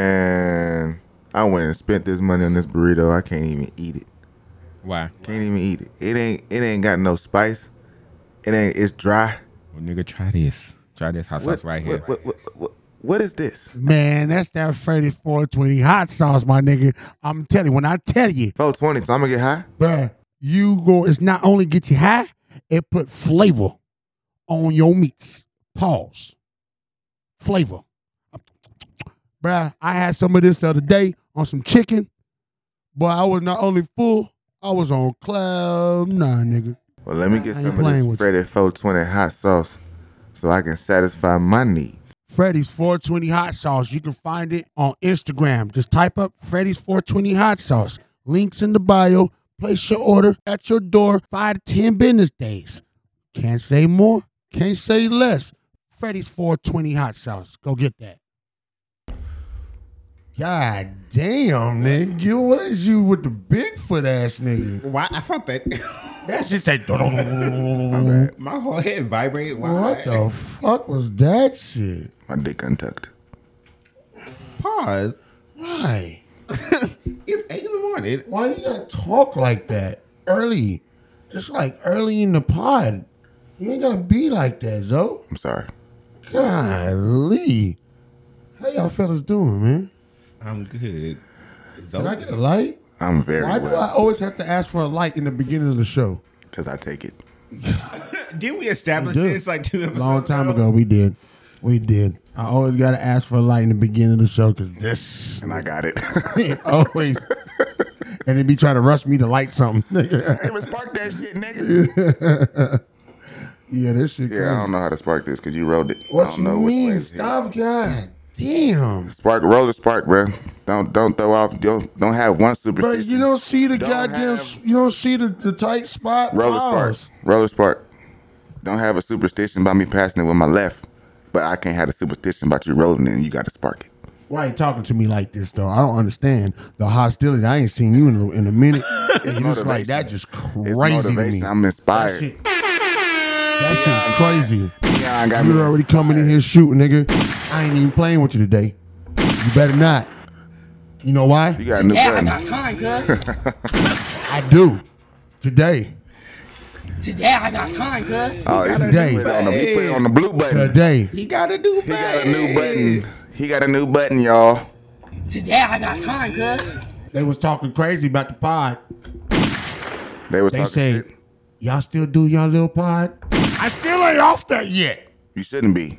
Man, I went and spent this money on this burrito. I can't even eat it. Why? Can't even eat it. It ain't. It ain't got no spice. It ain't. It's dry. Well, nigga, try this. Try this hot sauce right here. What, what, what, what, what is this? Man, that's that 3420 hot sauce, my nigga. I'm telling you, when I tell you, 420. So I'm gonna get high. bruh, you go, it's not only get you high, it put flavor on your meats. Pause. Flavor. Bruh, I had some of this the other day on some chicken, but I was not only full, I was on cloud nine, nigga. Well, let me get I some ain't of playing this with Freddy 420 hot sauce, so I can satisfy my need. Freddy's 420 hot sauce. You can find it on Instagram. Just type up Freddy's 420 hot sauce. Links in the bio. Place your order at your door five to 10 business days. Can't say more, can't say less. Freddy's 420 hot sauce. Go get that. God damn, nigga. What is you with the Bigfoot ass nigga? Why I felt that That shit said. my whole head vibrated. Why? What the fuck was that shit? My dick untucked. pause? Why? It's eight in the morning. Why do you gotta talk like that early? Just like early in the pod. You ain't gotta be like that, Zo. I'm sorry. Golly. How y'all fellas doing, man? I'm good. Did I get a light? I'm very Why do I well always have to ask for a light in the beginning of the show? because I take it. Did we establish We did. this like two episodes Long time ago, we did. We did. I always gotta ask for a light in the beginning of the show because this and I got it. always. and they be trying to rush me to light something. hey, man, spark that shit, nigga. yeah, this shit crazy. Yeah, I don't know how to spark this because you rolled it. I What don't you know which way mean? it's hit. Stop, God. Damn. Spark, roll the spark, bro. Don't don't throw off. Don't don't have one Bro, superstition. you don't see the Don't goddamn. have- You don't see the, the tight spot. roll the spark. Pause. Roll the spark. Don't have a superstition about me passing it with my left, but I can't have a superstition about you rolling it and you got to spark it. Why you talking to me like this though? I don't understand the hostility. I ain't seen you in a, in a minute. And you just motivation. like that, just It's crazy to me. motivation. I'm that inspired. shit, that shit's crazy. Yeah, I got me. You already coming in here shooting, nigga. I ain't even playing with you today. You better not. You know why? You got a new Yeah, I button. got time, cuz. I do. Today. Today I got time, cuz. Oh, it's you today. put it on the- you put it on the blue button. Today. He got a new He bag. got a new button. He got a new button, y'all. Today I got time, cuz. They was talking crazy about the pod. They were They talking. say, shit. y'all still do y'all little pod? I still ain't off that yet. you shouldn't be.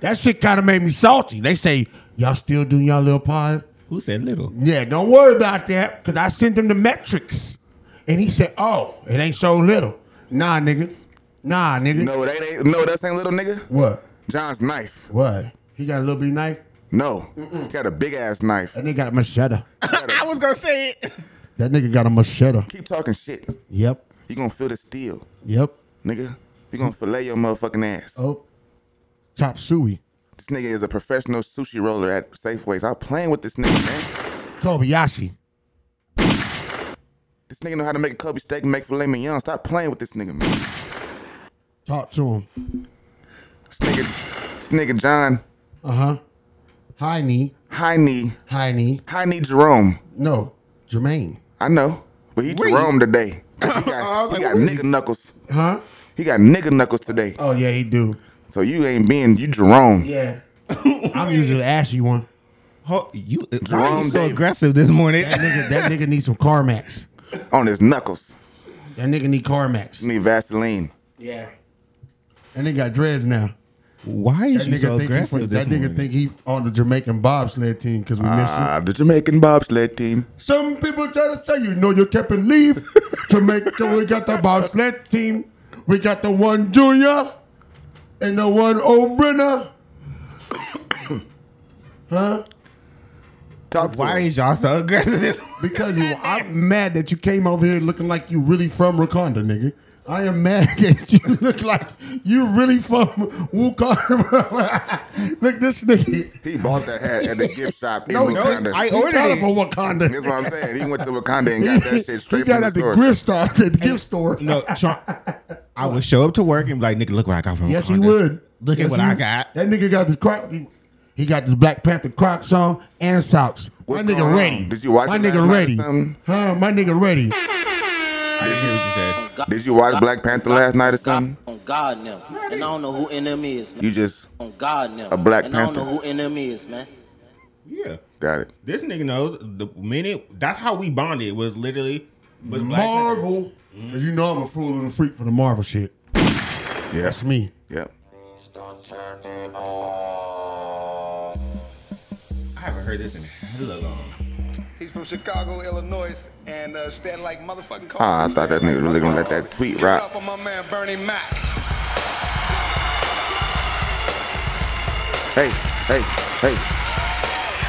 That shit kind of made me salty. They say, y'all still do y'all little pod? Who said little? Yeah, don't worry about that because I sent him the metrics. And he said, oh, it ain't so little. Nah, nigga. Nah, nigga. No, that ain't. No, that ain't little nigga. What? John's knife. What? He got a little bitty knife? No, he got a big ass knife. That nigga got a machete. I was gonna say it. that nigga got a machete. Keep talking shit. Yep. You gonna feel the steel, Yep. nigga. You gonna fillet your motherfucking ass. Oh. Chop suey. This nigga is a professional sushi roller at Safeway. Stop playing with this nigga, man. Kobayashi. This nigga know how to make a Kobe steak and make filet mignon. Stop playing with this nigga, man. Talk to him. This nigga, this nigga John, Uh-huh. Hi, knee. high knee, Hi, knee. high knee Jerome. No, Jermaine. I know, but he Jerome today. He got, I was he like, got where nigga knuckles. Huh? He got nigga knuckles today. Oh yeah, he do. So you ain't being you Jerome. Yeah. I'm usually the ashy one. Ho- you, uh, why are Jerome you so Davis. aggressive this morning? That nigga, that nigga needs some Carmax. On his knuckles. That nigga need Carmax. You need Vaseline. Yeah. That nigga got dreads now. Why is That you nigga so think he, aggressive from- this that nigga morning? think he on the Jamaican bobsled team because we missed him. Ah, the Jamaican bobsled team. Some people try to say you know you kept and leave Jamaica. We got the bobsled team. We got the one junior and the one O'Brenner. huh? Talk to Why him. is y'all so aggressive this Because you, I'm mad that you came over here looking like you really from Wakanda, nigga. I am mad that you look like you really from Wakanda. look, this nigga. He bought that hat at the gift shop in No, no, Wakanda. I he ordered kinda it. from Wakanda. That's what I'm saying. He went to Wakanda and got that shit straight he got from at the the store. gift store. At the gift store. No, Trump, I would show up to work and be like, nigga, look what I got from Yes, he Wakanda. would. Look at Yes, what he I would. got. That nigga got the crack. He got this Black Panther Crocs on and socks. What's my nigga going on? ready. Did you watch My it nigga last night or ready. something? Huh? My nigga ready. I didn't hear what you said. Did you watch Black Panther last night or something? On God and them. And I don't know who NM is, man. You just On God and them. A Black and I don't know Panther. who NM is, man. Yeah. got it. This nigga knows the minute. That's how we bonded. Was literally was Black Panther. Marvel. 'Cause You know I'm a fool and a freak for the Marvel shit. Yeah. That's me. Yeah. I haven't heard this in hella long. He's from Chicago, Illinois, and uh, stand like motherfucking cold. Ah, I thought that nigga really gonna let that tweet Give it rock. up for my man Bernie Mac. Hey, hey, hey.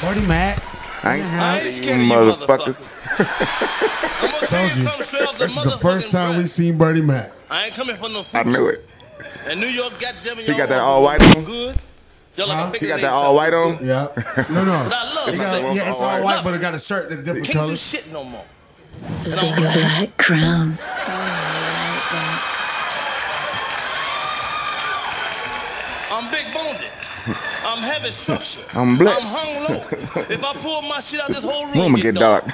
Party Mac. I ain't, I ain't scared of you motherfuckers. motherfuckers. I'm gonna tell Told you you. something straight off the This is the first motherfucking time we bat. seen Bernie Mac. I ain't coming from no I future. knew it. And New York, goddamn it, He y'all got that motherfuckers all white on? Good. Y'all like Huh? a big He got nigga that all white on. Yeah. No, no. But I love It's my got- nigga. yeah, it's all All white, white. but it got a shirt that's different Can't do colors. shit no more. The big black crown. I'm big boned. I'm heavy structured. I'm black. I'm hung low. If I pull my shit out, this whole room Room will get dark.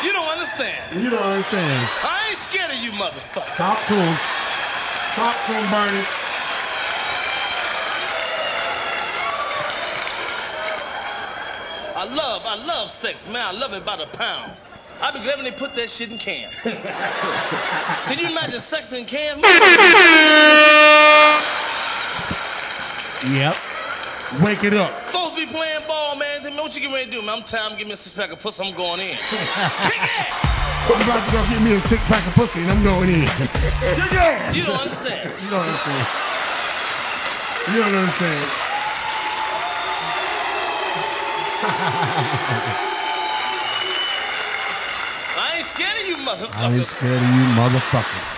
You don't understand. You don't understand. I ain't scared of you, motherfucker. Talk to him. Talk to him, Bernie. I love, I love sex, man. I love it by the pound. I be glad when they put that shit in cans. Can you imagine sex in cans? Yep. Wake it up. Folks be playing ball, man. Then what you getting ready to do, man? I'm tired. I'm giving me a six pack of pussy. I'm going in. I'm about to go get me a sick pack of pussy and I'm going in. You don't understand. You don't understand. You don't understand. I ain't scared of you, I ain't motherfuckers. scared of you motherfuckers.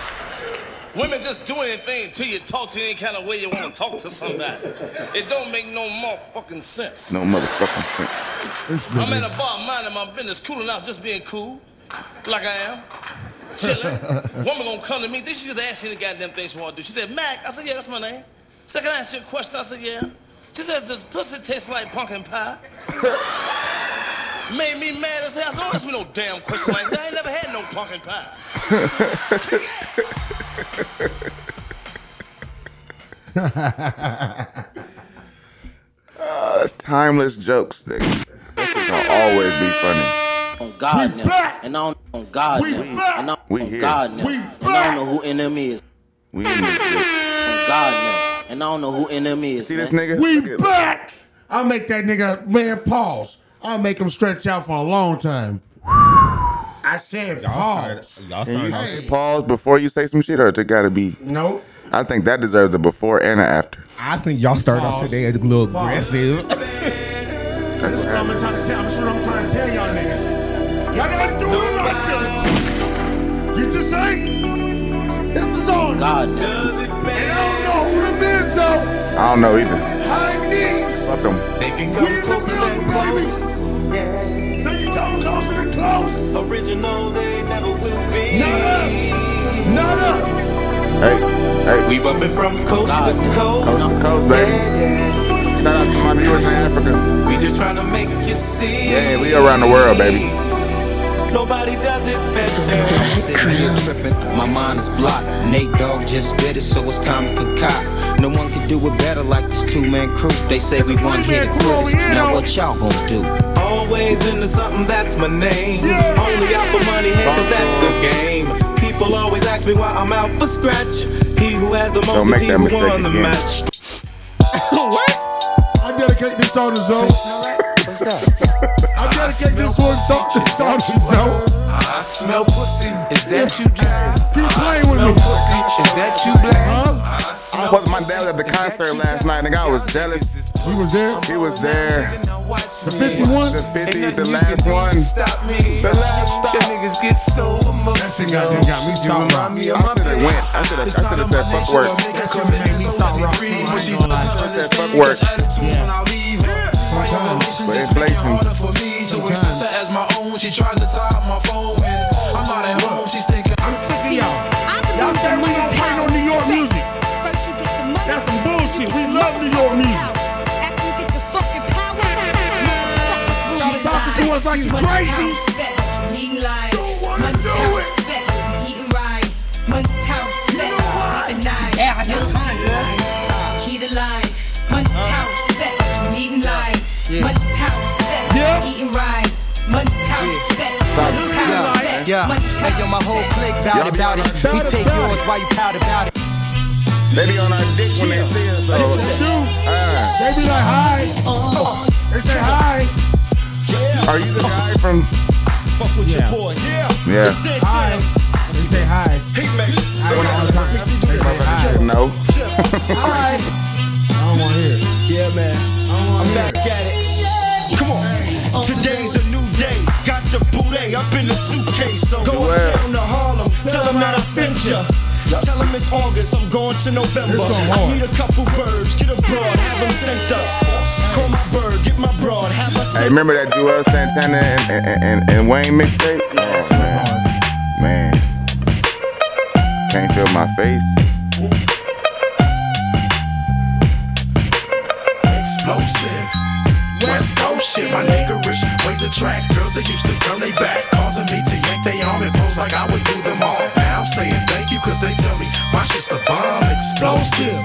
Women just do anything to you, talk to you any kind of way you want to talk to somebody. It don't make no motherfucking sense. No motherfucking sense. This I'm at nigga. a bar minding my business, cooling out, just being cool, like I am, chilling. Woman gonna come to me. Then she just asked me the goddamn thing she wanna do. She said, Mac. I said, yeah, that's my name. She said, can I ask you a question? I said, yeah. She says, does pussy taste like pumpkin pie? Made me mad as hell. I said, don't ask me no damn question like that. I ain't never had no pumpkin pie. That's Uh, timeless jokes, nigga. That shit gonna always be funny. On God We and them. back. And I don't on God We and them. back. And I We don't on here. Oh, God and them. We And I don't back. know who NM is. We in this bitch. On Oh, God and them. And I don't know who NM is. See this man. nigga? Look We at- back. I'll make that nigga, man, pause. I'll make him stretch out for a long time. I said Y'all pause. started. Y'all started. Hey. Pause before you say some shit, or it gotta be. Nope. I think that deserves a before and an after. I think y'all started off Pause. today a little Pause. aggressive. That's what I'm trying to tell. I'm sure I'm trying to tell y'all niggas. Y'all not doing it like us. You just ain't. This is on. I God and them. don't know who the men so I don't know either. high knees. Fuck them. They can We come in the closer than building, close. baby. They can come closer than close. Original, they never will be. Not us. Not us. Hey, hey. We bumping from coast to Coast coast. to coast, baby. Yeah, Shout out to my viewers in Africa. yeah. We just trying to make you see. Yeah, we around the world, baby. Nobody does it better. Black Sitting here crown. tripping, my mind is blocked. Nate Dogg just spit it, so it's time to concoct. No one can do it better like this two-man crew. They say we one hit crew over quitters. here, Now though. what y'all gonna do? Always into something, that's my name. Yeah. Only out for money, hey, cause that's the game. People always ask me why I'm out for scratch. He who has the Don't most make is he that who mistake won the again. match. I dedicate this song to Zoe. I dedicate this one song to song to Zoe. I smell pussy. Is that you, Jack? Keep playing with me. pussy. Is that you, black? Huh? I was my dad was at the concert last night, nigga. I was jealous. We was there. He was there. The 51. The 50, the last one. Stop me. The last stop. Y'all niggas get so emotional. That shit goddamn got me stopped up. me I shoulda went. I shoulda- I shoulda said, "Fuck work." That should've made me stop rock. I ain't gonna lie. Fuck work. When I leave her. long time. But inflation, for me to accept her as my own. She tries to tie up my phone when I'm not at home. She's thinking I'm sick of y'all. Y'all said we don't play no New York music. That's some bullshit. We love New York music. She's talking to us like you crazy. Yeah, I got time, girl. Key to life. Money, power, respect. What you need in life. Money, power, respect. Eating right. Money, power, respect. Money, power, respect. Yeah, hey yo, my whole clique bout it, bout it. We take yours while you pout about it. they be on our dick when they see us. That's what though. they do. Ah. They be like, hi. They say hi. Are you the guy from? Fuck with your boy. Yeah. Hi. They say hi. I don't all the time. They say hi. No. Hi. I don't want to hear. it. Yeah, man. I'm back at it. Come on. Today's a new day. Got the booty up in the suitcase. So go Well. down to Harlem. Tell them that I sent ya. Tell them it's August. I'm going to November. It's going I hard. need a couple birds. Get abroad. Have them sent up. Call my bird. Get my broad. Have her Hey, sent remember that Joel Santana and and, and, and Wayne mixtape? Oh, man. man, can't feel my face. Explosive. West Coast shit, my nigga rich ways attract girls that used to turn they back, causing me to yank they arm and pose like I would do them all. Now I'm saying thank you, cause they tell me my shit's the bomb explosive.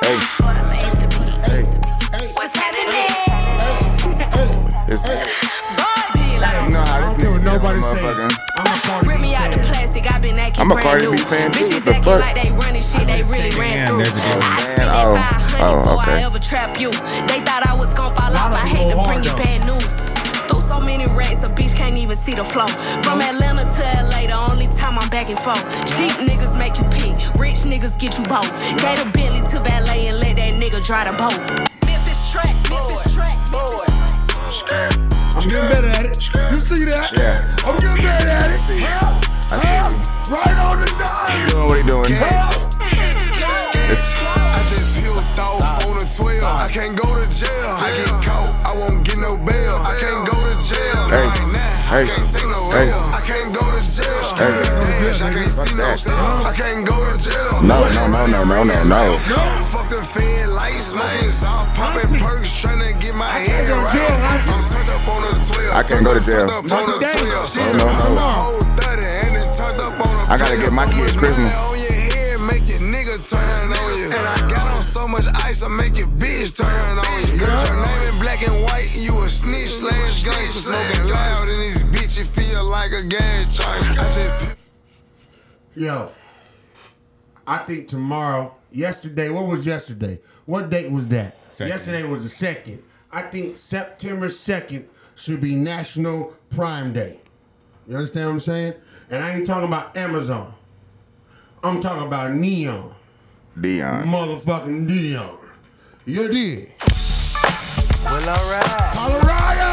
Hey, What's happening? it's, Like, you know how this nigga nobody nobody say. motherfucker. Rip me out the plastic, I've been acting I'm a brand Cardi new. B fan, too. What Bitches the acting fuck? like they running shit, they really ran through. I Man, spent oh. that 500 Oh, before okay. I ever trap you. They thought I was gonna fall off, I hate to bring you bad news. Through so many racks, a bitch can't even see the flow. From Atlanta to LA, the only time I'm back and forth. Cheap niggas make you pee, rich niggas get you both. Gave a Bentley to valet and let that nigga drive the boat. Memphis track, Memphis track, boy. I'm getting better at it. You see that? Yeah, I'm getting better at it. Huh? I Huh? think Right on the dime. he's doing what he doing. It's- I just peeled off on a 12. I can't go to jail. I get caught. I won't get no bail. I can't go to jail. Hey, Like now, I hey, can't take no hey. L. I can't go to jail. Hey. Dash, I can't see no that. cell. I can't go to jail. No, no, no, no, no, no, no. Fuck the fed light, smoking soft, popping perks, trying to get my head go to jail, right. I'm turned up on a 12. I can't go to jail. Turned up on a 12. She No, no, no. whole 30 and then turned up on I a gotta get my kids Christmas. on your head, make your nigga turn on you. And I got on so much ice, I make your bitch turn on you. Your name in black and white, and you a snitch slash gangster. Smoking loud in this bitch, you feel like a gas charge. I just Yo, I think tomorrow, yesterday, what was yesterday? What date was that? Yesterday was the second. I think September 2nd should be National Prime Day. You understand what I'm saying? And I ain't talking about Amazon. I'm talking about Neon. Dion. Motherfucking Neon. You did. Well, alright. Colorado!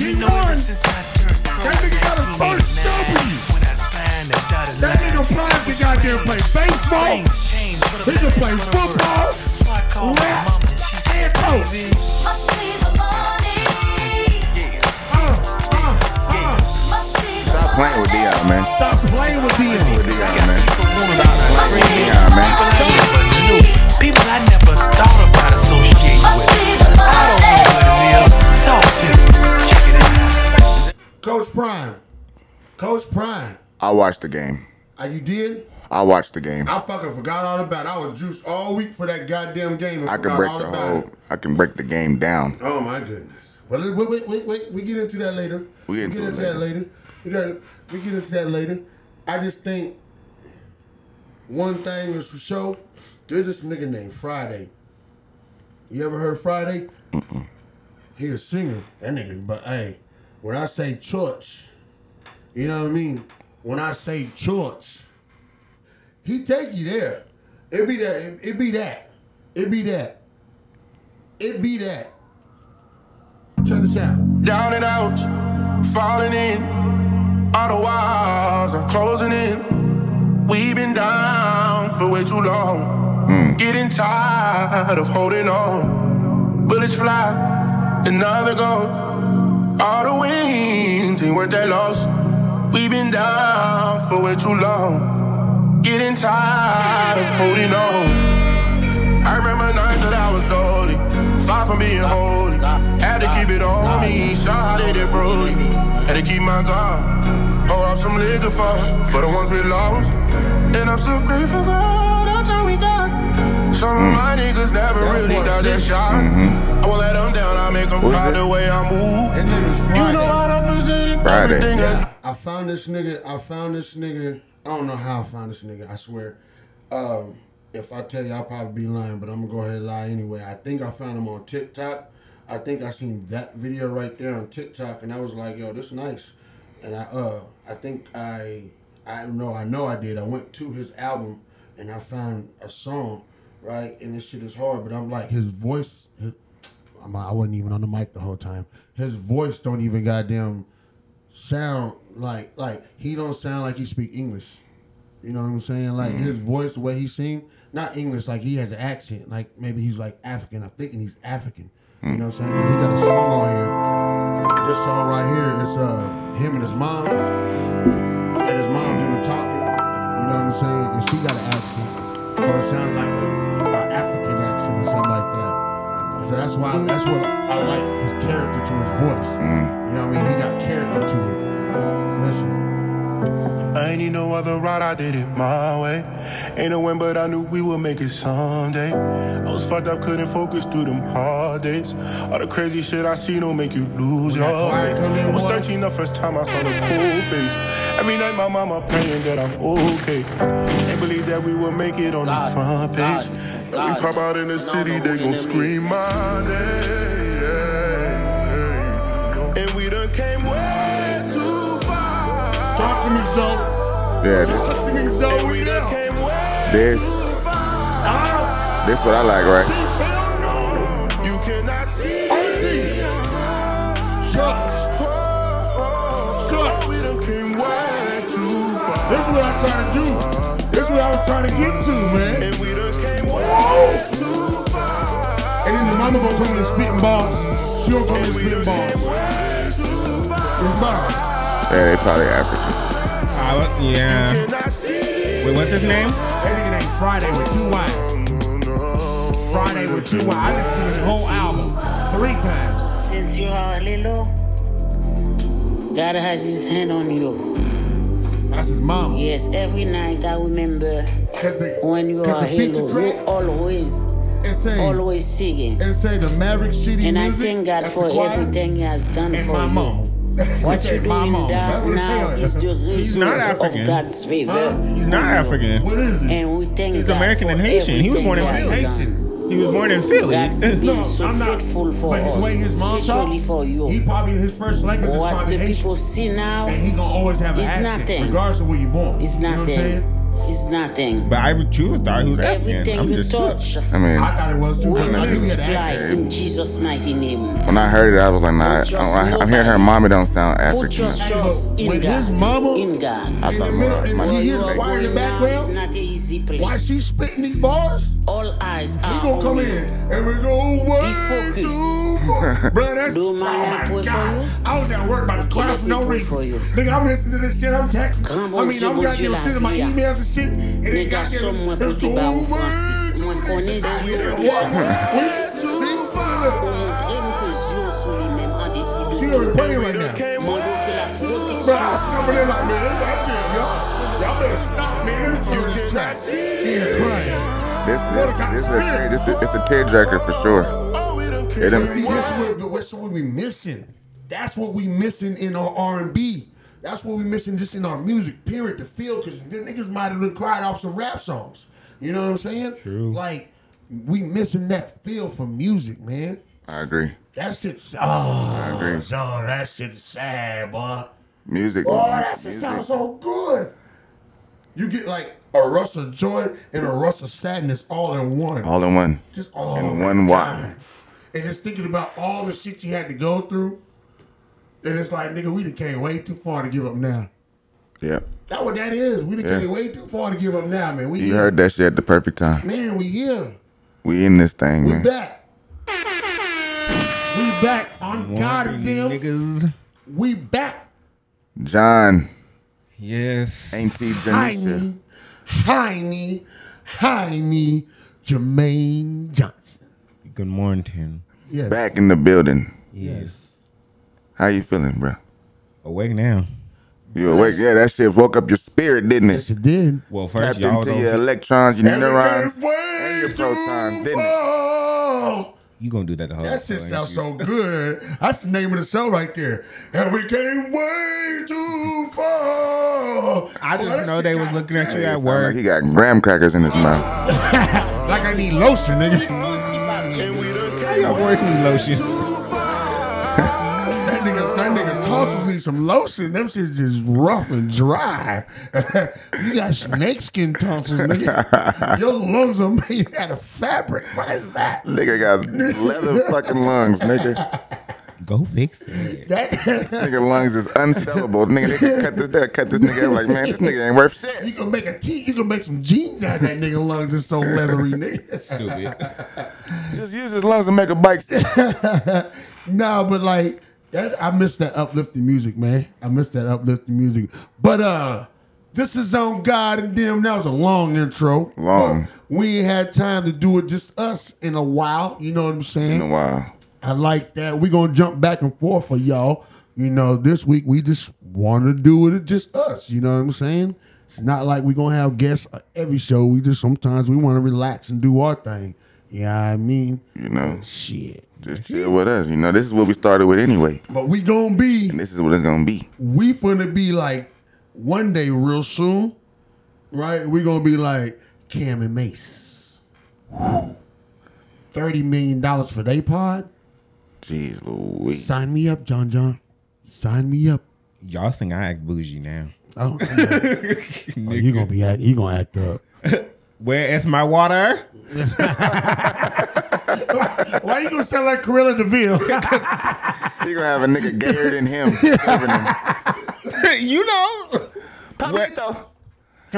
You know ever since I turned pro, that nigga got his first W. When I signed the dotted That line, nigga Prime can goddamn play baseball. things changed for the He can better play for the worse. football, So I called my rap, mama and she said, "Baby, Stop playing with Dion, man. Stop playing with Dion. With Dion, man. Stop playing with friends, Dion, man. people I never knew, people I never thought about associating with. I don't know what it is. Talk to me. Check it out. Coach Prime. Coach Prime. I watched the game. Are you did? I watched the game. I fucking forgot all about it. I was juiced all week for that goddamn game. and I can forgot break all the about whole. I can break the game down. it. Oh my goodness. Well, let- wait, wait, wait, wait. We get into that later. We get into it that later. We got. We get into that later. I just think one thing is for sure. There's this nigga named Friday. You ever heard Friday? He a singer. That nigga. But hey, when I say church, you know what I mean. When I say church, he take you there. It be that. It, it be that. It be that. It be that. Check this out. Down and out, falling in. All the walls are closing in. We've been down for way too long. Getting tired of holding on. Bullets fly, another go. All the wins ain't worth that loss. We've been down for way too long. Getting tired of holding on. I remember nights that I was dirty, far from being holy. Had to keep it on me, somehow they did brody. Had to keep my guard, pour up some liquor for, for the ones we lost. And I'm still grateful for all the time we got. Some of my niggas never really got that shot. I won't let them down, I make them proud the way I move. You know I represent Friday. everything I Yeah, I found this nigga. I found this nigga. I don't know how I found this nigga. I swear. Um, if I tell you, I'll probably be lying, but I'm gonna go ahead and lie anyway. I think I found him on TikTok. I think I seen that video right there on TikTok, and I was like, "Yo, this nice." And I, uh, I think I, I know, I know, I did. I went to his album, and I found a song, right? And this shit is hard, but I'm like, his voice, his, I'm- I wasn't even on the mic the whole time. His voice don't even goddamn sound like like he don't sound like he speak English. You know what I'm saying? Like his voice, the way he sing, not English. Like he has an accent. Like maybe he's like African. I'm thinking he's African. You know what I'm saying? 'Cause he got a song on here. This song right here, it's uh him and his mom, and his mom doing the talking. You know what I'm saying? And she got an accent, so it sounds like an African accent or something like that. So that's why that's what I like his character to his voice. You know what I mean? He got character to it. Listen. I ain't need no other route, I did it my way. Ain't no win, but I knew we would make it someday. I was fucked up, couldn't focus through them hard days. All the crazy shit I seen don't make you lose your faith. I was 13 the first time I saw the cool face. Every night my mama praying that I'm okay. Ain't believe that we would make it on the front page. Now we pop out in the city, they gon' scream my name. yeah, yeah. And we done came way too far. Talk to me, Zoe. There it is. Talk to me, Zoe. We down. This, this what I like, right? You cannot see. Shucks. Shucks. oh, We done came way too far. This is what I'm trying to do. This is what I was trying to get to, man. And we done came way too far. And then the mama gonna come in and spitting balls. She gonna come in and spitting balls. It's mine. Yeah, they probably African. Uh, yeah. Wait, what's his name? That nigga named Friday with two Y's. Friday with two Y's. I listened to his whole album three times. Since you are a little, God has his hand on you. That's his mom. Yes, every night I remember when you Cause are the a feature little, track- you always, say- always singing. And say the Maverick City And I music. thank God that's for the choir, everything he has done And for my you. mom. What Say you my doing mom. That's down what it now sound like. is the He's not result African. of God's favor. Huh? He's not on you. African. What is he? And we thank He's God American for and Haitian. He was everything born in he has Philly. done. He was born in Philly. That's been No, so I'm not- fruitful for but us, the way his mom talk, especially for you. He probably his first language is what probably the Haitian. people see now And he gonna always have an is accent, nothing. regardless of where you born. It's You know what I'm nothing. saying? It's nothing. But I would choose thought he was African. Everything I'm you just touch, I mean, I thought it was too. will I mean, multiply it's- in Jesus' mighty name. When I heard it, I was like, nah, I, don't- I, I hear her mommy don't sound Put your African. trust in With God. his mama in God. I thought middle, my, and my you hear the Where choir in the going now background. is not an easy place. Why she spitting these bars? All eyes are He gonna on come you. in and we go Be way focused. too far. Bro, that's Do oh my my hand pray for god. I was at work about to clap Let for me no pray reason. for you. Nigga, I'm listening to this shit. I'm texting. Grand I mean, bon I'm Dieu, goddamn bon Dieu, sending my la vie, emails and shit. And Les it gars sont moins goddamn. it's petits, going bah, way ou Francis, moins too connus, far. c'est mieux. What? Pour See? montrer nos yeux sur lui-même en dépit She de already playing right Mon now. Dieu, que la protection Bro, I was over there like, man, that's it, y'all. Y'all better stop, man. You cannot see. He is crying. this is this is a, this is, it's a tearjerker for sure. Oh, It But done- see, that's what, that's what we missing. That's what we missing in our R and B. That's what we missing just in our music. Period. The feel, because the niggas might have been cried off some rap songs. You know what I'm saying? True. Like we missing that feel for music, man. I agree. That shit's oh, I agree. son, that shit is sad, boy. Music. Oh, that shit music. sounds so good. You get like a rush of joy and a rush of sadness all in one. All in one. Just all in my one God. walk. and just thinking about all the shit you had to go through, and it's like, nigga, we done came way too far to give up now. Yep. That's what that is. We done Yeah. came way too far to give up now, man. We You here. heard that shit at the perfect time. Man, we here. We in this thing, We man. back. We back on goddamn. We back. John. Yes. Auntie Janisha. Heine, Heine, Heine, Jermaine Johnson. Good morning. Yes. Back in the building. Yes. How you feeling, bro? Awake now. You awake? Yeah, that shit woke up your spirit, didn't it? Yes, it did. Well, first, Tapped y'all into don't- your electrons, your neurons. Everything's way your protons, too didn't it? far. You gonna do that the whole That shit ain't sounds you? so good. That's the name of the show right there. And we came way too far. I just know they was looking at you It at sound work. Like he got graham crackers in his mouth. Like I need lotion, nigga. Your voice need lotion. That nigga, that Oh. nigga tonsils need some lotion. Them shit's just rough and dry. you got snake skin tonsils, nigga. Your lungs are made out of fabric. What is that? nigga got leather fucking lungs, nigga. Go fix it. That Nigga lungs is unsellable. Nigga, they could cut this, they could cut this nigga up. Like, man, this nigga ain't worth shit. you can make a tee, you can make some jeans out of that nigga lungs. It's so leathery, nigga. Stupid. Just use his lungs to make a bike. no, but like that, I miss that uplifting music, man. I miss that uplifting music. But uh, this is on God and them. That was a long intro. Long. But we ain't had time to do it just us in a while. You know what I'm saying? In a while. I like that. We're gonna jump back and forth for y'all. You know, this week we just want to do it just us. You know what I'm saying? It's not like we're gonna have guests every show. We just sometimes we want to relax and do our thing. Yeah, I mean, You know, shit. Just chill with us. You know, this is what we started with anyway, but we gonna be and this is what it's gonna be. we finna be like one day real soon, right? We gonna be like Cam and Mace. Thirty million dollars for they pod. Jeez Louise. Sign me up, John John. Sign me up. Y'all think I act bougie now? Oh, oh, you gonna be act, you gonna act up. Where is my water? Why you gonna sound like Corilla Deville? You gonna have a nigga gayer than him. serving him. you know. Where- Come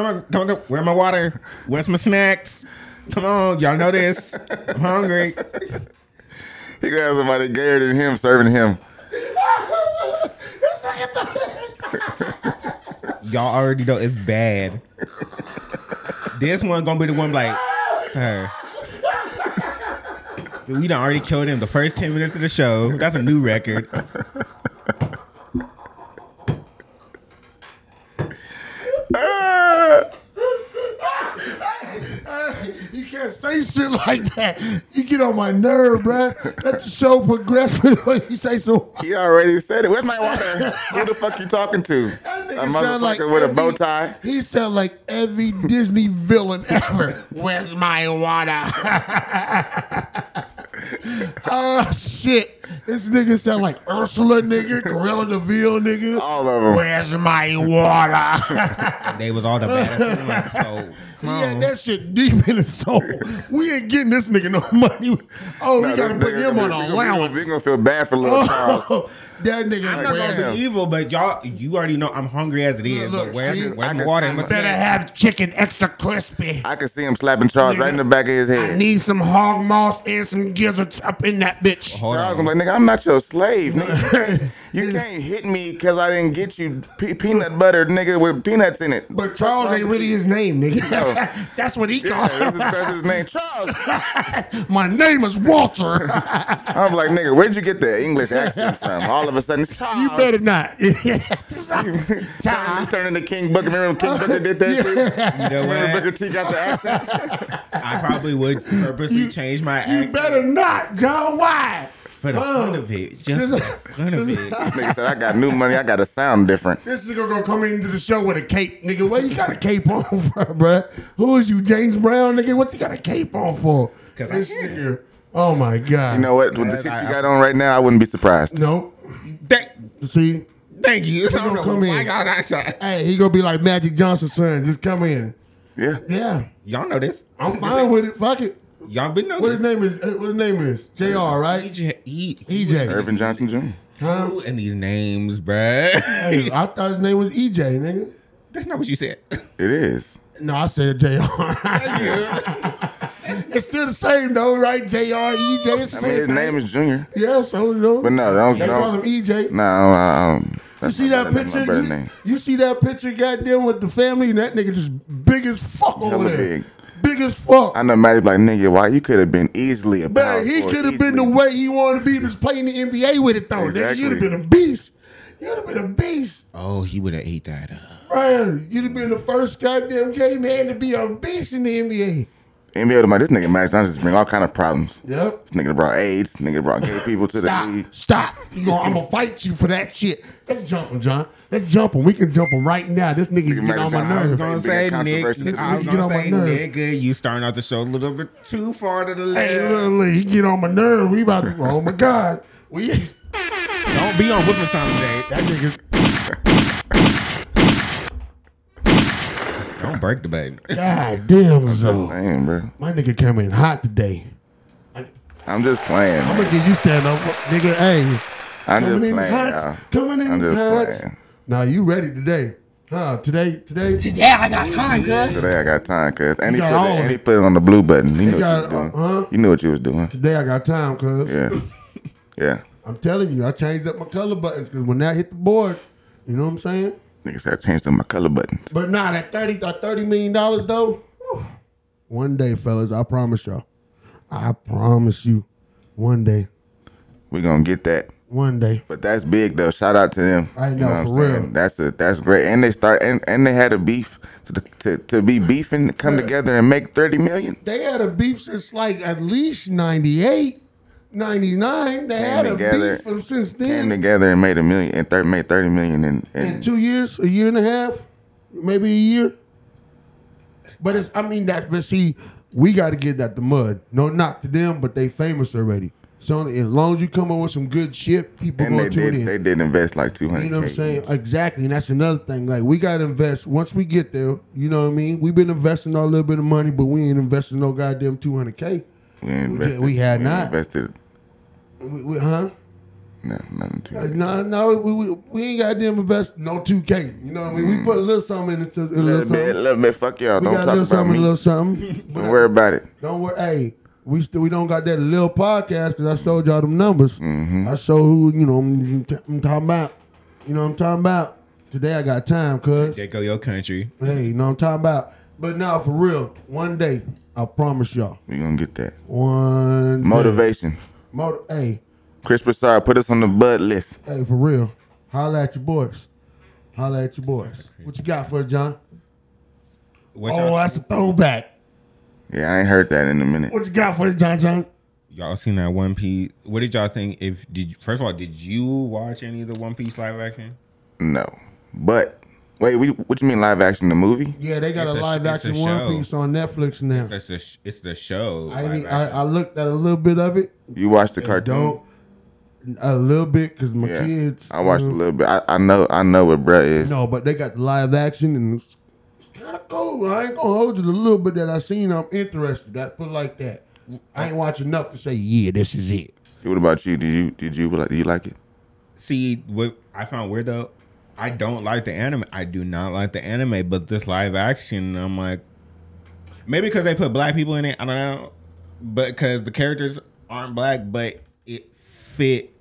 on, come on, come. Where my water? Where's my snacks? Come on, y'all know this. I'm hungry. You gonna have somebody gayer than him serving him. Y'all already know it's bad. this one gonna be the one like, sir. We done already killed him the first 10 minutes of the show. That's a new record. you can't say shit like that. You get on my nerve, bruh. Let the show progress when you say so. He already said it. Where's my water? Who the fuck you talking to? That A nigga sound motherfucker like with a every- bow tie. He sound like every Disney villain ever. Where's my water? oh shit! This nigga sound like Ursula nigga, Gorilla Deville nigga. All of 'em. Where's my water? They was all the baddest ones. he had that shit deep in his soul. We ain't getting this nigga no money. Oh, Nah, we gotta this put nigga him gonna be- we gonna- we on an gonna- allowance. We gonna feel bad for little Charles. Oh, that nigga. So. I'm not where's- gonna be evil, but y'all, you already know I'm hungry as it is. Look, but where's, see, where's I my can water? see and my my- Better snacks? have chicken extra crispy. I can see him slapping Charles right in the back of his I head. need some hog moss and some gizzards up in that bitch. Hold Charles on. gonna be like, nigga, I'm not your slave, nigga. You can't hit me because I didn't get you pe- peanut butter, nigga, with peanuts in it. But Charles ain't really his name, nigga. No. That's what he Yeah, called. this is, that's his name, Charles. My name is Walter. I'm like, nigga, where'd you get the English accent from? All of a sudden, it's Charles. you better not. He's turning to King Booker. Remember when King Booker did that shit? You know Remember Booker what? T got the accent? I probably would purposely change my you accent better not, John. Why? for the fun of it. Just for the fun of it. nigga said, I got new money. I got to sound different. This nigga gonna come into the show with a cape, nigga. What you got a cape on for, bruh? Who is you, James Brown, nigga? What you got a cape on for? 'Cause I this can. nigga. Oh my god. You know what? With the shit you got on right now, I wouldn't be surprised. Nope. Thank, See, thank you. gonna I don't know come why in. y'all not shy. hey, he gonna be like Magic Johnson's son. Just come in. Yeah. Yeah, Y'all know this. I'm fine with it. Fuck it. Y'all been know What this. his name eh, is? uh, What his name is? Jr. Right? EJ, E- EJ. Irvin Johnson Jr. Huh? Who in these names, bruh? E Hey, I thought his name was EJ, nigga. That's not what you said. It is. No, I said JR. it's still the same though, right? JR, E EJ. It's the I same mean, his thing. name is Junior. Yeah, so you know. But no, don't. They don't, call him E. EJ. No, I don't. You that's see my that better- that's picture? My better You- name. You see that picture, goddamn, with the family, and that nigga just big as fuck over Hella there. big. Big as fuck. I know Maddie's like, nigga, why you could have been easily a power Man, he forward, could have been the easily. way he wanted to be. He was playing the NBA with it though. Nigga, Exactly. you'd have been a beast. You'd have been a beast, Oh, he would have ate that up. Brian. You'd have been the first goddamn gay man to be a beast in the NBA. NBA to my this nigga Max Johnson bring all kind of problems. Yep. This nigga brought AIDS. Nigga brought gay people to the league. Stop. You know, I'm gonna fight you for that shit. Let's jump him, John. Let's jump him. We can jump him right now. This nigga's getting on my John, I was nerves. gonna I say, Nick, Controversy. this I I was was gonna gonna say, say, nigga, you starting out the show a little bit too far to the left. Hey, little Lee, he get on my nerve. We about to. Oh my god. We Don't be on whipping time today. that nigga. Don't break the baby. God damn, so Damn, bro. my nigga came in hot today. I'm just playing. I'm gonna get you stand up, nigga. Hey, I'm just coming in playing. hot, y'all. coming in I'm just hot. playing. Now you ready today? Huh? Today, today, Today I got time, cuz. Today I got time, cuz. And, he got put it- all of and he it. put it on the blue button. He, knew got- what you was doing. uh-huh. You knew what you was doing. today. I got time, cuz. Yeah. yeah. I'm telling you, I changed up my color buttons because when that hit the board, you know what I'm saying. Niggas had changed up my color button. But nah, that thirty, that thirty million dollars though. whew. One day, fellas, I promise y'all. I promise you, one day, We gonna get that. one day. But that's big though. Shout out to them. I know, what I'm for real. saying? That's a that's great. And they start and, and they had a beef to the, to to be beefing to come together and make thirty million. They had a beef since like at least 98, 99. They had a together. beef from since Came then. together and made a million and thir- made thirty million and, in and two years, a year and a half, maybe a year. But it's I mean that but see, we gotta get that the mud. No knock to them, but they famous already. So as long as you come up with some good shit, people and gonna they tune did in. they did invest like two hundred. You know what I'm saying? Exactly. And that's another thing. Like, we got to invest. Once we get there, you know what I mean? We've been investing a little bit of money, but we ain't investing no goddamn 200K. We invested. we had not. invested. We, we, huh? No, nothing too. much. No, no, we, we, we ain't goddamn invest no 2K. You know what I mean? We put a little something into a A Mm. little little bit, something. a little bit. Fuck y'all. We Don't got a little talk about something, me. a little something. Don't worry about it. Don't worry. Hey, we still we don't got that little podcast because I showed y'all them numbers. I showed who you know I'm, I'm talking about. You know what I'm talking about. Today I got time, cuz. There go your country. Hey, you know what I'm talking about. But now, for real, one day, I promise y'all. We gonna get that One day. motivation. Motiv- hey, Chris Broussard put us on the bud list. hey, for real. Holla at your boys. Holla at your boys. What you got for us, John? What oh, y'all, that's a throwback. Yeah, I ain't heard that in a minute. What you got for us, John John? y'all seen that One Piece? What did y'all think? If did first of all, did you watch any of the One Piece live action? No, but wait, we, what you mean live action? The movie? Yeah, they got It's a a sh- live it's action a One show. Piece on Netflix now. That's the sh- it's the show. I, live ain't- I, action. I looked at a little bit of it. You watched the and cartoon? Don't. A little bit because my Yeah. kids. I watched you a know, little bit. I, I know I know what bruh is. No, but they got live action and it's kind of cool. I ain't gonna hold you. The little bit that I seen, I'm interested. I put it like that. I ain't watch enough to say, yeah, this is it. What about you? Did you did you like? Do you like it? see what I found weird though. I don't like the anime. I do not like the anime, but this live action, I'm like, maybe because they put black people in it. I don't know, but because the characters aren't black, but it fit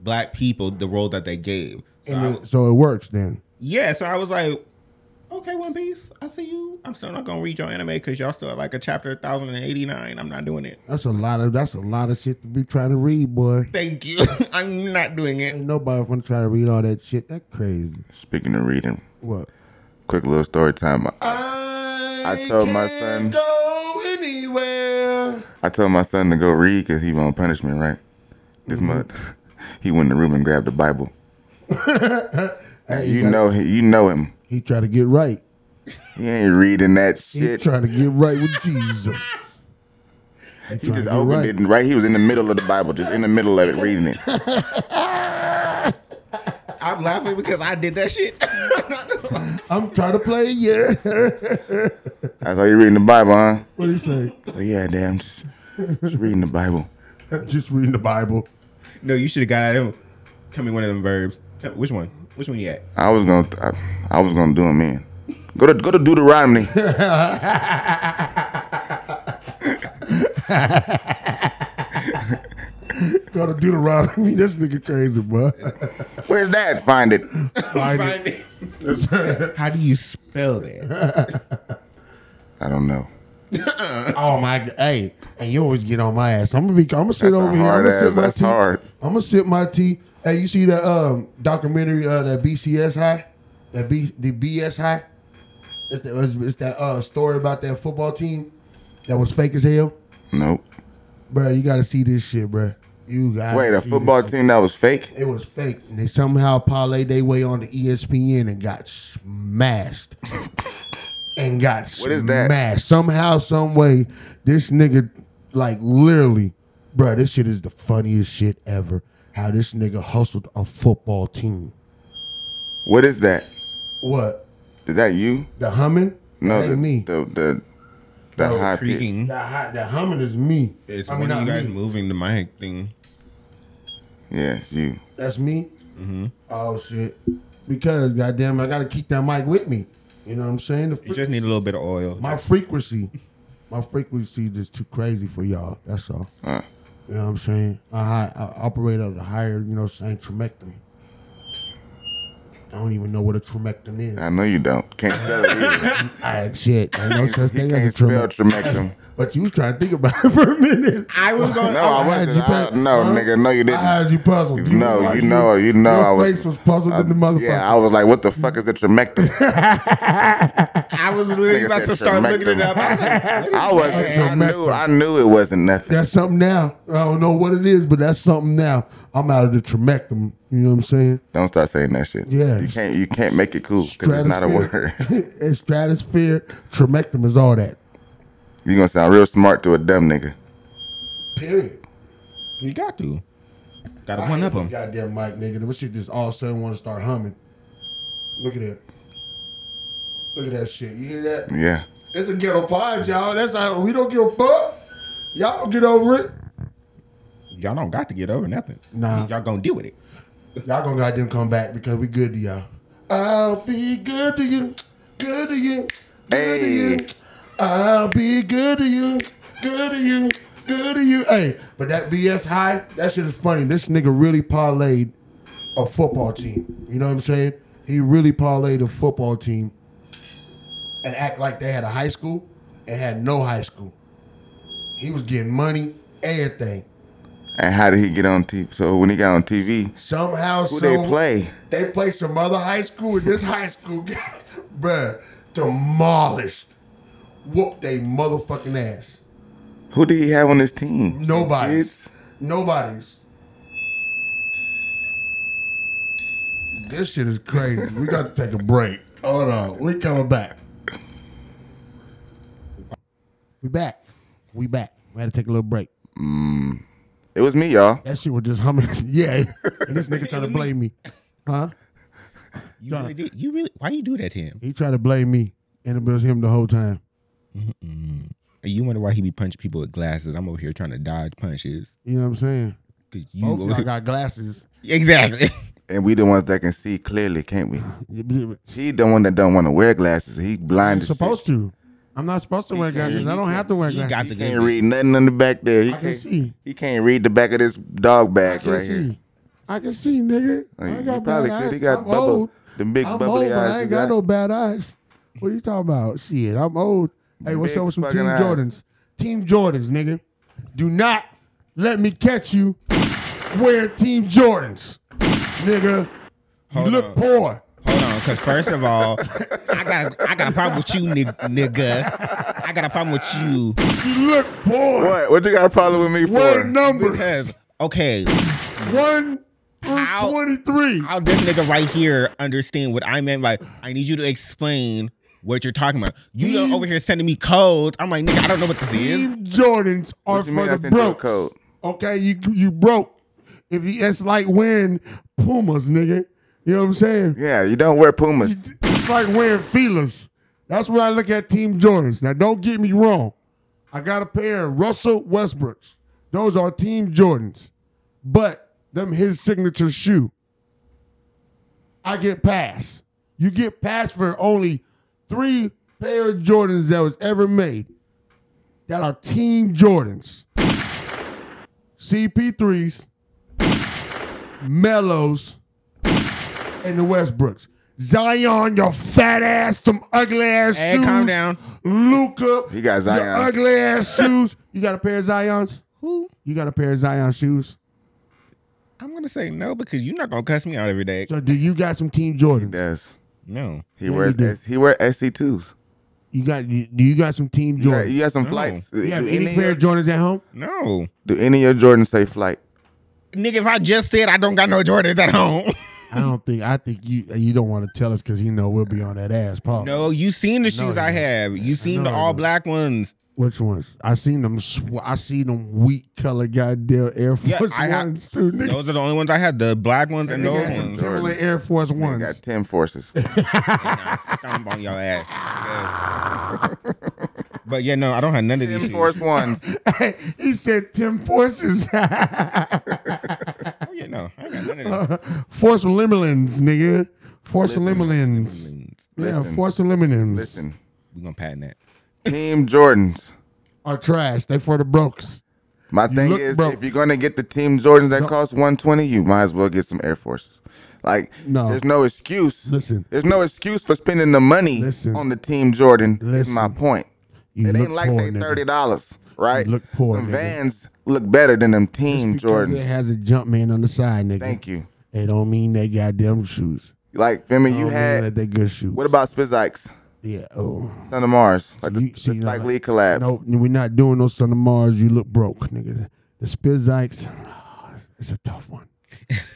black people the role that they gave. So, I And was- it, so it works then. yeah, so I was like, okay, One Piece, I see you. I'm still not gonna read your anime because y'all still at like a chapter 1089. I'm not doing it. That's a lot of that's a lot of shit to be trying to read, boy. Thank you. I'm not doing it. Ain't nobody want to try to read all that shit. That crazy. Speaking of reading, What? quick little story time. I, I, told my son- Go anywhere. I told my son to go read because he won't punishment, right? This Mm-hmm. month, he went in the room and grabbed the Bible. Hey, You know he, you know him. he try to get right. He ain't reading that He shit. trying to get right with Jesus. He, He trying to just get opened right. it and right. He was in the middle of the Bible, just in the middle of it, reading it. I'm laughing because I did that shit. I'm trying to play, yeah. That's how you reading the Bible, huh? what do you say? So Oh, yeah, damn, just, just reading the Bible. Just reading the Bible. No, you should have got at him. Tell me one of them verbs. Tell me, which one? Which one you at? I was gonna, I, I was gonna do him in. Go to go to Deuteronomy. Gotta do the ride. I mean, this nigga crazy, boy. Where's that? Find it. Find it. How do you spell that? I don't know. oh my god! Hey, and you always get on my ass. I'm gonna be. I'm gonna sit over here. hard I'm gonna sit ass. my That's tea. hard. I'm gonna sip my tea. Hey, you see that um documentary uh that BCS high? That B the BS high? It's that it's, it's that uh story about that football team that was fake as hell. Nope. Bro, you gotta see this shit, bro. You gotta Wait, a see football team that was fake? It was fake. And they somehow parlayed their way onto E ESPN and got smashed. and got What is that? smashed. Somehow, some way, this nigga, like literally, bro, this shit is the funniest shit ever. How this nigga hustled a football team. What is that? What? Is that you? The humming? No, That the, ain't me. the the the No, high pitch. creaking. That, hi- that humming is me. It's I mean, one of not you guys me. moving the mic thing. Yeah, it's you. That's me. Mm-hmm. Oh shit! Because goddamn, I gotta keep that mic with me. You know what I'm saying? The You just need a little bit of oil. my frequency, my frequency is just too crazy for y'all. That's all. Uh. You know what I'm saying? I, hi- I operate at a higher, you know, what I'm saying tremectomy. I don't even know what a tremectomy is. I know you don't. Can't spell it either. I shit. Ain't no such He thing as a can't spell tremectomy. tremectum. But you was trying to think about it for a minute. I was going. No, I wasn't. I, no, nigga, no, you didn't. I had you puzzled. no, you know, you know, your I was. face was puzzled in the motherfucker. Yeah, I was like, what the fuck is a tremectum? I was literally Nigga about said to start looking it up. I was like, I wasn't. I knew. I knew it wasn't nothing. That's something now. I don't know what it is, but that's something now. I'm out of the tremectum. You know what I'm saying? Don't start saying that shit. Yeah. you can't. You can't make it cool because it's not a word. it's stratosphere. Tremectum is all that. You gonna sound real smart to a dumb nigga. Period. You got to. Got to I one hate up this him. Goddamn mic, nigga. This shit just all of a sudden want to start humming. Look at that. Look at that shit. You hear that? Yeah. It's a ghetto vibes, y'all. That's how we don't give a fuck. Y'all don't get over it. Y'all don't got to get over nothing. Nah. Y'all gonna deal with it. Y'all gonna goddamn come back because we good to y'all. I'll be good to you, good to you, good to you. I'll be good to you, good to you, good to you. Hey, but that BS high, that shit is funny. This nigga really parlayed a football team. You know what I'm saying? He really parlayed a football team and act like they had a high school and had no high school. He was getting money, everything. And how did he get on TV? So when he got on TV, Somehow, who some, they play? They play some other high school and this high school got, bruh, demolished. Whoop they motherfucking ass. Who did he have on his team? Some kids? Nobody's. Nobody's. This shit is crazy. we got to take a break. Hold on. We coming back. We back. We back. We had to take a little break. Mm, it was me, y'all. That shit was just humming. yeah. And this nigga trying to blame me. Huh? You really did. You really. Why you do that to him? He tried to blame me, and it was him the whole time. Mm-mm. You wonder why he be punching people with glasses. I'm over here trying to dodge punches. You know what I'm saying? 'Cause you Both of y'all got glasses. exactly. And we the ones that can see clearly, can't we? You're He the one that don't want to wear glasses. He blind. as supposed to. I'm not supposed to wear glasses. I don't have to wear glasses. shit. He can't read nothing on the back there. He I can can't see. He can't read the back of this dog bag I can right here. see. I can see, nigga. I Like, ain't he got probably bad could. eyes. He got I'm bubble- old. the big I'm bubbly old, eyes But I he ain't got. got no bad eyes. What you talking about? Shit, I'm old. Hey, what's Big up with some fucking Team eyes. Jordans? Team Jordans, nigga. Do not let me catch you wearing Team Jordans, nigga. You Hold look on. poor. Hold on, because first of all, I got I got a problem with you, nig- nigga. I got a problem with you. You look poor. What? What you got a problem with me Wear for? numbers. Because okay, One through Ow. 23. how this nigga right here understand what I meant? Like, I need you to explain what you're talking about. You Team- know, over here sending me codes. I'm like, nigga, I don't know what this is. Team Jordans are What you mean for I the sent you a broke. code? Okay, you you broke. If you, it's like wearing Pumas, nigga. You know what I'm saying? Yeah, you don't wear Pumas. It's like wearing Feelers. That's what I look at Team Jordans. Now, don't get me wrong. I got a pair of Russell Westbrooks. Those are Team Jordans, but them his signature shoe. I get passed. You get passed for only three pair of Jordans that was ever made that are Team Jordans. CP3s, Mellows, and the Westbrooks. Zion, your fat ass, some ugly ass Hey, shoes. calm down. Luca, He got your Zion. ugly ass shoes. You got a pair of Zion's? Who? You got a pair of Zion shoes? I'm gonna say no because you're not gonna cuss me out every day. So do you got some Team Jordans? Yes. No. He Yeah, you wears do. S- he wear SC twos. You got? You, do you got some Team You got, Jordans? you got some No. flights. You have Do any of pair your- of Jordans at home? No. do any of your Jordans say flight? Nigga, if I just said I don't got no Jordans at home. I don't think. I think you you don't want to tell us because you know we'll be on that ass, Paul. No, you seen the Oh. No, shoes you I don't. have. You seen know the you all don't. black ones. Which ones? I seen them. Sw- I seen them wheat color goddamn Air Force Yeah, I ha- Ones too. Nigga. Those are the only ones I had. The black ones and They got those some ones. Timberland Air Force They got Ones. ten forces. Stomp on your ass. but yeah, no, I don't have none of these. Ten shoes. force ones. he said Tim Forces. Oh yeah, no, I ain't got none of them. Force Limelins, nigga. Force Limelins. Yeah, Listen. Force Limelins. Listen, We gonna patent that. Team Jordans. Are trash. They for the brokes. My thing look is, broke. if you're gonna get the Team Jordans that cost 120, you might as well get some Air Forces. Like, No. there's no excuse. Listen. There's no excuse for spending the money Listen. on the Team Jordan. That's my Listen. point. You it look ain't like poor, they nigga. thirty dollars, right? You look poor, Them nigga. Vans look better than them Team Because It Jordan. has a jump man on the side, nigga. Thank you. It don't mean they goddamn shoes. Like, feel me? You Don't mean had that Oh, they good shoes. what about Spizikes, Yeah. Oh. Son of Mars, like You- the, see, the you Spike know, Lee collab? No, we're not doing no Son of Mars. You look broke, nigga. The Spizikes, it's a tough one.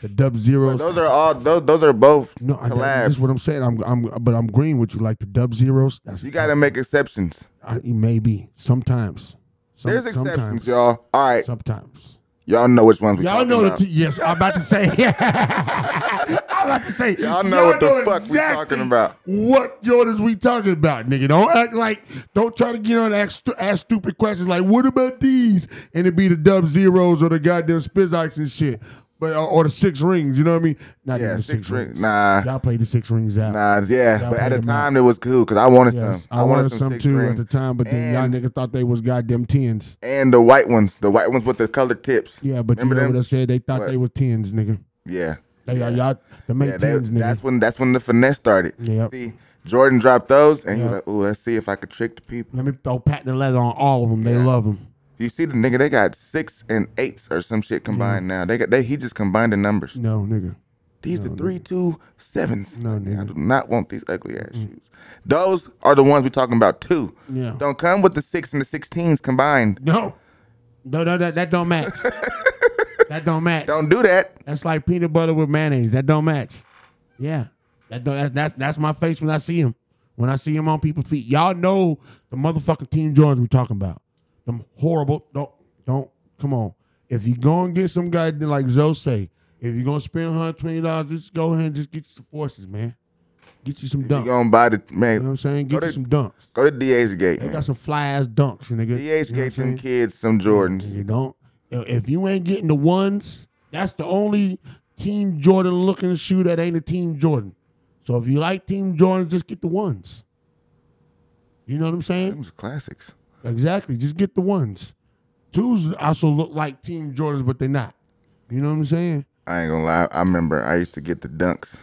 The Dub Zeros. Those are all. Those those are both no, I, that, this collabs. is what I'm saying. I'm, I'm, but I'm agreeing with you. Like the Dub Zeros, that's you gotta make exceptions. I, maybe sometimes. Some- There's exceptions, sometimes, y'all. All right, Sometimes. y'all know which ones we. Y'all talking know the about. t- yes. I'm about to say. I'm about to say. Y'all know what the fuck we talking about. What Jordans we talking about, nigga? Don't act like. Don't try to get on and ask, stu- ask stupid questions like, "What about these?" And it be the Dub Zeros or the goddamn Spizikes and shit, but uh, or, or the Six Rings. You know what I mean? Not Yeah, the six ring. Nah, Y'all played the Six Rings out. nah, yeah. Y'all but at played the them out. time, it was cool because I wanted Yes, some. I, wanted, some, some six too ring. at the time, but then and, y'all niggas thought they was goddamn tens. and the white ones, the white ones with the colored tips. Yeah, but Remember you know them? what I said? They thought What? they were tens, nigga. Yeah, They y'all, y'all the make yeah. they- tens, nigga. that's when that's when the finesse started. Yep. See, Jordan dropped those, and he was Yep. like, "Ooh, let's see if I could trick the people." Let me throw patent leather on all of them. They love them. You see, the nigga, they got six and eights or some shit combined now. They got they he just combined the numbers. Mm-hmm. No, nigga. These are three two sevens. No, I nigga. do not want these ugly ass shoes. Those are the ones we talking about too. Yeah. Don't come with the six and the sixteens combined. No. No, no, that, that don't match. that don't match. Don't do that. That's like peanut butter with mayonnaise. That don't match. Yeah. That don't, that's, that's that's my face when I see him. When I see him on people's feet. Y'all know the motherfucking Team Jordans we talking about. Them horrible. Don't don't come on. If you go and get some guy that like Zose, if you're gonna spend $120, just go ahead and just get you some forces, man. Get you some You dunks. You know gonna buy the what man? I'm saying? Go Get you to- some dunks. Go to DA's gate. They Man. got some fly ass dunks, nigga. DA's You know what gate them I'm saying? kids some Jordans. You don't. If you ain't getting the ones, that's the only Team Jordan looking shoe that ain't a Team Jordan. So if you like Team Jordan, just get the ones. You know what I'm saying? Them's classics. Exactly. Just get the ones. Twos also look like Team Jordans, but they're not. You know what I'm saying? I ain't gonna lie. I remember I used to get the dunks.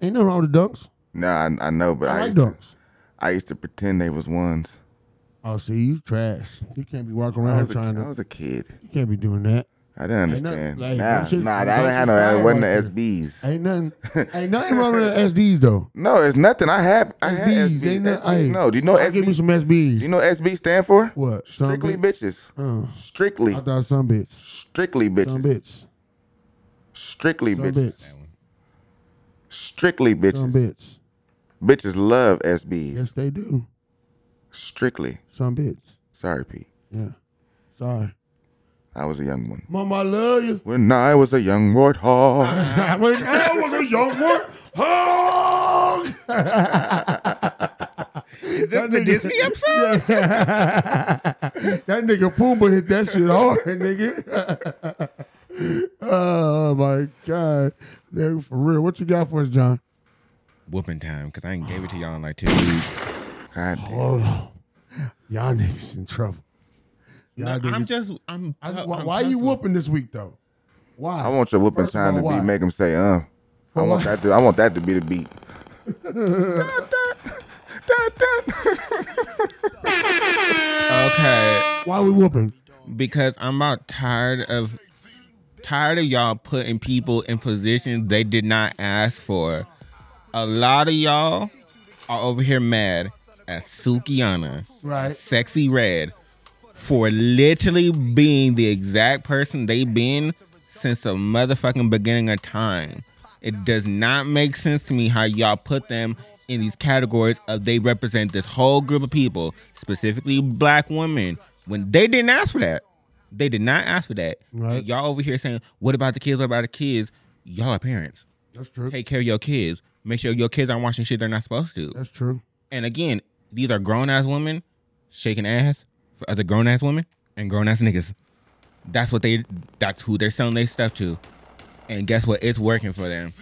Ain't nothing wrong with the dunks. Nah, I, I know, but I, I like used to, dunks. I used to pretend they was ones. Oh, see, you trash. You can't be walking I around was, a, trying I to. was a kid. You can't be doing that. I didn't Ain't nothing- understand. like, nah, them shits- nah, I them didn't shits have no. It fire wasn't right the SBs. Ain't nothing. ain't nothing wrong with the SDs though. No, it's nothing. I have. I had SBs, SBs. ain't nothing- SBs, hey, no, do you know I give me SB? some SBs. Do you know SB stand for? What? Some Strictly bitch? bitches. Oh. Strictly. I thought some bitch. Strictly Some bitches. bitch. Strictly Some bitches. bitch. Strictly Some bitches. bitch. Bitches love SBs. Yes, they do. Strictly. Some bitch. Sorry, Pete. Yeah. Sorry. I was a young one. Mama, I love you. When I was a young warthog. when I was a young one, hog. Is this the Disney episode? that nigga Pumbaa hit that shit hard, nigga. oh Oh my God. Nigga, for real. What you got for us, John? Whooping time, because I ain't gave it to y'all in like two weeks. God Hold on. Y'all niggas in trouble. No, I'm just I'm I, why why you whooping this week though? Why? I want your whooping First of time all, to why? be make them say uh. I want that to I want that to be the beat. Okay. Why we whooping? Because I'm about tired of tired of y'all putting people in positions they did not ask for. A lot of y'all are over here mad at Sukiana, Right. Sexy Red, for literally being the exact person they been since the motherfucking beginning of time. It does not make sense to me how y'all put them in these categories of they represent this whole group of people, specifically black women, when they didn't ask for that. They did not ask for that. Right. Y'all over here saying, "What about the kids? What about the kids?" Y'all are parents. That's true. Take care of your kids. Make sure your kids aren't watching shit they're not supposed to. That's true. And again, these are grown ass women shaking ass for other grown ass women and grown ass niggas. That's what they. That's who they're selling their stuff to. And guess what? It's working for them.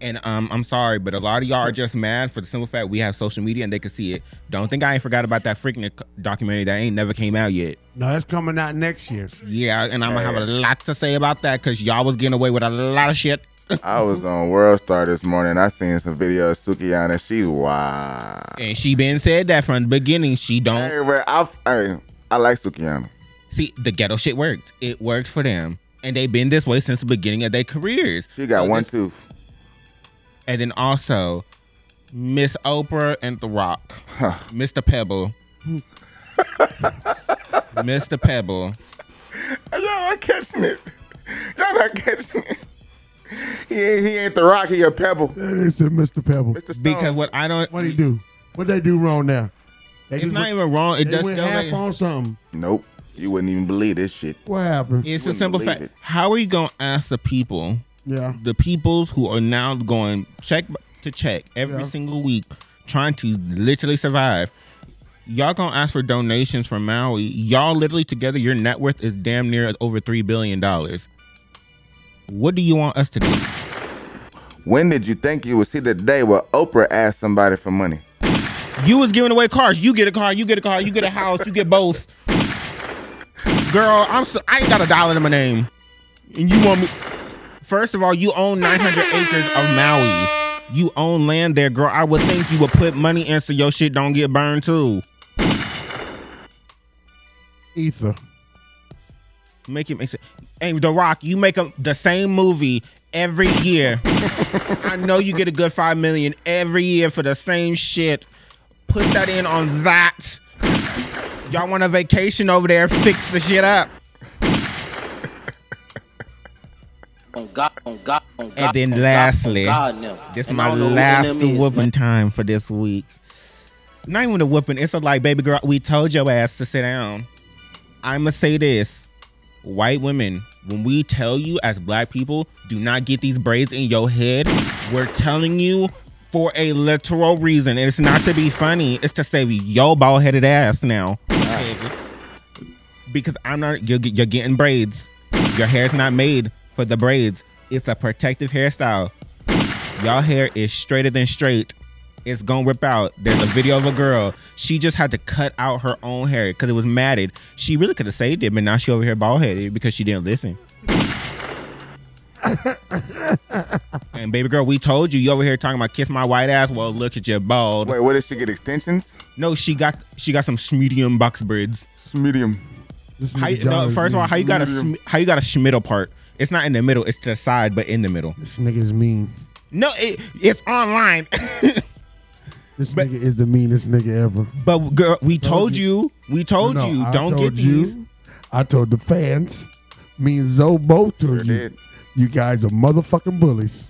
And um, I'm sorry, but a lot of y'all are just mad for the simple fact we have social media and they can see it. Don't think I ain't forgot about that freaking documentary that ain't never came out yet. No, it's coming out next year. Yeah, and I'm gonna have a lot to say about that because y'all was getting away with a lot of shit. I was Mm-hmm. on World Star this morning. I seen some video of Sukiana. She's wow. And she been said that from the beginning. She don't Hey, man, I, hey, I like Sukiana. see the ghetto shit worked. It worked for them, and they've been this way since the beginning of their careers. She got So one this- tooth. And then also, Miss Oprah and The Rock, Mr. Pebble, Mr. Pebble. Y'all not catching it. Y'all not catching it. He ain't, he ain't the rock. He a pebble. They said Mr. Pebble. Because what I don't, What he do? What they do wrong now? They It's just not went- even wrong. It they just went still half ain't- on something. Nope. You wouldn't even believe this shit. What happened? It's a Wouldn't simple believe fact. it. How are you gonna ask the people? Yeah. The peoples who are now going check to check every Yeah. single week, trying to literally survive. Y'all gonna ask for donations from Maui. Y'all literally together, your net worth is damn near over three billion dollars. What do you want us to do? When did you think you would see the day where Oprah asked somebody for money? You was giving away cars. You get a car. You get a car. You get a house. You get both. Girl, I'm so, I ain't got a dollar to my name, and you want me? First of all, you own 900 acres of Maui. You own land there, girl. I would think you would put money in so your shit don't get burned too. Issa. Make it make sense. And The Rock, you make a, the same movie every year. I know you get a good five million every year for the same shit. Put that in on that. Y'all want a vacation over there? Fix the shit up. on Oh, God, on God, on God, And then on lastly, God, on God now. this is And my I don't know who last them is, whooping man. time for this week. Not even a whooping. It's a like, baby girl, we told your ass to sit down. I'ma say this. White women, when we tell you as black people, do not get these braids in your head, we're telling you for a literal reason. And it's not to be funny, it's to save your bald headed ass now. Because I'm not, you're, you're getting braids. Your hair's not made for the braids, it's a protective hairstyle. Y'all hair is straighter than straight. It's gonna rip out. There's a video of a girl. She just had to cut out her own hair because it was matted. She really could have saved it, but now she over here bald headed because she didn't listen. and baby girl, we told you you over here talking about kiss my white ass. Well, look at your bald. Wait, what did she get? Extensions? No, she got she got some medium box braids. Medium. How, you- no, first of all, how you got a sm- how you got a schmiddle part? It's not in the middle. It's to the side, but in the middle. This nigga is mean. No, it, it's online. This nigga is the meanest nigga ever. But girl, we told you. We told No, no, you. I don't get told you. these. I told the fans, me and Zoe both told you, you guys are motherfucking bullies.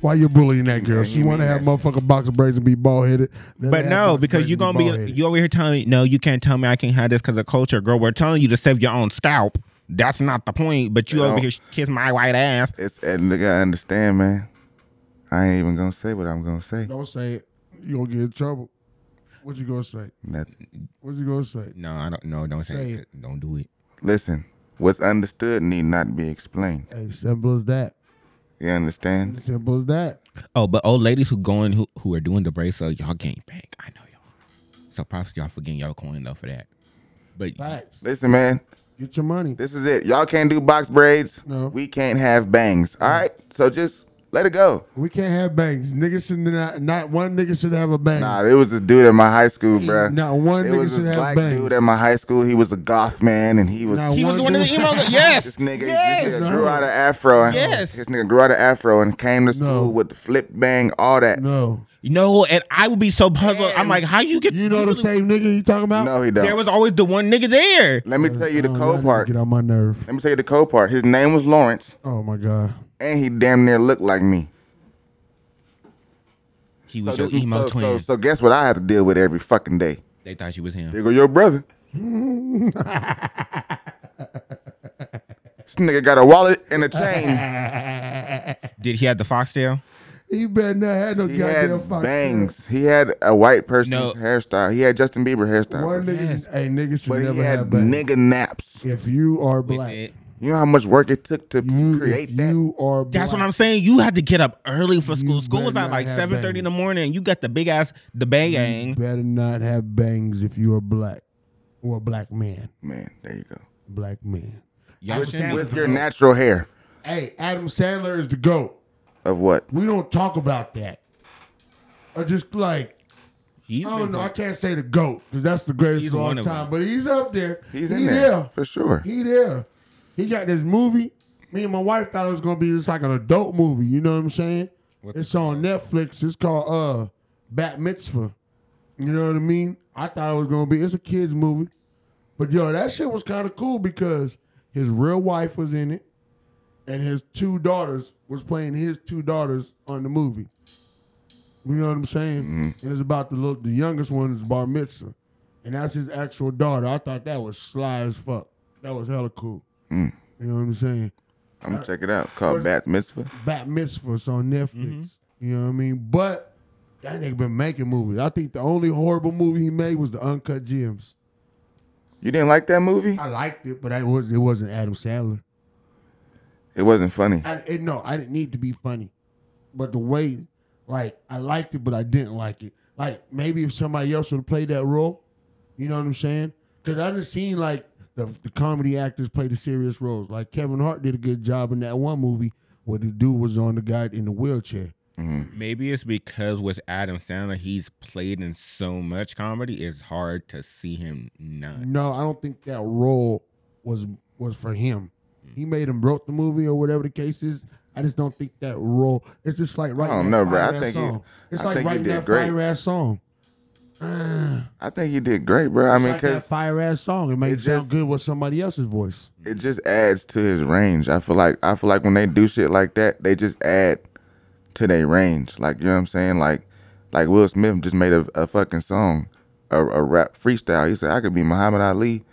Why you bullying that girl? She want to have motherfucking box braids and be bald headed. But no, because you're gonna be you over here telling me, no, you can't tell me I can't have this because of culture, girl. We're telling you to save your own scalp. That's not the point. But you They over don't- here kiss my white ass. It's and nigga, I understand, man. I ain't even gonna say what I'm gonna say. Don't say it. You gonna get in trouble. What you gonna say? Nothing. What you gonna say? No, I don't. No, don't say, Say it. Don't do it. Listen, What's understood need not be explained. Hey, simple as that. You understand? Simple as that. Oh, but old ladies who going who, who are doing the bracelet, y'all can't bank. I know y'all. So props to y'all for getting y'all coin though for that. But Facts. Listen, man. Get your money. This is it. Y'all can't do box braids. No. We can't have bangs. All right. So just let it go. We can't have bangs. Niggas should not. Not one nigga should have a bang. Nah, it was a dude at my high school, bruh. Not one It nigga was should this have black bangs. dude at my high school. He was a goth man, and he was Not He was one one of the dude. emos? Yes. this nigga, Yes. this nigga grew out of afro. and- Yes. this nigga grew out of afro and came to school with the flip bang, all that. No, you know, and I would be so puzzled. I'm like, how you get? You know the same nigga you talking about? Oh, no, he don't. There was always the one nigga there. Let me tell you the cold part. Get on my nerve. Let me tell you the cold part. His name was Lawrence, Oh my god. and he damn near looked like me. He was this- your emo so, twin. So, so guess what? I have to deal with every fucking day. They thought you was him. There go your brother. This nigga got a wallet and a chain. Did he have the foxtail? He better not have no He goddamn had fuck. bangs. He had a white person's hairstyle. He had Justin Bieber hairstyle. One nigga, hey, niggas should But he never had have bangs. nigga naps. If you are black, You know how much work it took to create if you are black, That's what I'm saying. You had to get up early for school. School was better at not like have 7:30 in the morning. You got the big ass the bang. you better not have bangs if you are black or a black man. Man, there you go. Black man. that? With, Sandler with is the your goat. natural hair Hey, Adam Sandler is the goat. of what? We don't talk about that. I just like He's I been don't know. good. I can't say the goat because that's the greatest He's of all one of time, but he's up there. He's he in there, for sure. He there. He got this movie. Me and my wife thought it was gonna be just like an adult movie. You know what I'm saying? it's on Netflix. It's called uh Bat Mitzvah. You know what I mean? I thought it was gonna be. It's a kids movie, but yo, that shit was kind of cool because his real wife was in it, and his two daughters was playing his two daughters on the movie. You know what I'm saying? And it's about the little, the youngest one is bar mitzvah, and that's his actual daughter. I thought that was sly as fuck. That was hella cool. Mm. You know what I'm saying? I'm uh, gonna check it out. Called Bat Mitzvah. Bat mitzvahs on Netflix. You know what I mean? But that nigga been making movies. I think the only horrible movie he made was the Uncut Gems. You didn't like that movie? I liked it, but I was it wasn't Adam Sandler. It wasn't funny. I, it, no, I didn't need to be funny, but the way, like, I liked it, but I didn't like it. Like, maybe if somebody else would have played that role, you know what I'm saying? Because I just seen like the, the comedy actors play the serious roles. Like Kevin Hart did a good job in that one movie where the dude was on the guy in the wheelchair. Maybe it's because with Adam Sandler, he's played in so much comedy, it's hard to see him not. No, I don't think that role was was for him. Hmm. He made him wrote the movie or whatever the case is. I just don't think that role. It's just like writing. don't that know, bro. I fire-ass think he- song. it's I like think he writing did that great. fire ass song. I think you did great, bro. I It's mean, like cause that fire ass song. It makes it sound good with somebody else's voice. it just adds to his range. I feel like I feel like when they do shit like that, they just add to their range. Like you know what I'm saying? Like like Will Smith just made a, a fucking song, a, a rap freestyle. He said I could be Muhammad Ali,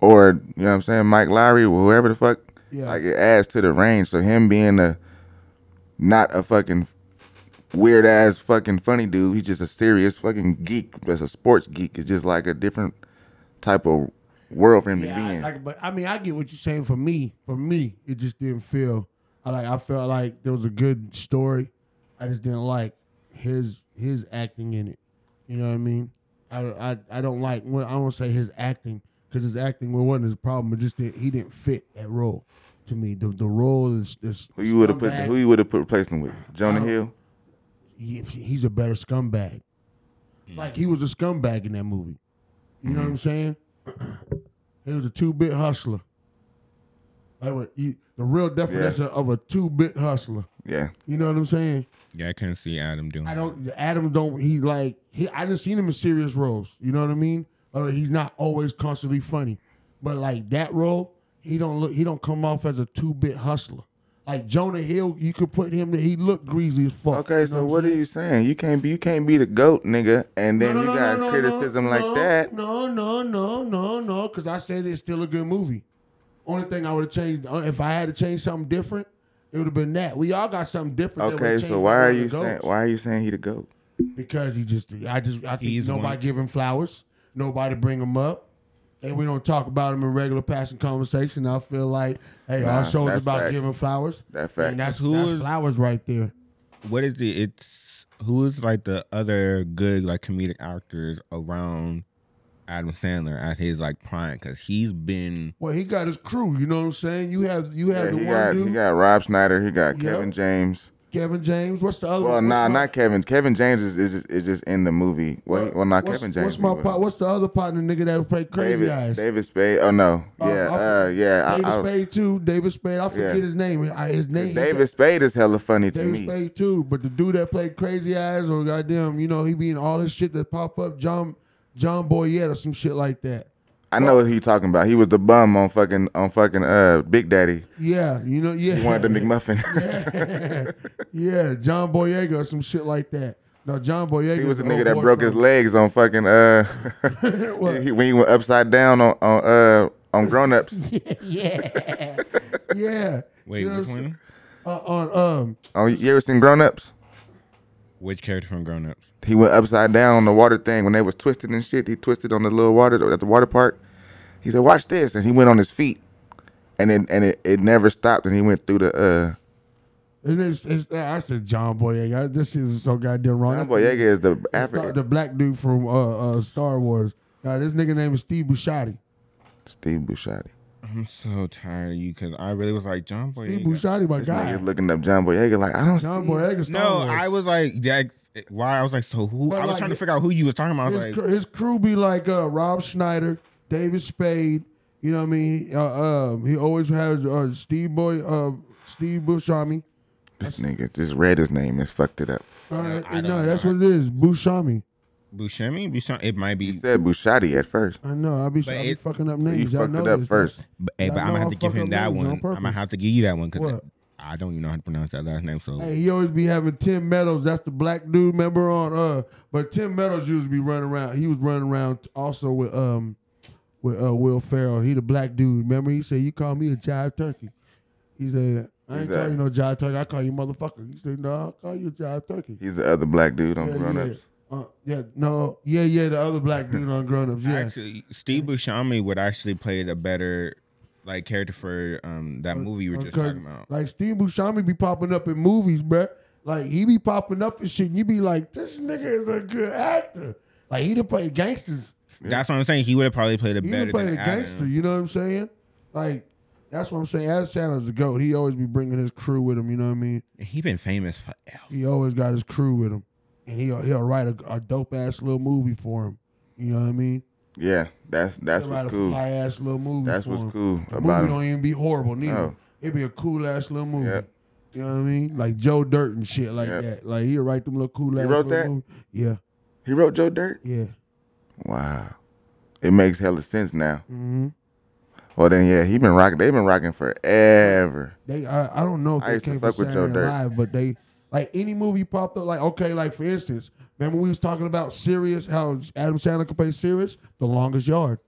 or you know what I'm saying, Mike Lowry, or whoever the fuck. Yeah. Like it adds to the range. So him being a not a fucking weird ass fucking funny dude. He's just a serious fucking geek. That's a sports geek. It's just like a different type of world for him to be Yeah, in. I, like, but I mean, I get what you're saying. For me, for me, it just didn't feel. I like. I felt like there was a good story. I just didn't like his his acting in it. You know what I mean? I I, I don't like. Well, I don't say his acting because his acting well, wasn't his problem. It just did, he didn't fit that role to me. The the role is this. Who you would have put? Who you would have put replacing him with? Jonah I don't- Hill. he, he's a better scumbag. Mm. Like he was a scumbag in that movie. You know what I'm saying? He was a two bit hustler. Like what you, the real definition of a two bit hustler. Yeah. You know what I'm saying? Yeah, I couldn't see Adam doing. I don't. Adam don't. He like he. I didn't seen him in serious roles. You know what I mean? Uh, he's not always constantly funny, but like that role, he don't look. He don't come off as a two bit hustler. Like Jonah Hill, you could put him. He looked greasy as fuck. Okay, so what are you saying? You can't be you can't be the goat, nigga, and then No, no, you no, got no, no, criticism no, like no, that. No, no, no, no, no, because I said it's still a good movie. Only thing I would have changed uh, if I had to change something different, it would have been that. We all got something different. that Okay, would've so changed why my are way to you go. saying why are you saying he the goat? Because he just, I just, I think He's nobody one- give him flowers. Nobody bring him up. and we don't talk about them in regular passing conversation. I feel like, hey, Nah, our show that's is about facts. giving flowers. That fact. And that's Who who that's is- flowers right there. What is it? It's who's like the other good like comedic actors around Adam Sandler at his like prime because he's been Well, he got his crew. You know what I'm saying? You have you have Yeah, the he one got dude, he got Rob Schneider. He got Yep. Kevin James. Kevin James. What's the other? Well, one? What's nah, my- not Kevin. Kevin James is is, is just in the movie. Well, he- well not what's, Kevin James. What's he my was- part? What's the other partner nigga that played Crazy David, Eyes? David Spade. Oh no, yeah, uh, yeah. David I, I, Spade too. David Spade. I forget Yeah. his name. I- His name. David Spade is hella funny to David me. Spade too. But the dude that played Crazy Eyes or goddamn, you know, he be in all this shit that pop up. John John Boyette or some shit like that. I know what he talking about. He was the bum on fucking on fucking uh Big Daddy. Yeah, you know, yeah. He wanted the McMuffin. yeah, John Boyega or some shit like that. No, John Boyega. he was the is nigga old that boy broke his from- legs on fucking uh he, when he went upside down on on uh on grown ups. yeah, yeah. Wait, which what I'm one? saying? Uh, on um, Oh, you ever seen Grown Ups? which character from Grown Ups? He went upside down on the water thing when they was twisted and shit. He twisted on the little water at the water park. He said, "Watch this," and he went on his feet, and then and it, it never stopped. And he went through the uh. and it's, it's, I said John Boyega. This is so goddamn wrong. John That's the- Boyega is the the African star- the black dude from uh, uh, Star Wars. Now this nigga name is Steve Buscemi. Steve Buscemi. I'm so tired of you because I really was like John Boy. Steve Buscemi, my This guy. nigga's looking up John Boyega like I don't John see. Boyega. Star No, Wars. I was like, yeah, ex- why? I was like, so who? But I was like, trying to figure out who you was talking about. I was his, like, cr- his crew be like uh, Rob Schneider, David Spade. You know what I mean? Uh, um, he always has uh, Steve Boy, uh, Steve Buscemi. This nigga just read his name and fucked it up. Uh, I don't no, know. that's what it is, Buscemi. Buscemi, Buscemi. It might be. He said Buscati at first. I know. I be, I be it- fucking up So you names. Y'all fucked know it up this, first. though. But, hey, eh, Y'all but I'm know gonna I have to give fuck up him that names on one. I'm gonna purpose. have to give you that one because What? I don't even know how to pronounce that last name. So Hey, he always be having Tim Meadows. That's the black dude member on uh. But Tim Meadows used to be running around. He was running around also with um, with uh, Will Ferrell. He the black dude. Remember he said you call me a jive turkey. He said I ain't call you no jive turkey. I call you motherfucker. He said no, I call you a jive turkey. He's the other black dude on Yeah, Grown yeah. Ups. Uh, yeah, no, yeah, yeah. The other black dude on Grown Ups. Yeah, actually, Steve Buscemi would actually play a better like character for um that movie you were just Because, talking about. Uh, Like Steve Buscemi be popping up in movies, bruh. Like he be popping up and shit, and you be like, this nigga is a good actor. Like he done played gangsters. That's what I'm saying. He would have probably played a He done better played than a gangster. Adam. You know what I'm saying? Like that's what I'm saying. Adam Sandler's the goat. He always be bringing his crew with him. You know what I mean? He been famous forever. He always got his crew with him, and he'll he'll write a, a dope ass little movie for him. You know what I mean? Yeah, that's that's He'll write what's a cool. fly ass little movie. That's for what's him. cool The about movie him. don't even be horrible neither. No. It'd be a cool ass little movie. Yep. You know what I mean? Like Joe Dirt and shit like Yep. that. Like he'll write them little cool ass. He wrote little that? Movie. Yeah. He wrote Joe Dirt? Yeah. Wow. It makes hella sense now. hmm Well then yeah, he been rocking they've been rocking forever. They I, I don't know if I they used to came from fuck with Saturday Joe Night Dirt. Live, but they like any movie popped up. Like okay, like for instance, remember we was talking about Serious? How Adam Sandler could play Serious? The Longest Yard.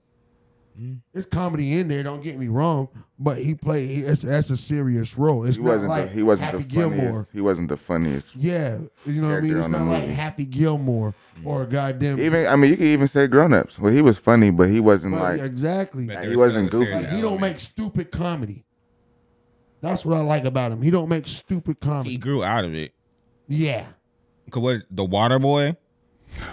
It's comedy in there. Don't get me wrong, but he played. he- It's, that's a serious role. It's He not wasn't like the, he wasn't Happy the funniest. Gilmore. He wasn't the funniest. Yeah, you know what I mean. Character It's on the not like movie. Happy Gilmore or goddamn. Even I mean you could even say grown ups. Well he was funny, but he wasn't But like yeah, exactly. Like, he wasn't goofy. Like, he don't make stupid comedy. That's what I like about him. He don't make stupid He comedy. grew out of it. Yeah, Cause what the Water Boy?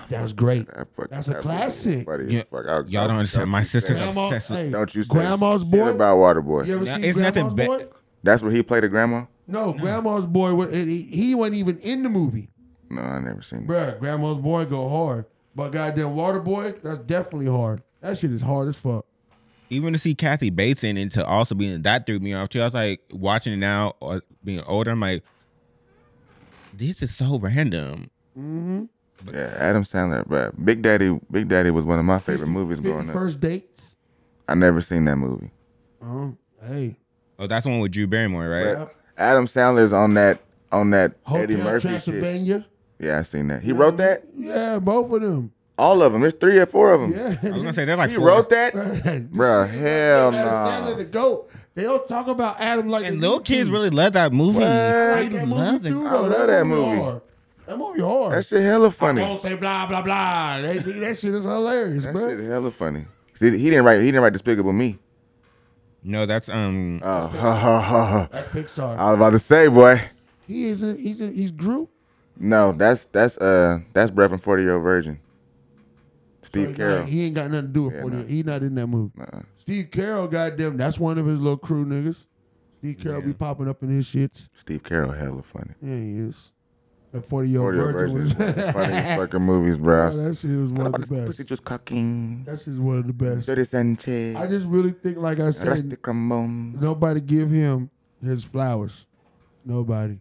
that was great. fuck- That's a that was classic. Funny as Yeah. fuck. I- Y'all don't understand. My sister's Grandma- obsessed. hey, with Don't you say Grandma's shit boy. about Waterboy. you ever Now, seen it's Grandma's nothing boy? That's where he played a grandma? No, Grandma's boy. Was, it, he, he wasn't even in the movie, No, I never seen that. Bruh, Grandma's boy go hard, but goddamn Waterboy, that's definitely hard. That shit is hard as fuck. Even to see Kathy Bates in it to also be in that threw me off too. I was like watching it now or being older. I'm like, this is so random. Mm-hmm. Yeah, Adam Sandler, but Big Daddy Big Daddy was one of my favorite movies growing up. First dates. I never seen that movie. Oh, hey, Oh, that's the one with Drew Barrymore, right? But Adam Sandler's on that on that Eddie Hotel Murphy shit. Transylvania. Yeah, I seen that. He wrote that. Yeah, both of them. All of them. There's three or four of them. Yeah, I was gonna say there's like he four. wrote that, Bruh, Bruh, Hell Adam Sandler no. the goat. They don't talk about Adam like And they little used kids to. really love that movie. What? I That love movie it. too, I though. love that movie. Hard. That movie hard. That shit hella funny. Don't say blah blah blah. They think that shit is hilarious, That bro. shit hella funny. Did, he didn't write. He didn't write Despicable Me. No, that's um. Oh, ha, ha, ha, ha. That's Pixar. I was about to say, boy. He is. A, he's. A, he's Drew. No, that's that's uh that's Breath and Forty Year Old Virgin. Steve Like, Carroll. like, he ain't got nothing to do with Yeah, 40. nah. He not in that movie. Steve Carroll, goddamn, that's one of his little crew niggas. Steve Carroll be popping up in his shits. Steve Carroll, hella funny. Yeah, he is. That 40 year old 40 Year virgin Virgin was is one of the funniest fucking movies, bro. Yeah, that shit was one of the best. Pussy just cocking. That shit's one of the best. Dirty Sanchez. I just really think, like I Rusty said, Cremon. nobody give him his flowers. Nobody.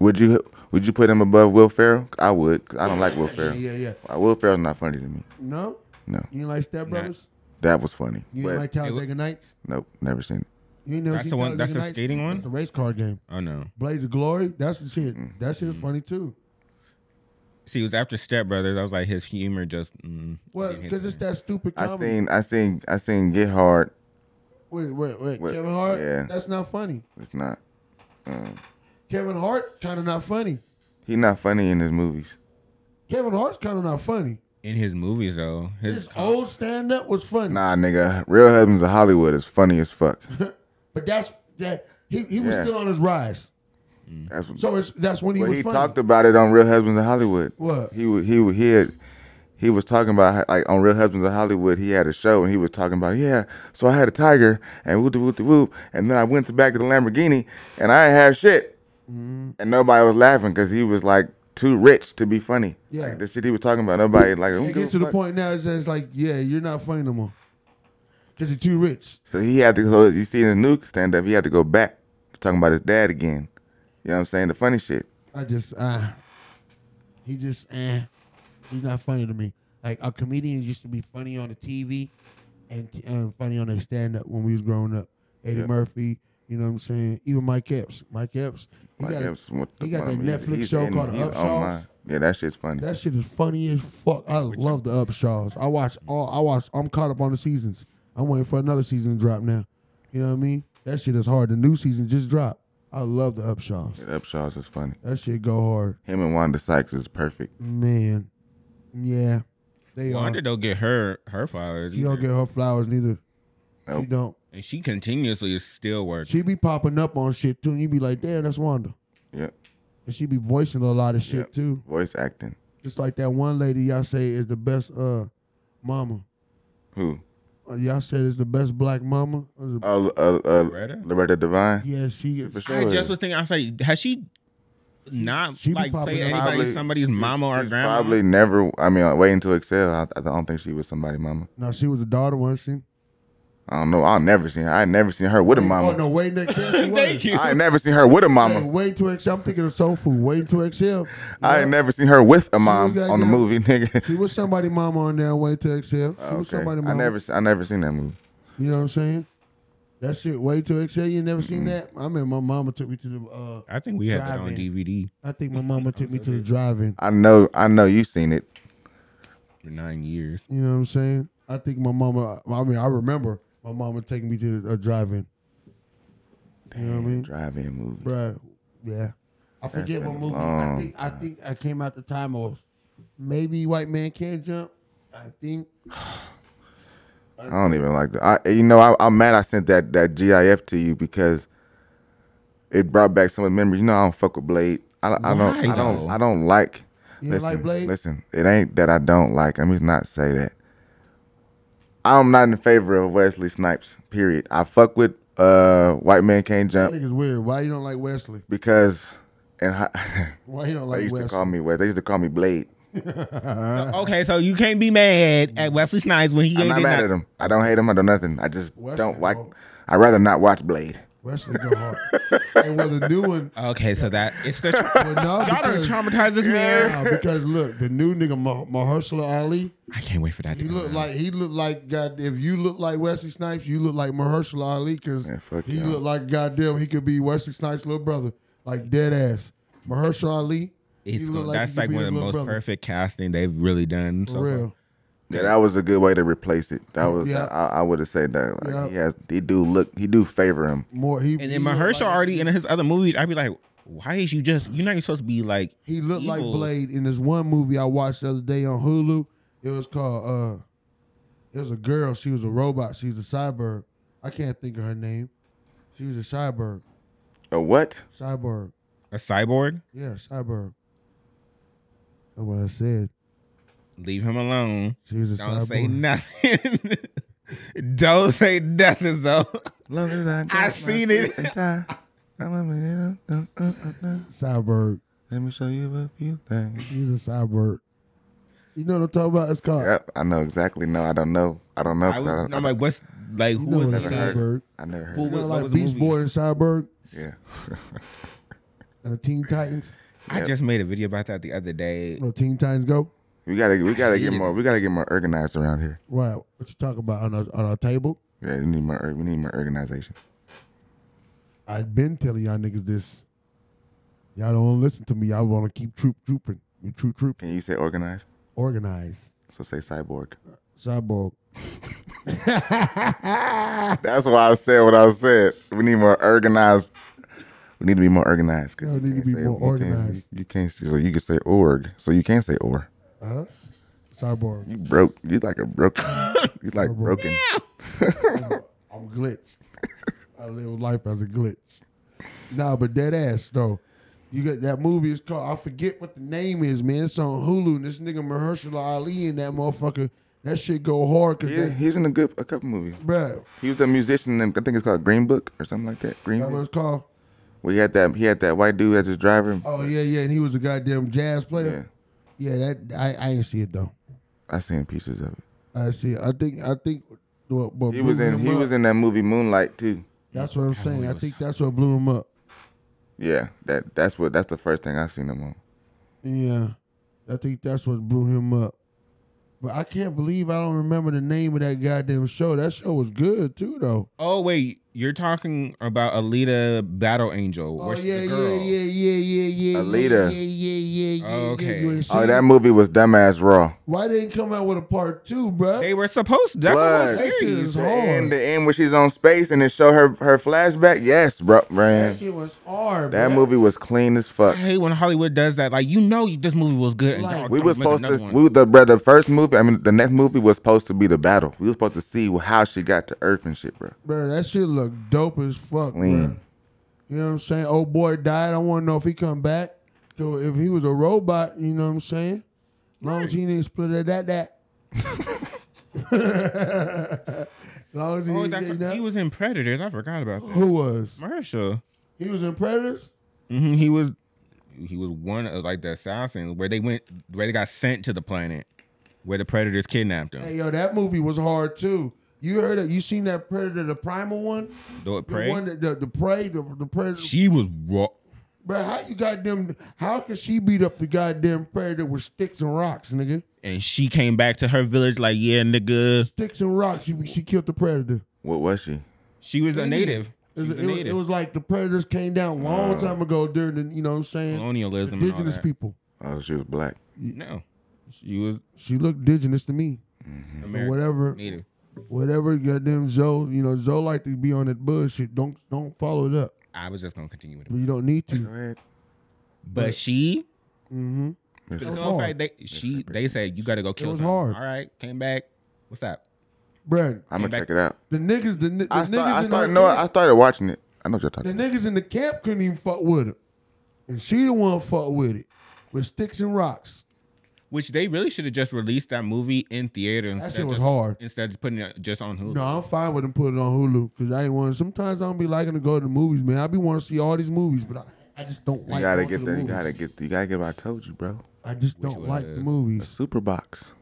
Would you would you put him above Will Ferrell? I would. 'cause I don't like Will Ferrell. yeah, yeah. Uh, Will Ferrell's not funny to me. No? No. You ain't like Step Brothers? That was funny. You ain't but- like Talladega Nights? Nope, never seen it. You ain't never That's seen the one- that's Talladega the Nights? skating one? That's the race car game. Oh no. Blades of Glory? That's the shit. Mm. That Mm. shit's funny too. See, it was after Step Brothers. I was like, his humor just. Mm, Well, because it's that stupid I comedy. seen I seen I seen Get Hard. Wait, wait, wait. Wait, Kevin Hart? yeah. That's not funny. It's not. Um, Kevin Hart, kind of not funny. he not funny in his movies. Kevin Hart's kind of not funny. in his movies though. His His old stand up was funny. Nah, nigga. Real Husbands of Hollywood is funny as fuck. But that's that he, he was Yeah. still on his rise. That's what, So it's that's when he well, was he funny. talked about it on Real Husbands of Hollywood. What? He wa- he wa- he had, he was talking about how- like on Real Husbands of Hollywood. He had a show and he was talking about yeah. So I had a tiger and whoop de whoop de whoop, and then I went to back to the Lamborghini and I didn't have shit, Mm-hmm. and nobody was laughing because he was like too rich to be funny. Yeah. like, the shit he was talking about. Nobody like. It gets to the point now it's just like, yeah, you're not funny no more. Cause you're too rich. So he had to go. You see in the new stand up, he had to go back talking about his dad again. You know what I'm saying? The funny shit. I just uh he just eh. He's not funny to me. Like our comedians used to be funny on the TV and, t- and funny on their stand up when we was growing up. Eddie Yeah. Murphy, you know what I'm saying? Even Mike Epps. Mike Epps. He Like, got, a- that was one- he got one that of them. Netflix He's show in- called The he's on Upshaws. mine. Yeah, that shit's funny. That shit is funny as fuck. I love the Upshaws. I watch Mm. all. I watch. I'm caught up on the seasons. I'm waiting for another season to drop now. You know what I mean? That shit is hard. The new season just dropped. I love the Upshaws. Yeah, Upshaw's is funny. That shit go hard, Him and Wanda Sykes is perfect. man. Yeah, they Wanda are. don't get her her flowers. She don't either. get her flowers neither. She Nope. don't. and she continuously is still working. She be popping up on shit too, and you be like, damn, that's Wanda. Yep. And she be voicing a lot of shit Yep. too. Voice acting. Just like that one lady y'all say is the best uh mama. Who? Uh, y'all said it's the best black mama. Or is it- Oh, uh, uh, Loretta? Loretta Devine. Yeah, she For sure. I just was thinking. I was like, has she not she be like popping played up. anybody Probably- somebody's mama or grandma? Probably never. I mean, uh, wait until Excel. I, I don't think she was somebody mama. No, she was a daughter, wasn't she? I don't know. I never seen. Her. I never seen her with a mama. Oh no, wait next year. She was. Thank you. I ain't never seen her with a mama. Hey, wait to exhale. I'm thinking of soul food. Wait to exhale. I ain't never seen her with a mom was on the goddamn- movie, nigga. She was somebody mama on there. Wait to exhale. She was Oh, Okay. somebody I mama. never, I never seen that movie. You know what I'm saying? That shit. Wait to exhale. You never seen that? I mean, my mama took me to the. Uh, I think we had that on drive-in. DVD I think my mama took me to the drive-in. I know, I know you seen it. for nine years. You know what I'm saying? I think my mama. I mean, I remember my mama taking me to the uh, drive-in. You know what I mean? Drive-in movie. Bruh, yeah. I That's forget what been a movie. I long think I think I came out the time of maybe White Man Can't Jump. I think I don't even like that. I, you know, I, I'm mad. I sent that that GIF to you because it brought back some of the memories. You know, I don't fuck with Blade. I, I don't. Why, I don't. though? I don't like. You don't like Blade? Listen, it ain't that I don't like. Let me not say that. I'm not in favor of Wesley Snipes. Period. I fuck with uh, White Man Can't that Jump nigga's weird. Why you don't like Wesley? because and hi- Why you don't they like used to Wesley? call me Wes. They used to call me Blade. Okay, so you can't be mad Mm. at Wesley Snipes when he I'm ain't not did mad not- at him. I don't hate him. I do nothing. I just Wesley don't like. Snipes. I'd rather not watch Blade. Wesley go hard. and well, the new one. Okay, so that it's the Well, no, y'all done because- traumatized this man. Nah, because look, the new nigga Mah- Mahershala Ali, I can't wait for that. To he come looked out. like he looked like God. If you look like Wesley Snipes, you look like Mahershala Ali because Yeah, fuck he yeah. looked like goddamn. He could be Wesley Snipes' little brother, like dead ass. Mahershala Ali. he It's look gonna- he that's could like be one his of the little most brother. perfect casting they've really done. For So far. real. Yeah, that was a good way to replace it. That was Yeah. I, I would have said that. Like Yeah. he has, he do look, he do favor him. More he And he then look Mahershala like- already in his other movies, I'd be like, why is you just you're not even supposed to be like He looked like evil. Blade in this one movie I watched the other day on Hulu. It was called uh It was a girl. She was a robot. She's a cyborg. I can't think of her name. She was a cyborg. A what? Cyborg. A cyborg? Yeah, cyborg. That's what I said. Leave him alone. She was a Don't cyborg. say nothing. Don't say nothing though. Long as I, got I my seen suit it. and tie. I'm a man, uh, uh, uh, uh. Cyborg. Let me show you a few things. She's a cyborg. You know what I'm talking about? It's called. Yep, I know exactly. No, I don't know. I don't know. I 'cause I don't- am like, what's like? Who know was what that? a Heard. cyborg- I never heard. Who You was, know, what like was the Beast movie? Boy and Cyborg Yeah. and the Teen Titans. I just made a video about that the other day. No, Teen Titans Go. we gotta we gotta hate get it. more we gotta get more organized around here. Right. What you talking about on our, on our table? Yeah, we need more or- we need more organization. I've been telling y'all niggas this. Y'all don't listen to me. Y'all want to keep troop trooping. You troop troop. Can you say organized? Organize. So say cyborg. Cyborg. That's why I said what I said. We need more organized. We need to be more organized. 'cause Y'all you need to can't be say- more you can't- organized. You can't say so you can say org. So you can't say or. Huh? Cyborg. You broke. You like a broken. You like broken. I'm glitched. I live life as a glitch. Nah, but dead ass though. You got that movie is called I forget what the name is, man. It's on Hulu. And this nigga Mahershala Ali and that motherfucker. That shit go hard because Yeah, he's in a good a couple movies. Bruh. He was a musician in I think it's called Green Book or something like that. Green that what Book. it's called. We had that he had that white dude as his driver. Oh yeah, yeah, and he was a goddamn jazz player. Yeah, that I, I didn't see it though. I seen pieces of it. I didn't see it. I think I think what, what He was blew in him he up- was in that movie Moonlight too. That's what I'm saying. I think that's what blew him up. Yeah, that that's what that's the first thing I seen him on. Yeah, I think that's what blew him up. But I can't believe I don't remember the name of that goddamn show. That show was good too, though. Oh wait, you're talking about Alita Battle Angel. Oh Where's yeah, the yeah, girl? yeah, yeah, yeah, yeah. Alita. Yeah, yeah, yeah, yeah. Oh, yeah. okay. You ain't seen Oh, it? that movie was dumbass raw. Why they didn't come out with a part two, bruh? They were supposed. That's What? what That I'm shit is saying. The hard. end, the end where she's on space and it show her her flashback. Yes, bro, man. That shit was hard. That bruh. movie was clean as I fuck. hate when Hollywood does that. Like you know, this movie was good. And y'all We trying was make supposed to another one. we, the bro, the first movie. I mean, the next movie was supposed to be the battle. We was supposed to see how she got to Earth and shit, bro. Bruh, that shit looked dope as fuck, Clean. bruh. You know what I'm saying? Old boy died. I want to know if he come back. So if he was a robot, you know what I'm saying? Long as he didn't split it that that. long as he, Oh, didn't that- get that- he was in Predators. I forgot about that. Who was? Marsha. He was in Predators. hmm he was. He was one of like the assassins where they went, where they got sent to the planet, where the Predators kidnapped him. Hey yo, that movie was hard too. You heard it? You seen that Predator, the primal one? Do it The pray. one that the, the prey, the, the Predator. She was raw. Bro, how you goddamn? How could she beat up the goddamn Predator with sticks and rocks, nigga? and she came back to her village like, yeah, nigga. Sticks and rocks. She she killed the Predator. What was she? She was a native. It She was, was a it was- native. it was like the Predators came down long time ago during the, you know what I'm saying? Colonialism and all Indigenous that. people. Oh, she was black. No, she was She looked indigenous to me. So American. whatever, Native. whatever goddamn Zoe, you know, Zoe like to be on that bullshit. Don't don't follow it up. I was just gonna continue with it, But you don't need to. but she. Mm-hmm. But was so fact, hard. they she they said you gotta go kill was something. hard. All right, came back. What's up? Bruh, I'm Came gonna back- check it out. the niggas, the, ni- the I, niggas start, I in her started. No, I camp- started watching it. I know what you're talking. the niggas in the camp couldn't even fuck with it, and she the one fuck with it with sticks and rocks. Which they really should have just released that movie in theater instead. shit of was just, hard. Instead of putting it just on Hulu. No, I'm fine with them putting it on Hulu because I ain't want. Sometimes I don't be liking to go to the movies, man. I be want to see all these movies, but I, I just don't You like. gotta going get to the the. You movies. gotta get. You gotta get. What I told you, bro. I just don't like the A movies. super box.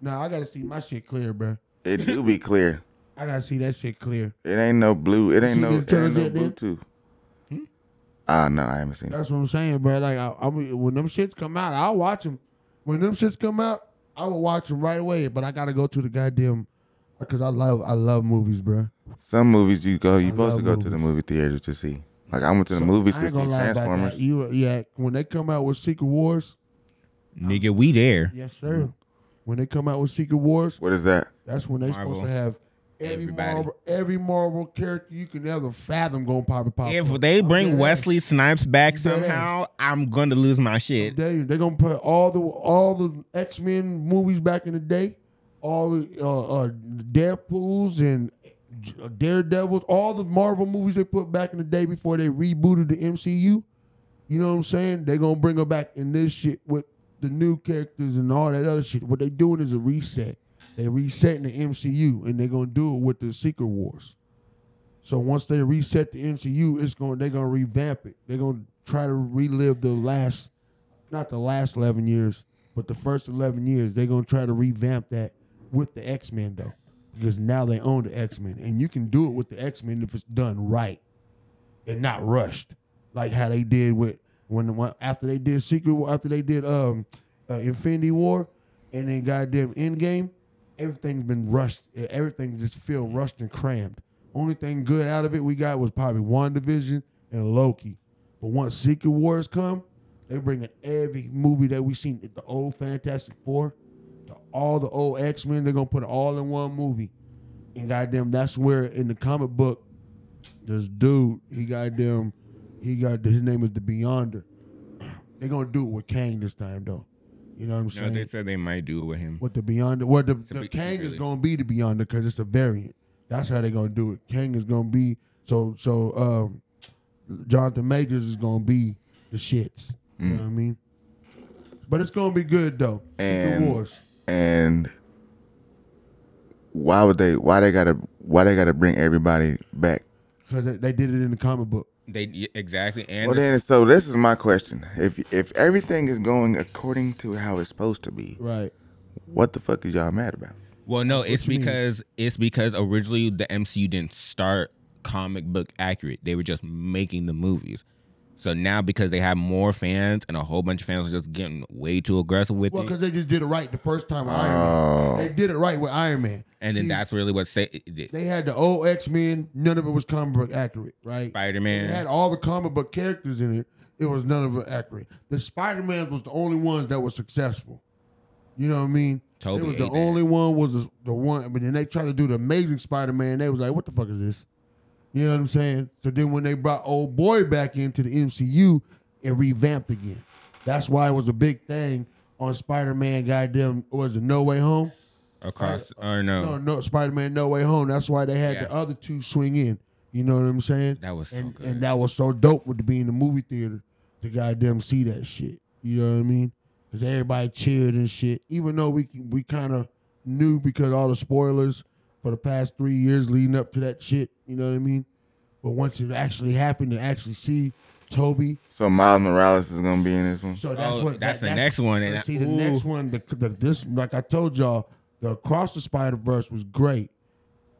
Nah, I gotta see my shit clear, bro. It do be clear. I gotta see that shit clear. It ain't no blue. It ain't see no. the It ain't no Turtles yet, Bluetooth. Ah, no, I haven't seen. it. That's what I'm saying, bro. Like, I, I mean, when them shits come out, I'll watch them. When them shits come out, I will watch them right away. But I gotta go to the goddamn because I love I love movies, bro. Some movies you go. You supposed to go love to the movie theaters to see. Like I went to the movies I to ain't see gonna lie about that. Transformers. You- yeah, when they come out with Secret Wars, Nigga, we there. yes sir. When they come out with Secret Wars, What is that? That's when they Marvel. supposed to have Every Everybody. Marvel, every Marvel character you can ever fathom gonna probably pop. If up. they I'm bring dead Wesley ass. Snipes back Dead ass. somehow, I'm gonna lose my shit. They they're gonna put all the all the X Men movies back in the day, all the uh, uh, Deadpool's and Daredevils, all the Marvel movies they put back in the day before they rebooted the MCU. You know what I'm saying? They're gonna bring her back in this shit with the new characters and all that other shit. What they doing is a reset. They resetting the MCU and they're gonna do it with the Secret Wars. So once they reset the MCU, it's going they're gonna revamp it. They're gonna try to relive the last, not the last eleven years, but the first eleven years. They're gonna try to revamp that with the X Men though, because now they own the X Men, and you can do it with the X Men if it's done right and not rushed, like how they did with when, when after they did Secret War, after they did um uh, Infinity War, and then goddamn Endgame, everything's been rushed. Everything just feel rushed and crammed. Only thing good out of it we got was probably WandaVision and Loki. But once Secret Wars come, they bringing every movie that we seen, the old Fantastic Four, the, all the old X Men. They're gonna put it all in one movie, and goddamn, that's where in the comic book this dude, he got them, he got his name is the Beyonder. They're gonna do it with Kang this time though. You know what I'm No, saying? they said they might do it with him. What the Beyonder? Well, the, the be- Kang really- is gonna be the Beyonder because it's a variant. That's how they're gonna do it. Kang is gonna be so so. Um, Jonathan Majors is gonna be the shits. You know Mm. what I mean? But it's gonna be good though. Secret and Wars. and why would they? Why they gotta? Why they gotta bring everybody back? because they, they did it in the comic book. They yeah, exactly. And Well, then, so this is my question: If if everything is going according to how it's supposed to be, right? What the fuck is y'all mad about? Well, no, it's you mean? because it's because originally the MCU didn't start comic book accurate. They were just making the movies. So now because they have more fans and a whole bunch of fans are just getting way too aggressive with Well, it. because they just did it right the first time with Iron Oh. Man. They did it right with Iron Man. And See, then that's really what say it- They had the old X Men. None of it was comic book accurate, right? Spider-Man. They had all the comic book characters in it. It was none of it accurate. The Spider Man was the only ones that were successful. You know what I mean? Toby it was ate the that. only one was the, the one. But then they tried to do the Amazing Spider Man. They was like, "What the fuck is this?" You know what I'm saying? So then when they brought old boy back into the MCU, it revamped again. That's why it was a big thing on Spider Man. Goddamn, was it No Way Home? across or no. uh, No, no, Spider Man No Way Home. That's why they had Yeah. the other two swing in. You know what I'm saying? That was so and, good. and that was so dope with being in the movie theater to goddamn see that shit. You know what I mean? Because everybody cheered and shit. Even though we we kind of knew because all the spoilers for the past three years leading up to that shit. You know what I mean? But once it actually happened, to actually see Toby. So Miles Morales is gonna be in this one. So that's Oh, what that's the next one, and let's see, I- the ooh. next one, the, the, this like I told y'all, the Across the Spider Verse was great.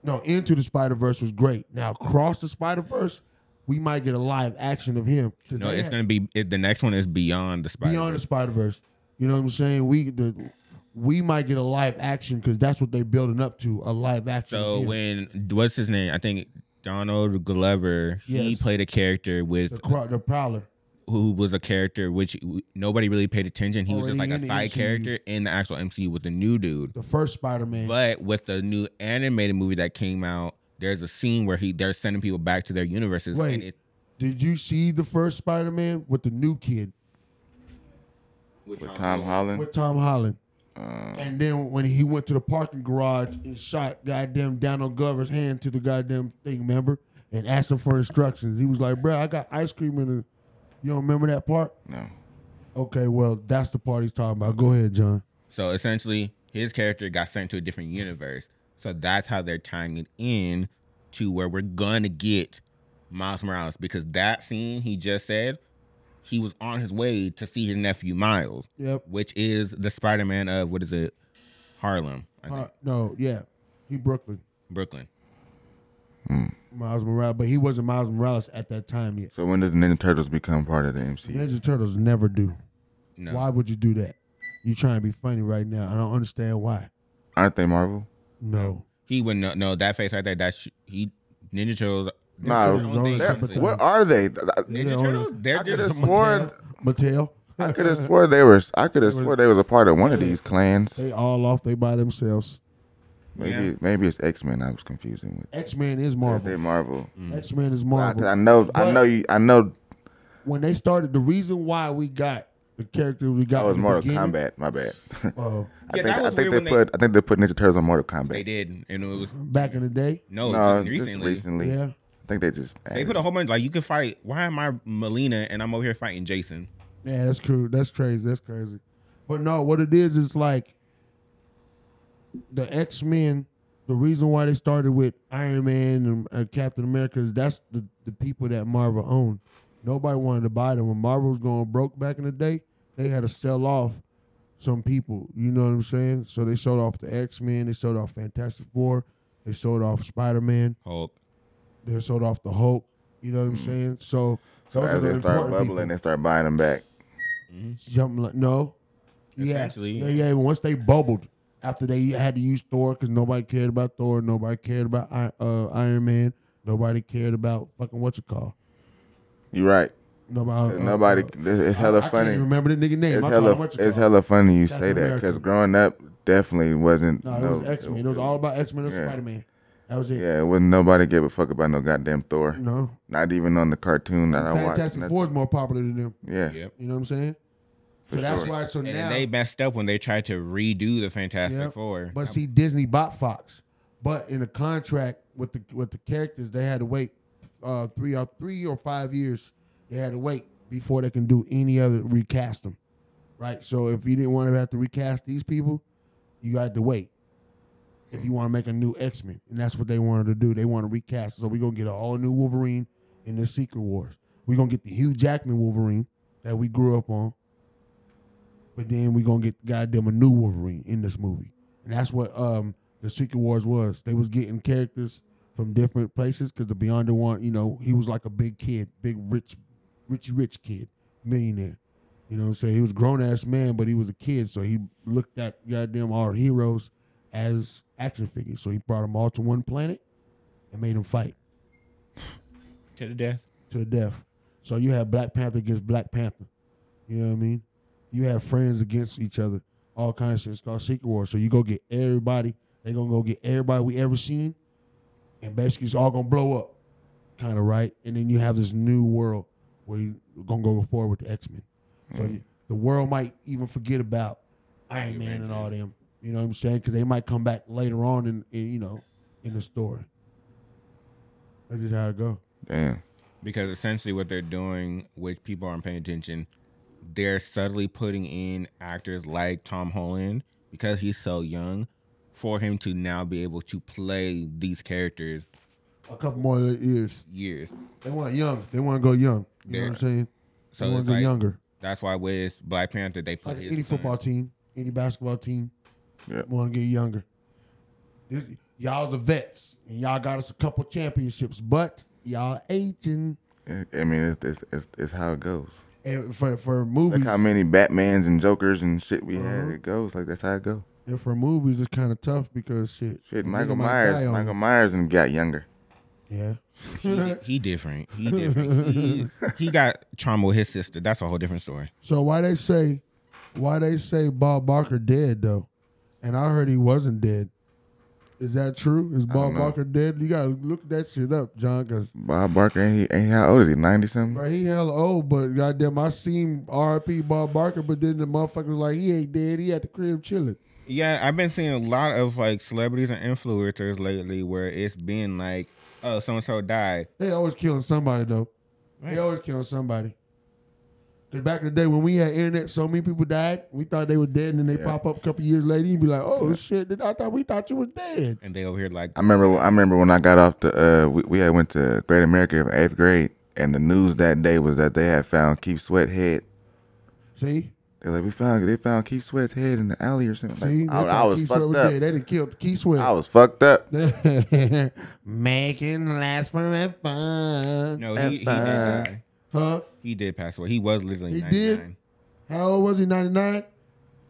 No, Into the Spider Verse was great. Now Across the Spider Verse, we might get a live action of him. 'Cause No, they it's had gonna be it, the next one is beyond the spider. Beyond the Spider Verse. You know what I'm saying? We the we might get a live action because that's what they're building up to a live action. So of him. when what's his name? I think Donald Glover. He Yes. played a character with the, Cro- the Prowler. who was a character which w- nobody really paid attention. He was just like Already a in the side MCU. character in the actual MCU with the new dude. The first Spider Man. But with the new animated movie that came out, there's a scene where he they're sending people back to their universes. Wait, and it, did you see the first Spider Man with the new kid? With Tom Holland, with Tom Holland. and then when he went to the parking garage and shot goddamn Donald Glover's hand to the goddamn thing, remember? And asked him for instructions. He was like, "Bruh, I got ice cream in the. You don't remember that part? No. Okay, well, that's the part he's talking about. Go ahead, John. so essentially, his character got sent to a different universe. So that's how they're tying it in to where we're gonna get Miles Morales because that scene he just said he was on his way to see his nephew Miles, Yep. which is the Spider-Man of what is it, Harlem, I think, Uh, no, yeah, he Brooklyn, Brooklyn. Miles Morales, but he wasn't Miles Morales at that time yet. So when does Ninja Turtles become part of the MCU? Ninja Turtles never do. No. Why would you do that? You trying to be funny right now? I don't understand why. Aren't they Marvel? No. He would not. No, that face right there. That's he. Ninja Turtles. Nah, Ninja Turtles they're- don't think- what are they? Ninja Turtles? They're I could have just sworn. Mattel. I could have swore they were. I could have swore they was a part of one of these clans. They all off. They by themselves. Maybe Yeah. maybe it's X Men. I was confusing with. X Men is Marvel. They Marvel. X Men is Marvel. Mm-hmm. I, I know. I But know you. I know. When they started, the reason why we got the character we got Oh, it's from the Mortal beginning- Kombat. My bad. Oh. I Yeah, think, that I was think weird they when they- put. I think they put Ninja Turtles on Mortal Kombat. They did, and it was back in the day. No, just recently. recently. Yeah. I think they just. They put a whole bunch like you could fight. Why am I Melina and I'm over here fighting Jason? Yeah, that's cool. That's crazy. That's crazy. But no, what it is is like the X Men. The reason why they started with Iron Man and, and Captain America is that's the, the people that Marvel owned. Nobody wanted to buy them. When Marvel was going broke back in the day, they had to sell off some people. You know what I'm saying? So they sold off the X Men. They sold off Fantastic Four. They sold off Spider Man. Hulk. They sold off the Hulk. You know what I'm saying? So, Mm. So those are as the they start important bubbling, people. they start buying them back. Something like no. Yeah. Essentially, yeah, yeah. Once they bubbled after they had to use Thor because nobody cared about Thor, nobody cared about I- uh, Iron Man, nobody cared about fucking what you call. You right. Nobody- Uh, uh, Nobody. it's, it's hella I- I can't funny. even remember the nigga It's name. I call him hella. what you It's call hella funny you Captain say that America. because growing up definitely wasn't. No, it no- was X Men. It was all about X Men and Yeah. Spider Man. That was it. Yeah, it wasn't nobody gave a fuck about no goddamn Thor. No. Not even on the cartoon that I watched. Mm. Fantastic nothing. Four is more popular than them. Yeah. Yep. You know what I'm saying? For so that's sure. why. So and now they messed up when they tried to redo the Fantastic Yep. Four. But see, Disney bought Fox. But in the contract with the with the characters, they had to wait uh, three or three or five years. They had to wait before they can do any other recast them, right? So if you didn't want to have to recast these people, you had to wait. If you want to make a new X Men, and that's what they wanted to do, they want to recast. So we're gonna get a all new Wolverine in the Secret Wars. We're gonna get the Hugh Jackman Wolverine that we grew up on. But then we gonna get goddamn a new Wolverine in this movie, and that's what um the Secret Wars was. They was getting characters from different places because the Beyonder one, you know, he was like a big kid, big rich, rich rich kid, millionaire. You know what I'm saying? He was a grown ass man, but he was a kid, so he looked at goddamn our heroes as action figures. So he brought them all to one planet and made them fight to the death. to the death. So you have Black Panther against Black Panther. You know what I mean? You have friends against each other. All kinds of shit. It's called Secret War. So you go get everybody. They gonna go get everybody we ever seen, and basically it's all gonna blow up, kind of right. And then you have this new world where you gonna go forward with the X Men. So Mhm. you- the world might even forget about Iron Man and all them. You know what I'm saying? Because they might come back later on in, in you know in the story. That's just how it go. Damn. Because essentially what they're doing, which people aren't paying attention, they're subtly putting in actors like Tom Holland because he's so young, for him to now be able to play these characters A couple more years. years. They want young. They want to go young. You know what I'm saying? they want it's to go like- younger. That's why with Black Panther they put Like his any son. football team, any basketball team, want to get younger. This, y'all's the vets, and y'all got us a couple championships, but y'all aging. I mean, it's, it's, it's, it's how it goes. And for for Look movies, how many Batmans and Jokers and shit we had. Mm. Uh-huh. It goes like that's how it goes. and for movies, it's kind of tough because shit. Shit, you Michael might die Myers, on Michael Myers, and got younger. Yeah. He, he different. He different. He, he got trauma with his sister. That's a whole different story. So why they say, why they say Bob Barker dead though, and I heard he wasn't dead. Is that true? Is Bob know. Barker dead? You gotta look that shit up, John, because Bob Barker, ain't he, ain't he how old is he? Ninety something. bro, he hella old. But goddamn, I seen R.I.P. Bob Barker, but then the motherfucker was like, he ain't dead. He at the crib chilling. Yeah, I've been seeing a lot of like celebrities and influencers lately where it's been like, oh, so and so died. They always killing somebody though. They always killing somebody. 'Cause back in the day when we had internet, so many people died. We thought they were dead, and then they pop up a couple years later. You be like, oh shit, I thought we thought you was dead. And they over here like, I remember. I remember when I got off the. Uh, we, we had went to Great America in eighth grade, and the news that day was that they had found Keith Sweat head. See. They're like, we found. They found Keith Sweat's head in the alley or something. Like, See, they I, I thought was Keith Sweat fucked was up. dead. They done killed Keith Sweat. I was fucked up. Making last forever. no, he, he did die. Huh? He did pass away. He was literally He 99. did. How old was he? 99?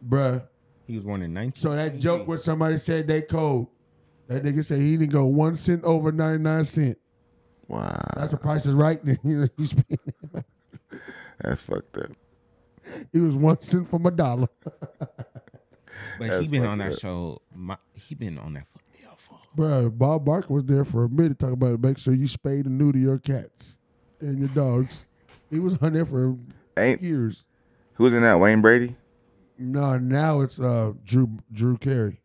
Bruh. He was born in 19. So that joke where somebody said they cold. That nigga said he didn't go one cent over 99 cent. Wow. That's the price is right. You spend- That's fucked up. he was one cent from a dollar. But he That's been on fucked that up. show. My, he been on that. fu- Bro, Bob Barker was there for a minute talking about it. Make sure you spayed and neuter your cats and your dogs. He was on there for Ain't years. Who was in that? Wayne Brady. No, now it's uh, Drew Drew Carey.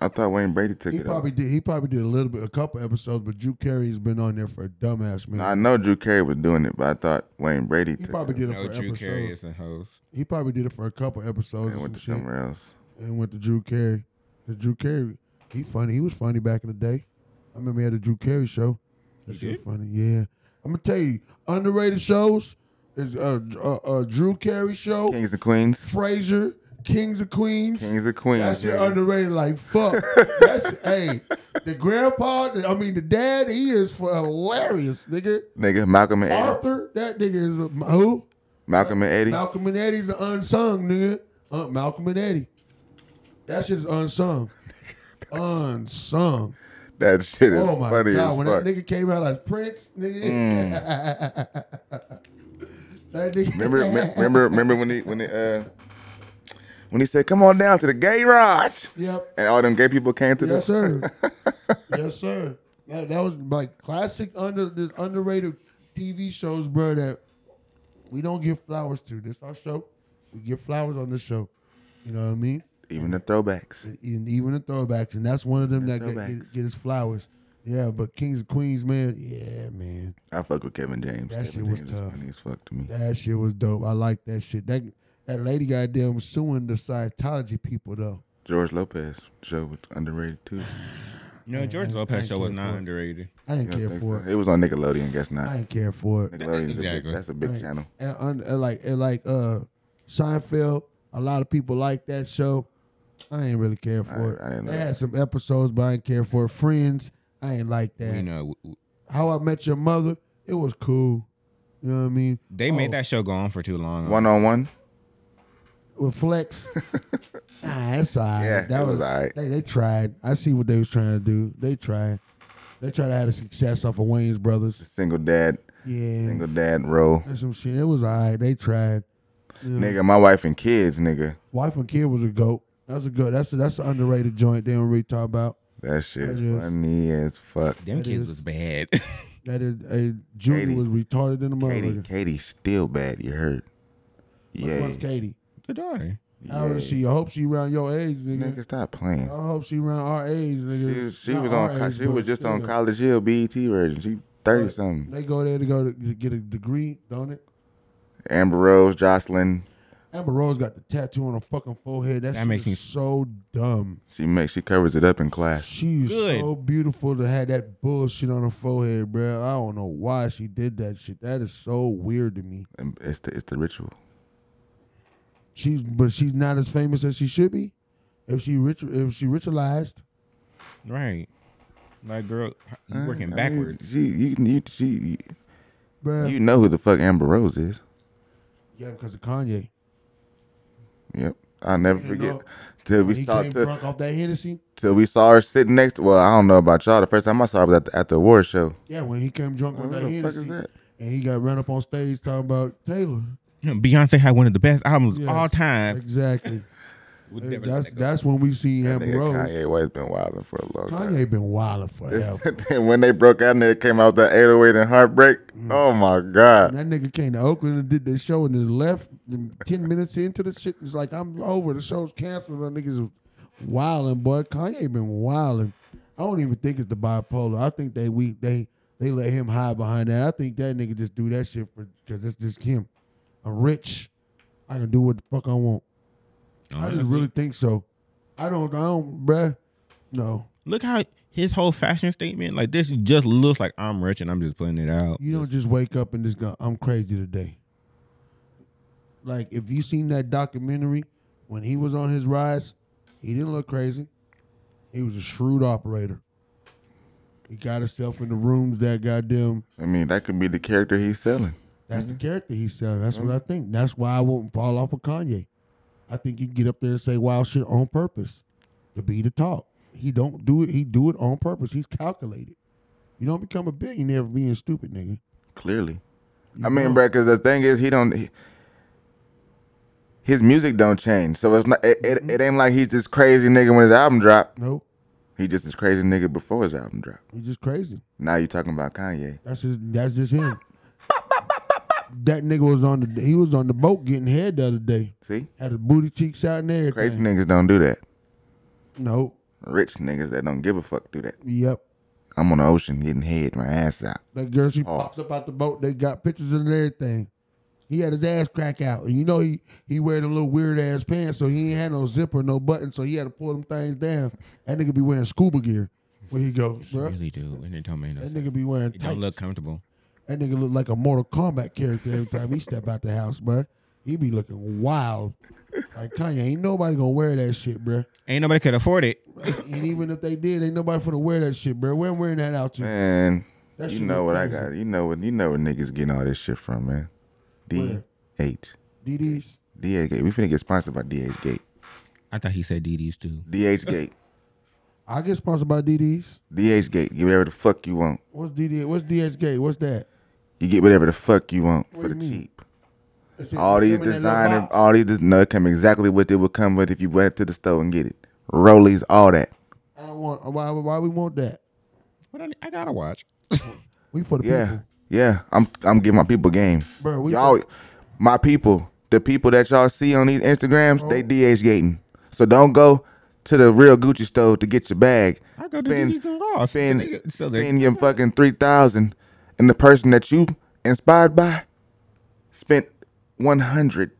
I thought Wayne Brady took He it. off. probably did. He probably did a little bit, a couple episodes, but Drew Carey's been on there for a dumbass minute. I know Drew Carey was doing it, but I thought Wayne Brady He took probably it. did it No, for Drew episode. Carey is the host. He probably did it for a couple episodes. And went to some shit, somewhere else. And went to Drew Carey. The Drew Carey, he funny. He was funny back in the day. I remember he had a Drew Carey show. That He shit did? funny. Yeah, I'm gonna tell you, underrated shows is uh, uh, uh Drew Carey show, Kings and Queens. Frasier, Kings of Queens. Kings and Queens. That shit nigga. underrated like fuck. That's hey, the grandpa. I mean, the dad. He is for hilarious, nigga. Nigga, Malcolm and Eddie. Arthur, that nigga is a, who? Malcolm and Eddie. Malcolm and Eddie's an unsung nigga. Uh, Malcolm and Eddie. That shit is unsung. unsung. That shit is oh my funny god! as when fuck. Mm. that nigga came out as Prince, nigga. that nigga. Remember, me- remember, remember when he when he uh when he said, "Come on down to the gay garage," Yep. and all them gay people came to Yes, the sir. yes, sir. That, that was like classic under this underrated TV shows, bro. That we don't give flowers to. This our show. We give flowers on this show. You know what I mean? even the throwbacks. and even the throwbacks, and that's one of them The that get, throwbacks. get, get his flowers. Yeah, but Kings and Queens, man, yeah, man, I fuck with Kevin James. That Kevin shit was James tough. Is funny as fuck to me. that shit was dope. I like that shit. That that lady goddamn was suing the Scientology people though. George Lopez show was underrated too. No, Yeah, George I- I Lopez ain't show was care not for it. underrated. I ain't You don't care think for so? it. It was on Nickelodeon. Guess not. I ain't care for it. Nickelodeon. Exactly. That's a big Right. channel. And, un- and like and like uh, Seinfeld, a lot of people like that show. I ain't really care for I it. didn't They know had some episodes, but I ain't care for it. Friends, I ain't like that. You know, w- How I Met Your Mother, it was cool. You know what I mean? they Oh, made that show go on for too long. One on one. with Flex. nah, that's all right. Yeah, that it was all right. They, they tried. I see what they was trying to do. They tried. They tried to have a success off of Wayne's Brothers. Single dad. Yeah. Single dad role. That's some shit. It was all right. They tried. You know, Nigga, my wife and kids. Nigga, Wife and Kid was a goat. That's a good. That's a, that's an underrated joint. They don't really talk about. that shit That is is- funny as fuck. Them That kids is- was bad. That is a Junior Katie. was retarded in the Katie, motherfucker. Katie still bad. You heard? Which Yeah. one's Katie? the daughter. How old is she? I hope she around your age, nigga. Nigga, stop playing. I hope she around our age, nigga. She, was- she Not was our on. co- age, she but was just on still. College Hill BET version. E She thirty something. They go there to go to to get a degree, don't it? Amber Rose, Jocelyn. Amber Rose got the tattoo on her fucking forehead. That, That shit makes is me- so dumb. She makes. She covers it up in class. She was Good. so beautiful to have that bullshit on her forehead, bro. I don't know why she did that shit. That is so weird to me. And It's the it's the ritual. She's but she's not as famous as she should be. If she rich, if she ritualized, Right. Like, girl, you I working mean, backwards. She you you she bro. you know who the fuck Amber Rose is. yeah, because of Kanye. Yep. I'll never You forget know, till When we he saw came till, drunk off that Hennessy. till we saw her sitting next. To, well, I don't know about y'all. The first time I saw her was at the, at the award show. Yeah, when he came drunk on Who that the fuck is Hennessy, that? and he got ran up on stage talking about Taylor. Beyonce had one of the best albums Yes, all time. Exactly. We'll never let that's that go. that's when we seen That Amber nigga Rose. Kanye West been wilding for a long time. Kanye been wilding forever. and when they broke out and they came out with that 808 and heartbreak, Mm. oh my god, and that nigga came to Oakland and did this show and then left and ten minutes into the shit. It's like I'm over. The show's canceled. That niggas wilding, boy. Kanye been wilding. I don't even think it's the bipolar. I think they we they they let him hide behind that. I think that nigga just do that shit for because it's just him. I'm rich. I can do what the fuck I want. I just Honestly. really think so. I don't. I don't, bruh. No, Look how his whole fashion statement, like this, just looks like I'm rich and I'm just putting it out. You don't just wake up and just go, I'm crazy today. Like if you seen that documentary when he was on his rise, he didn't look crazy. He was a shrewd operator. He got himself in the rooms that goddamn I mean that could be the character he's selling. that's the character he selling. That's what I think. That's why I won't fall off of Kanye. I think he get up there and say wild shit on purpose to be the talk. He don't do it. He do it on purpose. He's calculated. You don't become a billionaire for being stupid, nigga. Clearly, You I mean, don't. bro, because the thing is, he don't. he- Mm-hmm. his music don't change, so it's not. It, it, it ain't like he's this crazy nigga when his album drop. Nope. He just as crazy nigga before his album dropped. He's just crazy. Now you talking about Kanye. That's just that's just him. that nigga was on the he was on the boat getting head the other day. See? Had his booty cheeks out and everything. Crazy niggas don't do that. No. Rich niggas that don't give a fuck do that. Yep. I'm on the ocean getting head my ass out. That girl she Oh. pops up out the boat. They got pictures and everything. He had his ass crack out, and you know he he wear them little weird ass pants, so he ain't had no zipper, no button, so he had to pull them things down. That nigga be wearing scuba gear where he go, bro. really do. And it told me That nigga be wearing It don't look tights. comfortable. That nigga look like a Mortal Kombat character every time he step out the house, bro. He be looking wild. Like Kanye, ain't nobody gonna wear that shit, bro. Ain't nobody could afford it. And even if they did, ain't nobody finna wear that shit, bro. Where I'm wearing that out to? Man, That you shit know look what I crazy. got. You know what you know where niggas getting all this shit from, man. D H. DDs. DH Gate. We finna get sponsored by DH Gate. I thought he said DDs too. DH Gate. I get sponsored by DDs. DH Gate. Get whatever the fuck you want. What's DD? What's DHK? What's that? You get whatever the fuck you want for do the you mean? cheap. It's- All it these come in that little designer, box. all these des- no, it come exactly what it would come with if you went to the store and get it. Rollies, all that. I don't want. Why? Why we want that? What I, I gotta watch. We for the Yeah, people. yeah. I'm I'm giving my people game. Bro, we- y'all, my people, the people that y'all see on these Instagrams, Oh. they DH gating. So don't go to the real Gucci store to get your bag. I go to DDs and Ross. spend, The nigga- so they- spend your fucking three thousand, and the person that you inspired by spent one hundred.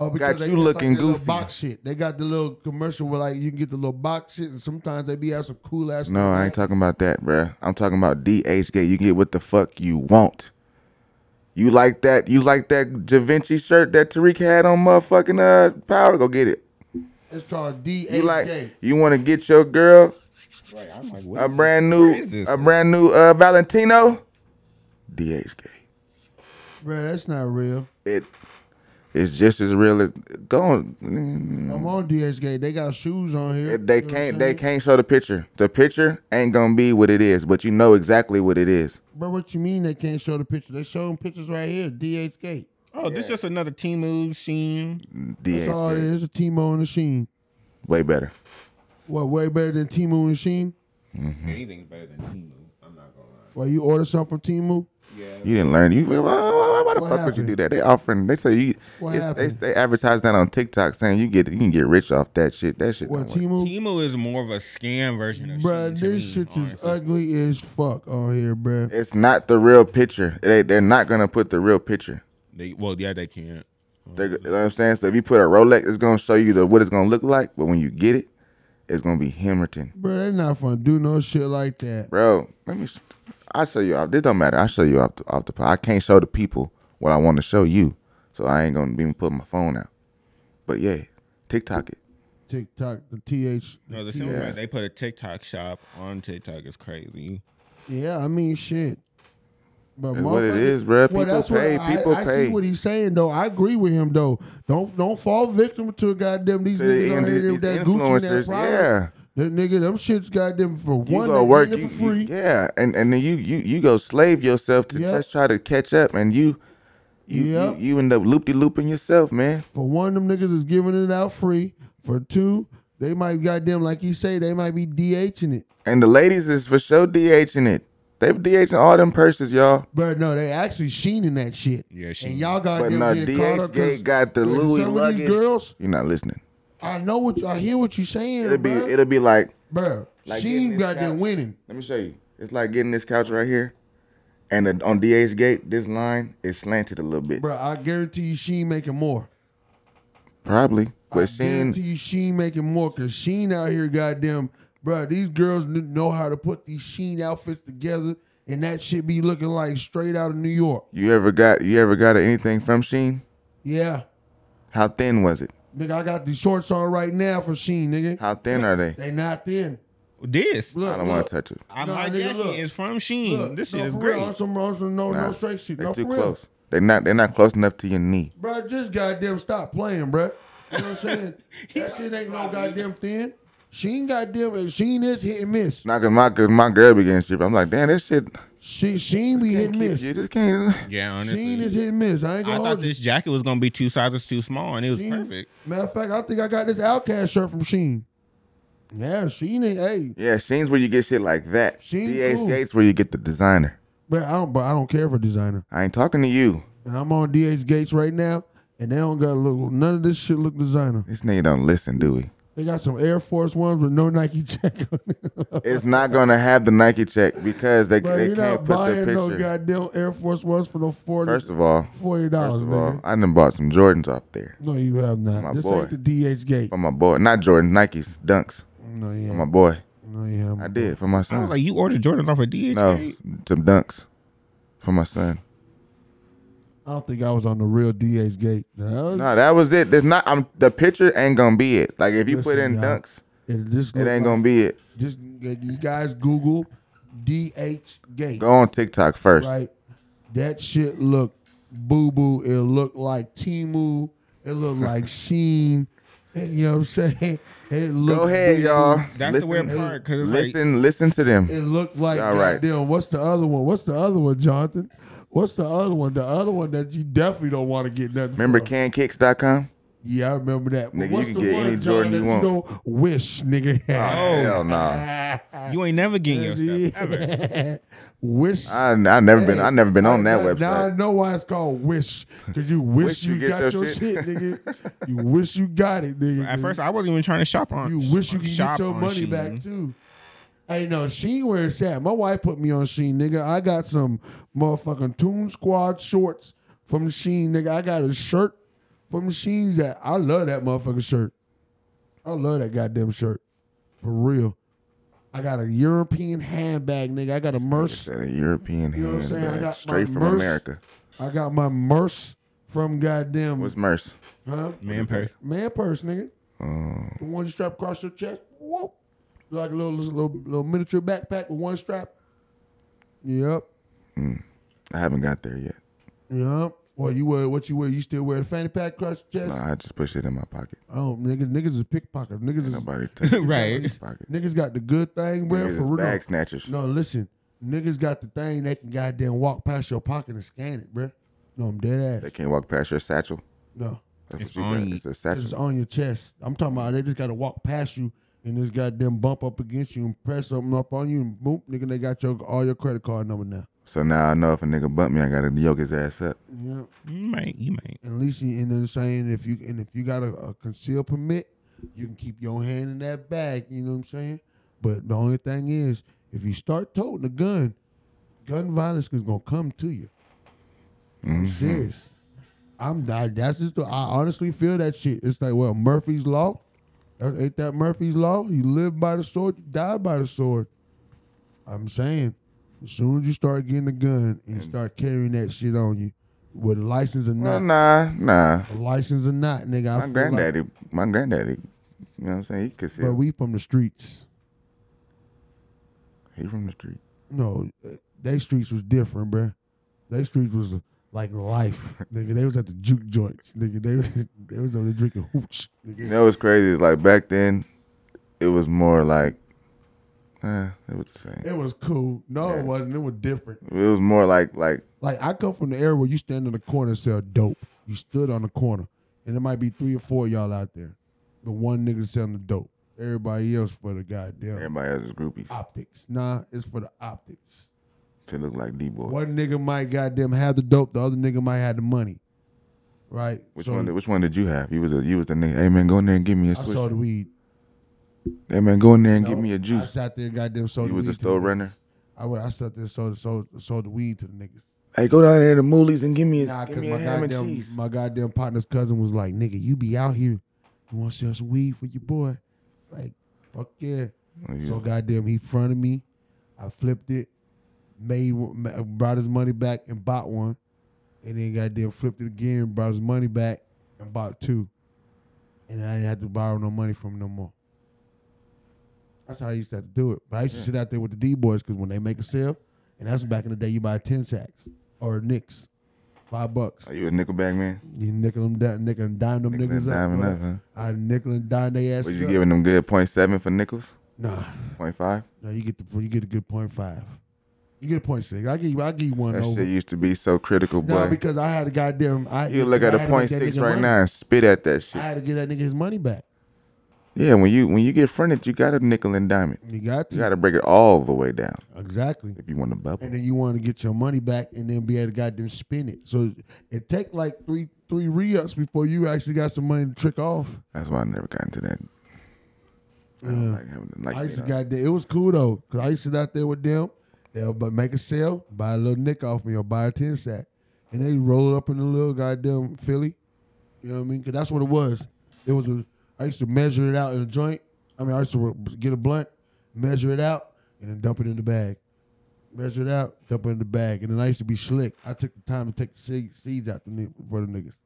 Oh, Got they- you it's looking that little goofy. Box shit. They got the little commercial where like you can get the little box shit, and sometimes they be out some cool ass. No, I ain't talking about that, bruh. I'm talking about DH gate. You get what the fuck you want. You like that? You like that Javinci shirt that Tariq had on motherfucking uh power? Go get it. It's called D You H like? K. You want to get your girl a brand new is this, a brand new uh Valentino? DH gate. Bro, that's not real. It it's just as real as go on. I'm on DHK. They got shoes on here. Mm. They can't they can't show the picture. The picture ain't gonna be what it is, but you know exactly what it is. Bro, what you mean they can't show the picture? They showing pictures right here. DHK. Oh, this just another team move scene. That's all it DH is. uh, It's a Timo and a Sheen. way better. What way better than Timo and Sheen? Mm-hmm. Anything's better than team move. I'm not gonna lie. Well, you order something from Timu? You didn't learn. You why, why- why the What fuck would you do that? They offering. They say you. What it's- They, happened? they advertise that on TikTok saying you get you can get rich off that shit. That shit. What don't work. Timu? Timo is more of a scam version of Bro, shit to this me, shit is honestly. ugly as fuck on here, bro. It's not the real picture. They they're not gonna put the real picture. They, well, yeah, they can't. They, you know what I'm saying? So if you put a Rolex, it's gonna show you the what it's gonna look like. But when you get it, it's gonna be Hamilton, Bro, they not gonna do no shit like that. bro. Let me. s- I'll show you off. It don't matter. I'll show you off the off the. pod. I can't show the people what I want to show you, so I ain't gonna even put my phone out. But yeah, TikTok it. TikTok, the th. No, the th- simple fact they put a TikTok shop on TikTok is crazy. Yeah, I mean shit. But That's what it motherfucker- is, bruh. People that's what pay. I- People I, pay. see what he's saying though. I agree with him though. Don't don't fall victim to goddamn these To niggas on the- here these with that Gucci and that influencers, product. yeah. That nigga, them shits goddamn for you one. go They work work it you- for free. you- yeah, and and then you you you go slave yourself to Yep. just try to catch up, and you you Yep. you, you end up loop de looping yourself, man. For one, them niggas is giving it out free. For two, they might goddamn like you say they might be DHing it. And the ladies is for sure DHing it. They've DHing all them purses, y'all. But no, they actually sheening that shit. Yeah, And y'all got But them no, getting caught up DH 'cause Gate got the when Louis some of luggage. these girls. You're not listening. I know what I hear what you saying, It'll be bruh. it'll be like Bruh, Like getting she this got couch. them winning. let me show you. It's like getting this couch right here, and the, on DH Gate this line is slanted a little bit, Bruh, I guarantee you she ain't making more. probably. But I guarantee Sheen, you she ain't making more because Sheen out here goddamn bruh, these girls kn- know how to put these Sheen outfits together and that shit be looking like straight out of New York. you ever got you ever got anything from Sheen? Yeah. How thin was it? Nigga, I got these shorts on right now for Sheen, nigga. How thin are they? They not thin. This, Look, I don't look. want to touch it. I, Nah, my nigga, jacket look. is from Sheen. Look, this no, shit is for great. Real, on some, on some, no, Nah, no straight shit. They No, too for real. close. They're not. They're not close enough to your knee. Bro, just goddamn stop playing, bruh. You know what I'm saying? that shit ain't no goddamn thin. She ain't goddamn, she ain't is hit and miss. Not cause my cause my girl began shit. I'm like, damn, this shit. She she ain't be hit and miss. You just can't. Yeah, honestly. Sheen is hit and miss. I ain't I gonna thought hold you. this jacket was gonna be two sizes too small, and it was Sheen- perfect. Matter of fact, I think I got this Outcast shirt from Sheen. Yeah, Sheen ain't. Hey, Yeah, Sheen's where you get shit like that. Sheen DH cool. Gates where you get the designer. but I don't. But I don't care for designer. I ain't talking to you. And I'm on DH Gates right now, and they don't got look. None of this shit look designer. This nigga don't listen, do we? They got some Air Force ones with no Nike check on it. It's not gonna have the Nike check because they, Bro, they you're can't not put the buying picture. no goddamn Air Force ones for no forty. First of all, forty dollars, First of all, nigga. I done bought some Jordans off there. No, you have not. My this boy. ain't the DH Gate. For my boy, not Jordan, Nikes, Dunks. No, yeah. For my boy. No, yeah. I did for my son. I was like, you ordered Jordan off of DH no, Gate? some Dunks for my son. I don't think I was on the real DH Gate. No, No, that was it. There's not. I'm the picture ain't gonna be it. Like if you put in Listen, y'all, Dunks, it, just it look ain't like- gonna be it. Just you guys Google DH Gate. Go on TikTok first. Right. That shit look boo boo. It looked like Timu. It looked like Sheen. You know what I'm saying? It looked Go ahead, boo-boo. y'all. That's the weird part, 'cause it's like- listen, listen to them. It looked like All right. goddamn, What's the other one? What's the other one, Jonathan? What's the other one? The other one that you definitely don't want to get nothing. Remember from. cankicks.com? Yeah, I remember that. But Nigga, you what's can the get one, any John, Jordan that you want. don't wish, nigga. Oh, hell nah. You ain't never getting your stuff ever. Wish. I I never been I never been on that now, website. now I know why it's called wish. Cause you wish, Wish you, you get your got your shit, shit. nigga. You wish you got it, nigga. At first, I wasn't even trying to shop on. you wish you could shop get your on money Shein. back too. Hey, no, Sheen where it's at. My wife put me on Sheen, nigga. I got some motherfucking Toon Squad shorts from Sheen, nigga. I got a shirt from Sheen that I love that motherfucking shirt. I love that goddamn shirt. For real. I got a European handbag, nigga. I got a Merce Said a European You know what I'm saying? I handbag got straight my from Merce. America. I got my merce from goddamn What's Merce? huh? Man purse. man purse, nigga. Um, The one you strap across your chest. Whoa. Like a little little little miniature backpack with one strap. Yep. mm, I haven't got there yet. Yep. Well, you wear what you wear. You still wear a fanny pack across your chest. Nah, I just push it in my pocket. Oh, niggas, niggas is pickpocket. Niggas is Nobody touch it. Right. Niggas got the good thing, bro. Niggas for is real. bag snatchers. No, listen. Niggas got the thing. They can goddamn walk past your pocket and scan it, bro. No, I'm dead ass. They can't walk past your satchel. No. That's It's what you on got. you. It's a It's satchel. on your chest. I'm talking about they just gotta walk past you and just goddamn bump up against you and press something up on you and boom, nigga, they got your all your credit card number now. So now I know if a nigga bump me, I gotta yoke his ass up. Yeah. You might. You might. At least you and then saying if you and if you got a, a concealed permit, you can keep your hand in that bag, you know what I'm saying? But the only thing is if you start toting a gun, gun violence is gonna come to you. I'm serious. I'm not, that's just the, I honestly feel that shit. It's like well Murphy's law. That- Ain't that Murphy's law? You live by the sword, you die by the sword. I'm saying, as soon as you start getting a gun and start carrying that shit on you, with a license or Well, not, nah, nah. a license or not, nigga, I My feel granddaddy, my granddaddy, you know what I'm saying? He could see Like, but we from the streets. He from the street. No, uh, they streets was different, bruh. They streets was uh, like life, nigga. They was at the juke joints, nigga. They was they was over there drinking hooch, nigga. You know what's crazy? is Like back then, it was more like, eh, it was the same. It was cool. No, it wasn't. It was different. It was more like like Like I come from the era where you stand in the corner and sell dope. You stood on the corner, and there might be three or four of y'all out there, but one nigga selling the dope. Everybody else for the goddamn everybody else's groupies optics. Nah, it's for the optics. to look like D boy. One nigga might goddamn have the dope, the other nigga might have the money, right? Which one? did- Which one did you have? You was a you was the nigga. Hey man, go in there and give me a I switch. sold the weed. Hey man, go in there and No, give me a I juice. sat there, and goddamn sold. You the was weed a to the store niggas. runner? I would. I sat there, and sold, sold, sold the weed to the niggas. Hey, go down there to Mooley's and give me a Nah, give cause me my a ham and goddamn cheese. my goddamn partner's cousin was like, "Nigga, you be out here, you want to sell some weed for your boy?" Like, fuck yeah. Oh, yeah. So goddamn, he fronted me. I flipped it, made ma- brought his money back and bought one, and then goddamn flipped it again, brought his money back and bought two, and I didn't have to borrow no money from him no more. That's how I used to have to do it. But I used to sit out there with the D boys because when they make a sale, and that's back in the day, you buy ten sacks or nicks, five bucks. Are you a Nickelback man? You nickel them down, nickel and dime them Nickel and niggas dime up. it bro. up, huh? I nickel and dime their ass. Was you giving them good point seven for nickels? Nah. Point five. No, you get the you get a good point five. You get a point six. I give you I give you one That over. shit used to be so critical, No, boy. because I had a goddamn. I You look at I a had to point make that six nigga right money. now and spit at that shit. I had to get that nigga his money back. Yeah, when you when you get fronted, you got to nickel and dime it. You got to. You got to break it all the way down Exactly. if you want to bubble. And then you want to get your money back and then be able to goddamn spend it. So it take like three three re-ups before you actually got some money to trick off. That's why I never got into that. Yeah. Like, having to, like, I used you to goddamn it was cool though. Cause I used to sit out there with them. They'll but make a sale, buy a little nick off me or buy a ten sack. And they roll it up in the little goddamn Philly. You know what I mean? Cause that's what it was. It was a I used to measure it out in a joint. I mean I used to get a blunt, measure it out, and then dump it in the bag. Measure it out, dump it in the bag. And then I used to be slick. I took the time to take the seed- seeds out the ni- for the niggas.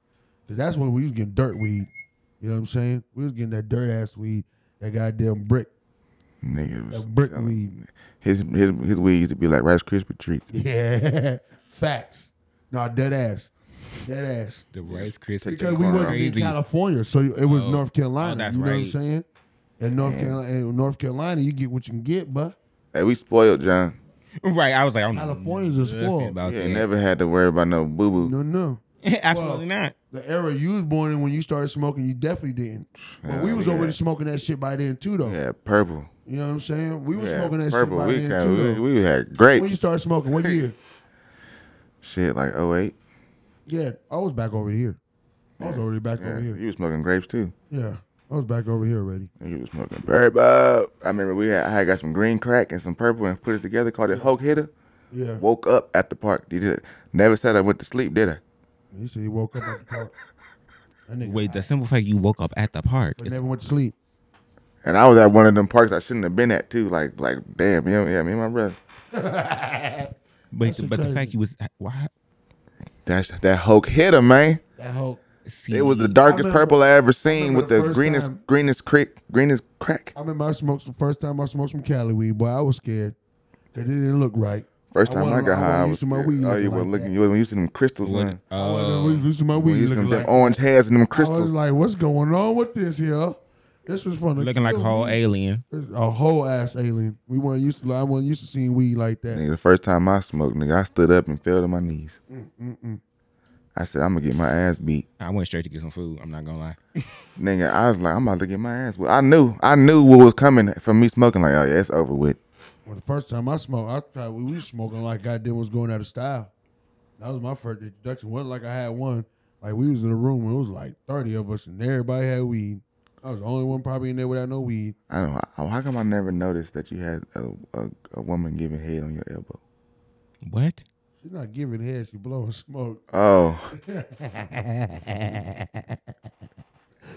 Cause that's when we was getting dirt weed. You know what I'm saying? We was getting that dirt ass weed, that goddamn brick. nigga was That brick weed. His his his weed used to be like Rice Krispie treats. Yeah. Facts. No, dead ass. Dead ass. The Rice Krispie Because treats we are wasn't crazy. in California, so it was Oh. North Carolina. Oh, that's you know what I'm right. saying? And North Yeah. Carolina, and North Carolina, you get what you can get, but Hey, we spoiled, John. Right. I was like, I'm Californians are nothing spoiled. About Yeah, that. never had to worry about no boo boo. No, no. Absolutely not. The era you was born in when you started smoking, you definitely didn't. But we Hell was yeah. already smoking that shit by then too, though. Yeah, purple. You know what I'm saying? We was Yeah, smoking that purple. shit by We then kinda- too. we- though. we had grape. When you started smoking, what year? Shit, like 08. Yeah, I was back over here. I was already back Yeah, over here. You was smoking grapes too. Yeah, I was back over here already. You was smoking purple. I remember we had I had got some green crack and some purple and put it together, called it Hulk Hitter. Yeah. Woke up at the park. Did it. Never said I went to sleep, did I? You said you woke up at the park. Wait, the simple fact you woke up at the park. But never went to sleep. And I was at one of them parks I shouldn't have been at too. Like, like, damn, you know, yeah, me and my brother. But, but the fact you was why That's that Hulk hitter, man. That Hulk. it was the I darkest remember- purple I ever seen remember with the the, first greenest, time- greenest crack, greenest crack. I remember I smoked the first time I smoked some Cali weed, boy. I was scared because it didn't look right. First time I, wasn't- got wasn't high, I used was to my scared. weed oh, you looking were like looking, you wasn't used to them crystals, uh, man. I wasn't used to my You wasn't weed used to looking them like. orange hairs and them I was crystals. like, "What's going on with this here? This was from the looking like a kill whole me. alien. a whole ass alien. We weren't used to. I wasn't used to seeing weed like that. Nigga, the first time I smoked, nigga, I stood up and fell to my knees. Mm, Mm-mm. I said, I'm gonna get my ass beat. I went straight to get some food. I'm not gonna lie. Nigga, I was like, I'm about to get my ass. Well, I knew, I knew what was coming from me smoking. Like, oh yeah, it's over with. Well, the first time I smoked, I tried. We was smoking like goddamn was going out of style. That was my first introduction. wasn't like I had one. Like we was in a room and it was like thirty of us and everybody had weed. I was the only one probably in there without no weed. I don't know. How how come I never noticed that you had a, a, a woman giving head on your elbow? What? She's not giving head. She blowing smoke. Oh.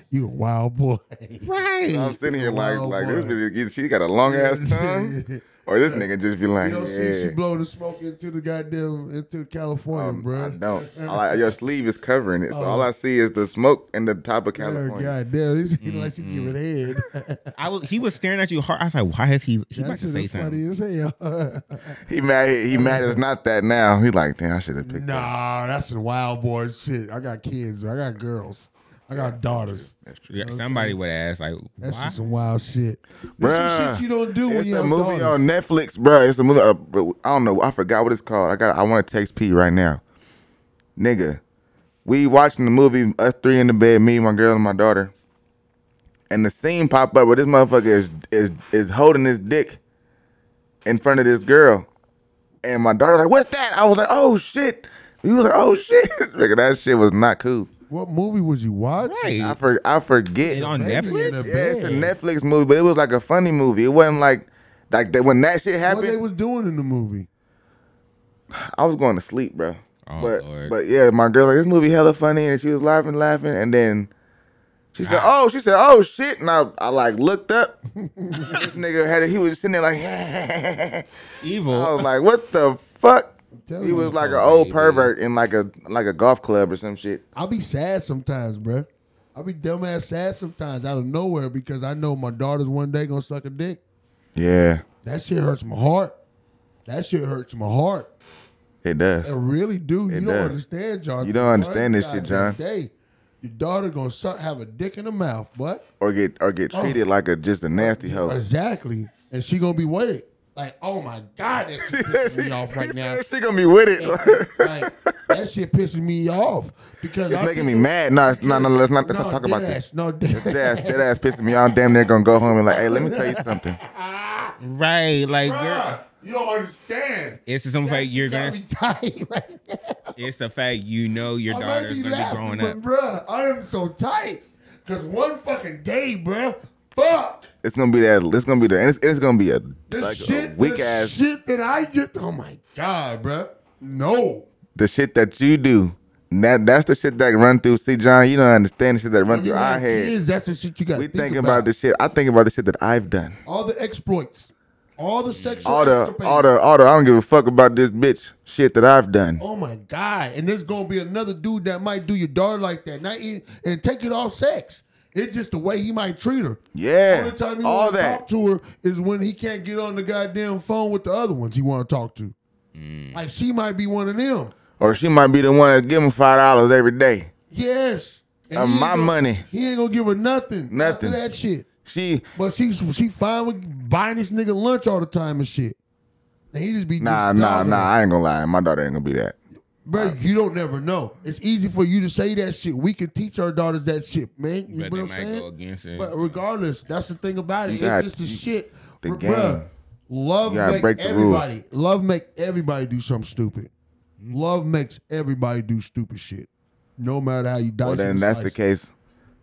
you a wild boy, So right? I'm sitting here like, Wild like Oh, boy. this bitch, either she got a long ass Yeah. tongue, or this nigga just be like, You don't see she yeah. Um, blowing the smoke into the goddamn into California, bro. I don't. All I, your sleeve is covering it, so all Oh. I see is the smoke and the top of Yeah, California. goddamn, he's he like she Mm-hmm. giving head. I was, he was staring at you hard. I was like, why is he? He about That to shit say is something. funny as hell. He mad. He mad. It's not that now. He like, damn, I should have picked. nah, that's some wild boy shit. I got kids. I got girls. I got daughters. Yeah, somebody would ask like, That's why? just some wild shit. That's some Bruh, shit you don't do when it's you a have movie daughters. on Netflix, bruh. It's a movie. Uh, bro, I don't know. I forgot what it's called. I got. I want to text P right now, nigga. We watching the movie. Us three in the bed. Me, my girl, and my daughter. And the scene pop up where this motherfucker is is is holding his dick in front of this girl, and my daughter like, "What's that?" I was like, "Oh shit." We was like, "Oh shit!" Nigga, that shit was not cool. What movie was you watching? I, for, I forget. It on Baby in Netflix? a Yeah, it's a bed. Netflix movie, but it was like a funny movie. It wasn't like like that when that shit What they happened. was doing in the movie? I was going to sleep, bro. Oh, but Lord. but yeah, my girl like this movie hella funny, and she was laughing, laughing, and then she said, "Oh," she said, "Oh shit," and I, I like looked up. this nigga had it. He was sitting there like evil. I was like, "What the fuck?" telling He you. was like an old pervert in like a like a golf club or some shit. I'll be sad sometimes, bruh. I'll be dumbass sad sometimes out of nowhere because I know my daughter's one day gonna suck a dick. Yeah, That shit hurts my heart. That shit hurts my heart. it does. It really do. It you don't does. understand, John. You don't understand this shit, John. Day, your daughter gonna suck, have a dick in her mouth, but Or get or get Oh. treated like a just a nasty hoe. exactly, and she gonna be with it. Like, oh my god, that shit pissing me off right now. She gonna be with it. Like, that shit pisses me off because It's I making think me of- mad. No, it's, no, no. Let's not, let's No, not talk about dead this. ass, no, dead that ass, that ass pissing me off. I'm damn near gonna go home and like, hey, let me tell you something. Right, like Bruh, Oh girl, you don't understand. it's the some fact you're gonna. tight right It's the fact you know your I might daughter's be gonna laughing, be growing but up. bruh, I am so tight. Cause one fucking day, bruh, fuck It's gonna be that. It's gonna be that. And it's, it's gonna be a the like shit, a the weak ass. shit that I get. Oh my god, bruh, no. The shit that you do. That that's the shit that run through. See, John, you don't understand the shit that run You through our got head. kids, that's the shit you got. we thinking about, the shit. I think about the shit that I've done. all the exploits, all the sexual All the, escapades. all the, all the. I don't give a fuck about this bitch shit that I've done. Oh my god! And there's gonna be another dude that might do your daughter like that, not even, and take it off sex. It's just the way he might treat her. Yeah, Only time he all want to that. talk to her is when he can't get on the goddamn phone with the other ones he want to talk to. Mm. Like she might be one of them. Or she might be the one that give him five dollars every day. Yes. And Of he ain't Uh, my gonna- money. He ain't gonna give her nothing. Nothing. After that shit. She But she's she fine with buying this nigga lunch all the time and shit. And he just be Nah, just nah, dogging nah. her. I ain't gonna lie. My daughter ain't gonna be that. Bro, you don't never know. It's easy for you to say that shit. We can teach our daughters that shit, man. You But know they what I'm might saying? go against it. But regardless, that's the thing about it. You it's got- just the you- shit. the Bruh, game. Love You gotta make break the rules. everybody. Love make everybody do something stupid. Love makes everybody do stupid shit. No matter how you dice Well, it then and that's slice the it. case.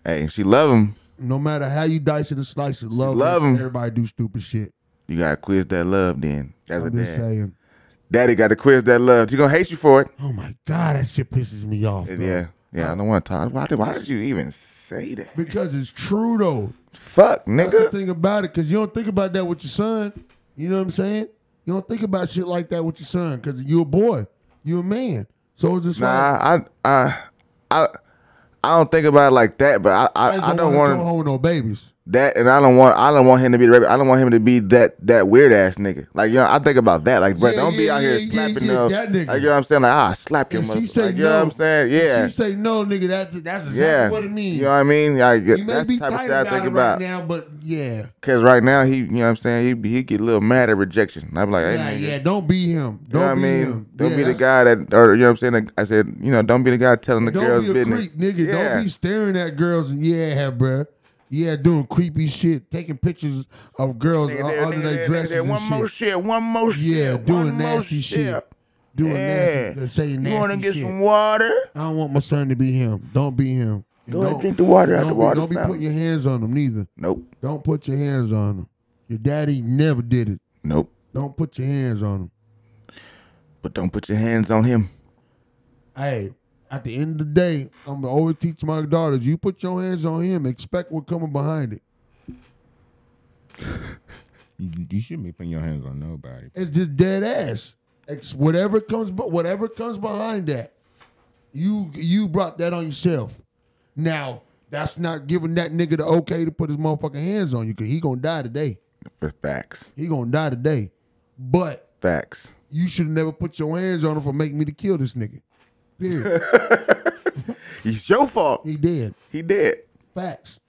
Hey, if she love him, No matter how you dice it and slice it, love, love makes 'em. everybody do stupid shit. you gotta quiz that love. Then that's I'm a just dad. saying. Daddy got to quiz that love. She gonna hate you for it. Oh my god, that shit pisses me off. Yeah, bro. yeah. I don't want to talk. Why did, why did you even say that? Because it's true though. Fuck, That's the nigga. thing about it, because you don't think about that with your son. You know what I'm saying? You don't think about shit like that with your son, because you're a boy, you're a man. So it's just like Nah, I, I, I, I don't think about it like that. But I, I, I don't wanna want come home with no babies. that, and I don't want, I don't want him to be the. rabbit. I don't want him to be that that weird ass nigga. Like you know, I think about that. Like, bro, Yeah, don't be yeah, out yeah, here yeah, slapping yeah, those- that nigga. Like, you know what I'm saying? Like, ah, slap your If she mother. say Like, no, you know what I'm saying? if Yeah. she say no, nigga. That that's exactly yeah. what it means. You know what I mean? Like, you may that's be the type of tight shit about I think it about. right now, but yeah, Cause right now he, you know what I'm saying, he he get a little mad at rejection. I'm like, hey, yeah, nigga, yeah. Don't be him. you know Don't what I be mean? him. Don't Yeah, be the that's- guy that, or you know what I'm saying. I said, you know, don't be the guy telling the Don't girls be a business. creep, nigga. Yeah. Don't be staring at girls and yeah, bruh. Yeah, doing creepy shit, taking pictures of girls Nigga, uh, there- under nigga, their there- dresses there- and One shit. more shit. One more shit. Yeah, one doing more nasty shit. Doing Yeah. nasty, saying nasty You want to get shit. some water? I don't want my son to be him. Don't be him. And Go ahead, don't- drink the water out don't the be- water Don't be fountain. putting your hands on him neither. Nope. Don't put your hands on him. Your daddy never did it. Nope. Don't put your hands on him. But don't put your hands on him. Hey, at the end of the day, I'm gonna always teach my daughters: you put your hands on him, expect what's coming behind it. You- You shouldn't be putting your hands on nobody. It's just dead ass. It's whatever comes, but whatever comes behind that, you you brought that on yourself. Now that's not giving that nigga the okay to put his motherfucking hands on you because he gonna die today. For facts. He gonna die today. But Facts. you should have never put your hands on him for making me to kill this nigga. Period. It's your fault. He did. He did. Facts.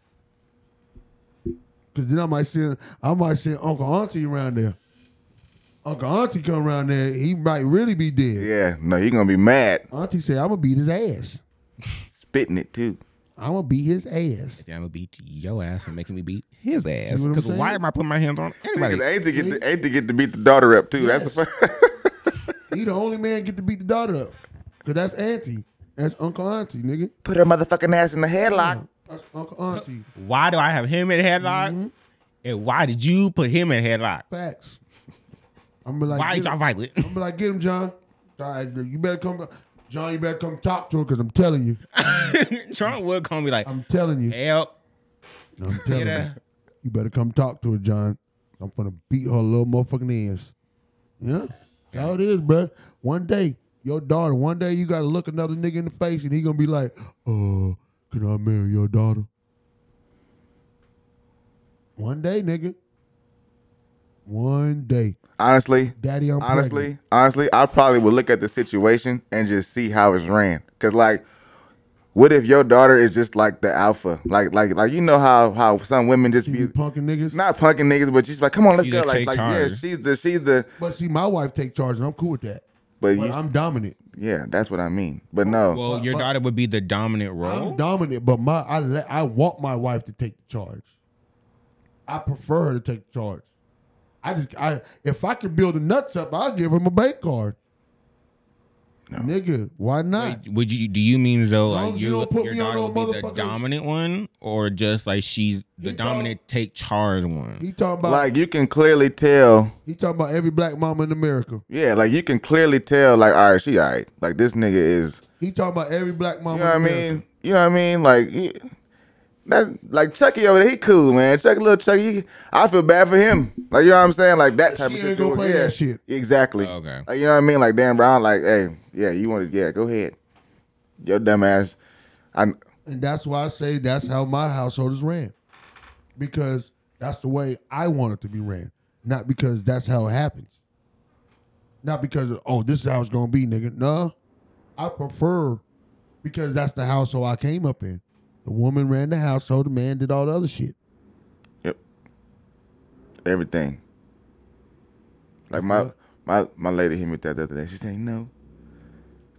Cause then I might send I might send Uncle Auntie around there. Uncle Auntie come around there, he might really be dead. Yeah. No, you're gonna be mad. Auntie said, I'm gonna beat his ass. Spitting it too. I'm gonna beat his ass. I'm gonna beat your ass and making me beat his ass. what I'm Because why saying? am I putting my hands on anybody? Niggas ain't to get to, ain't to get to beat the daughter up too. That's the fir- He the only man get to beat the daughter up. Cause that's Auntie. That's Uncle Auntie, nigga. put her motherfucking ass in the headlock. That's Uncle Auntie. Why do I have him in headlock? Mm-hmm. And why did you put him in headlock? Facts. I'm gonna be like, Why is get y'all him. violent? I'm gonna be like, get him, John. All right, you better come, John. You better come talk to her, cause I'm telling you, Trump would call me like, I'm telling you, help. I'm telling Yeah. you. You better come talk to her, John. I'm gonna beat her little motherfucking ass. Yeah, that's how it is, bro. One day, your daughter. One day, you gotta look another nigga in the face, and he gonna be like, "Uh, can I marry your daughter?" One day, nigga. One day, Honestly, daddy. I'm honestly, pregnant. honestly, I probably would look at the situation and just see how it's ran. Cause like, what if your daughter is just like the alpha? Like, like, like you know how how some women just be, punking niggas. not punking niggas, but she's like, come on, let's She go. just Like, take like yeah, charge. she's the she's the But see, my wife take charge, and I'm cool with that. But, But you, I'm dominant. Yeah, that's what I mean. But no, Well, your daughter would be the dominant I'm role. dominant, but my I let, I want my wife to take the charge. I prefer her to take the charge. I just I if I can build the nuts up, I'll give him a bank card. Nigga, why not? Would you? Do you mean though? long Like as you you, don't put your me on daughter no would be the motherfuckers- dominant one, or just like she's the dominant take charge one? He talking about like you can clearly tell. he talking about every black mama in America. Yeah, like you can clearly tell. Like, all right, she all right. Like this nigga is. He talking about every black mama. You know what I in America. mean? You know what I mean? Like, he, that's like Chucky over there. He cool, man. Chucky, little Chucky. he- I feel bad for him. Like, you know what I'm saying? Like that type of She shit. ain't gonna play yeah, that shit. Exactly. Oh, Okay. Like, you know what I mean? Like Dan Brown. Like, hey, yeah, you want to? Yeah, go ahead. Your dumb ass. I. And that's why I say that's how my household is ran. Because that's the way I want it to be ran. Not because that's how it happens. Not because, oh, this is how it's going to be, nigga. No. I prefer because that's the household I came up in. The woman ran the household, the man did all the other shit. Yep. Everything. Like my my my lady hit me with that the other day. She saying no.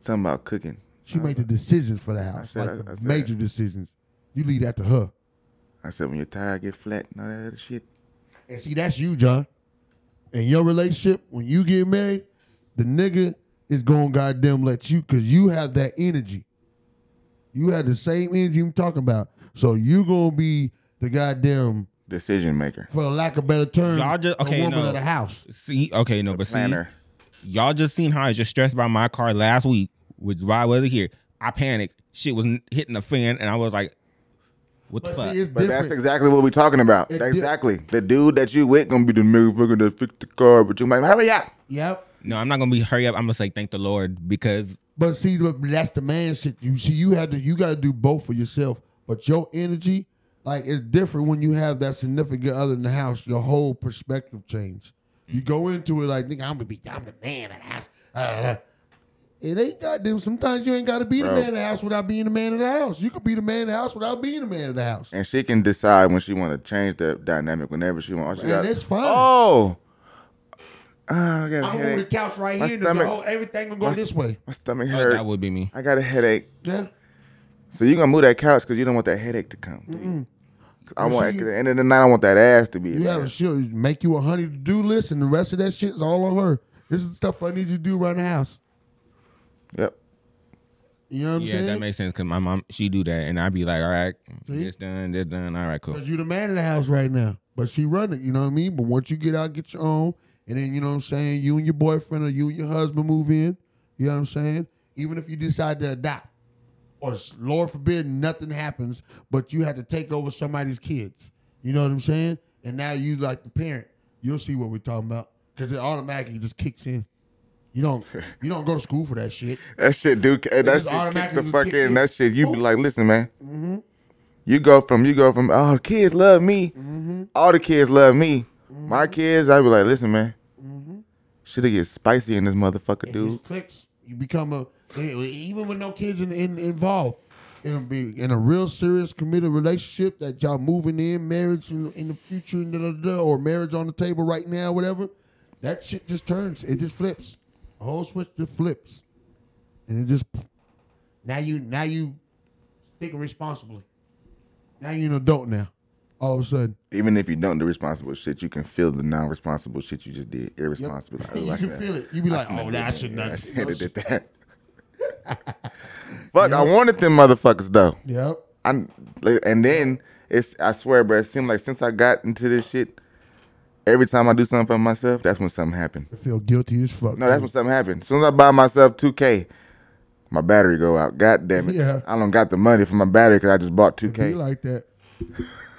Something about cooking. She made the decisions for the house, said- like the I said- major decisions. You leave that to her. I said when you're tired, get flat and all that other shit. And see, that's you, John. In your relationship, when you get married, the nigga is gonna goddamn let you because you have that energy. You have the same energy I'm talking about. So you gonna be the goddamn, Decision maker. for lack of better term, Y'all just okay. the woman no. of the house. See, okay, no, but planner. see, y'all just seen how I was just stressed by my car last week, which is why I wasn't here. I panicked. Shit was n- hitting the fan, and I was like, "What the fuck?" But that's exactly what we're talking about. It di- exactly. the dude that you with gonna be the motherfucker that fixed the car, but you might hurry up. Yep. No, I'm not gonna be hurry up. I'm gonna say thank the Lord because But see, but that's the man shit. You see, you had to, you got to do both for yourself. But your energy, like, it's different when you have that significant other in the house. Your whole perspective change. You go into it like, nigga, I'm gonna be, I'm the man of the house. Uh, it ain't goddamn. Sometimes you ain't gotta be the Bro. man of the house without being the man of the house. You could be the man of the house without being the man of the house. And she can decide when she wanna change the dynamic whenever she wants. And it's fine. Oh. Oh, I got a I'm on the headache. couch right My here. and stomach- the whole, everything gonna go my- this way. My stomach Oh, hurt. that would be me. I got a headache. Yeah. So you gonna move that couch because you don't want that headache to come. Mm-mm. I You want see- at the end of the night. I want that ass to be. You have a she'll make you a honey to do list, and the rest of that shit is all on her. This is the stuff I need you to do around the house. Yep. You know what I'm yeah, saying? that makes sense because my mom she do that, and I'd be like, "All right, See? this done, this done. All right, cool." Cause you the man of the house right now, but she run it. You know what I mean? But once you get out, get your own, and then you know what I'm saying. You and your boyfriend or you and your husband move in. You know what I'm saying? Even if you decide to adopt, or s- Lord forbid nothing happens, but you have to take over somebody's kids. You know what I'm saying? And now you like the parent. You'll see what we're talking about because it automatically just kicks in. You don't you don't go to school for that shit. That shit do. It That just shit kick automatically the just fuck kicks in. in. That shit. You be like, listen, man. Mhm. You go from you go from oh, kids love me. Mm-hmm. All the kids love me. My kids, I be like, listen, man. Shit, it get spicy in this motherfucker, Mm-hmm. It dude. just clicks. You become a even with no kids in, in, involved. It'll be in a real serious committed relationship that y'all moving in, marriage in, in the future, and da, da, da, or marriage on the table right now, whatever. That shit just turns. It just flips. A whole switch just flips, and it just now you now you thinking responsibly. Now you're an adult now. All of a sudden, Even if you don't do responsible shit, you can feel the non-responsible shit you just did. Irresponsible. Like, "Oh, you I can should've- feel it. You be I like, shouldn't "Oh, have nah, I did that. should not." I shouldn't have did that. Fuck, I wanted them motherfuckers though. Yep. I and then it's I swear, bro. It seemed like since I got into this shit, every time I do something for myself, that's when something happened. I feel guilty as fuck. No, that's when something happened. As soon as I buy myself 2K, my battery go out. God damn it! Yeah. I don't got the money for my battery because I just bought be 2K. like that.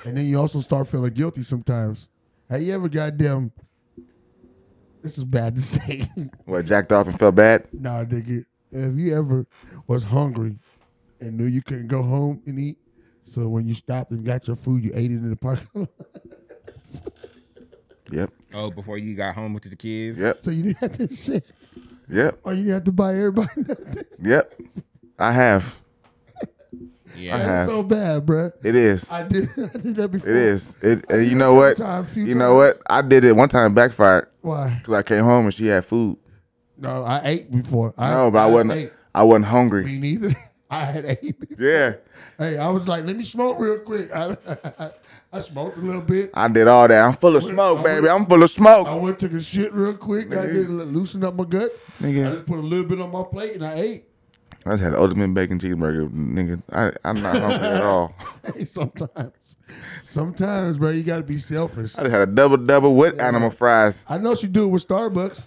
And then you also start feeling guilty sometimes. Have you ever goddamn? This is bad to say. what jacked off and felt bad? nah, nigga. If you ever was hungry and knew you couldn't go home and eat, so when you stopped and got your food, you ate it in the parking lot. Yep. Oh, before you got home with the kids. Yep. So you didn't have to sit, Yep. or you didn't have to buy everybody nothing. Yep. I have. Yeah. I That's have. so bad, bruh. It is. I did. I did that before. Uh-huh. It is. It. I And you did know that what? time, a few You know what? I did it one time. Backfired. Why? Because I came home and she had food. No, I ate before. I, no, but I, wasn't. ate. I wasn't hungry. Me neither. I had ate. before. Yeah, Hey, I was like, let me smoke real quick. I, I, smoked a little bit. I did all that. I'm full of smoke, baby. I'm full of smoke. I went took a shit real quick. I did loosen up my guts. Nigga. I just put a little bit on my plate and I ate. I just had the ultimate bacon cheeseburger, nigga. I, I'm not hungry at all. Hey, sometimes, sometimes, bro, you got to be selfish. I just had a double double with animal fries I know she do it with Starbucks.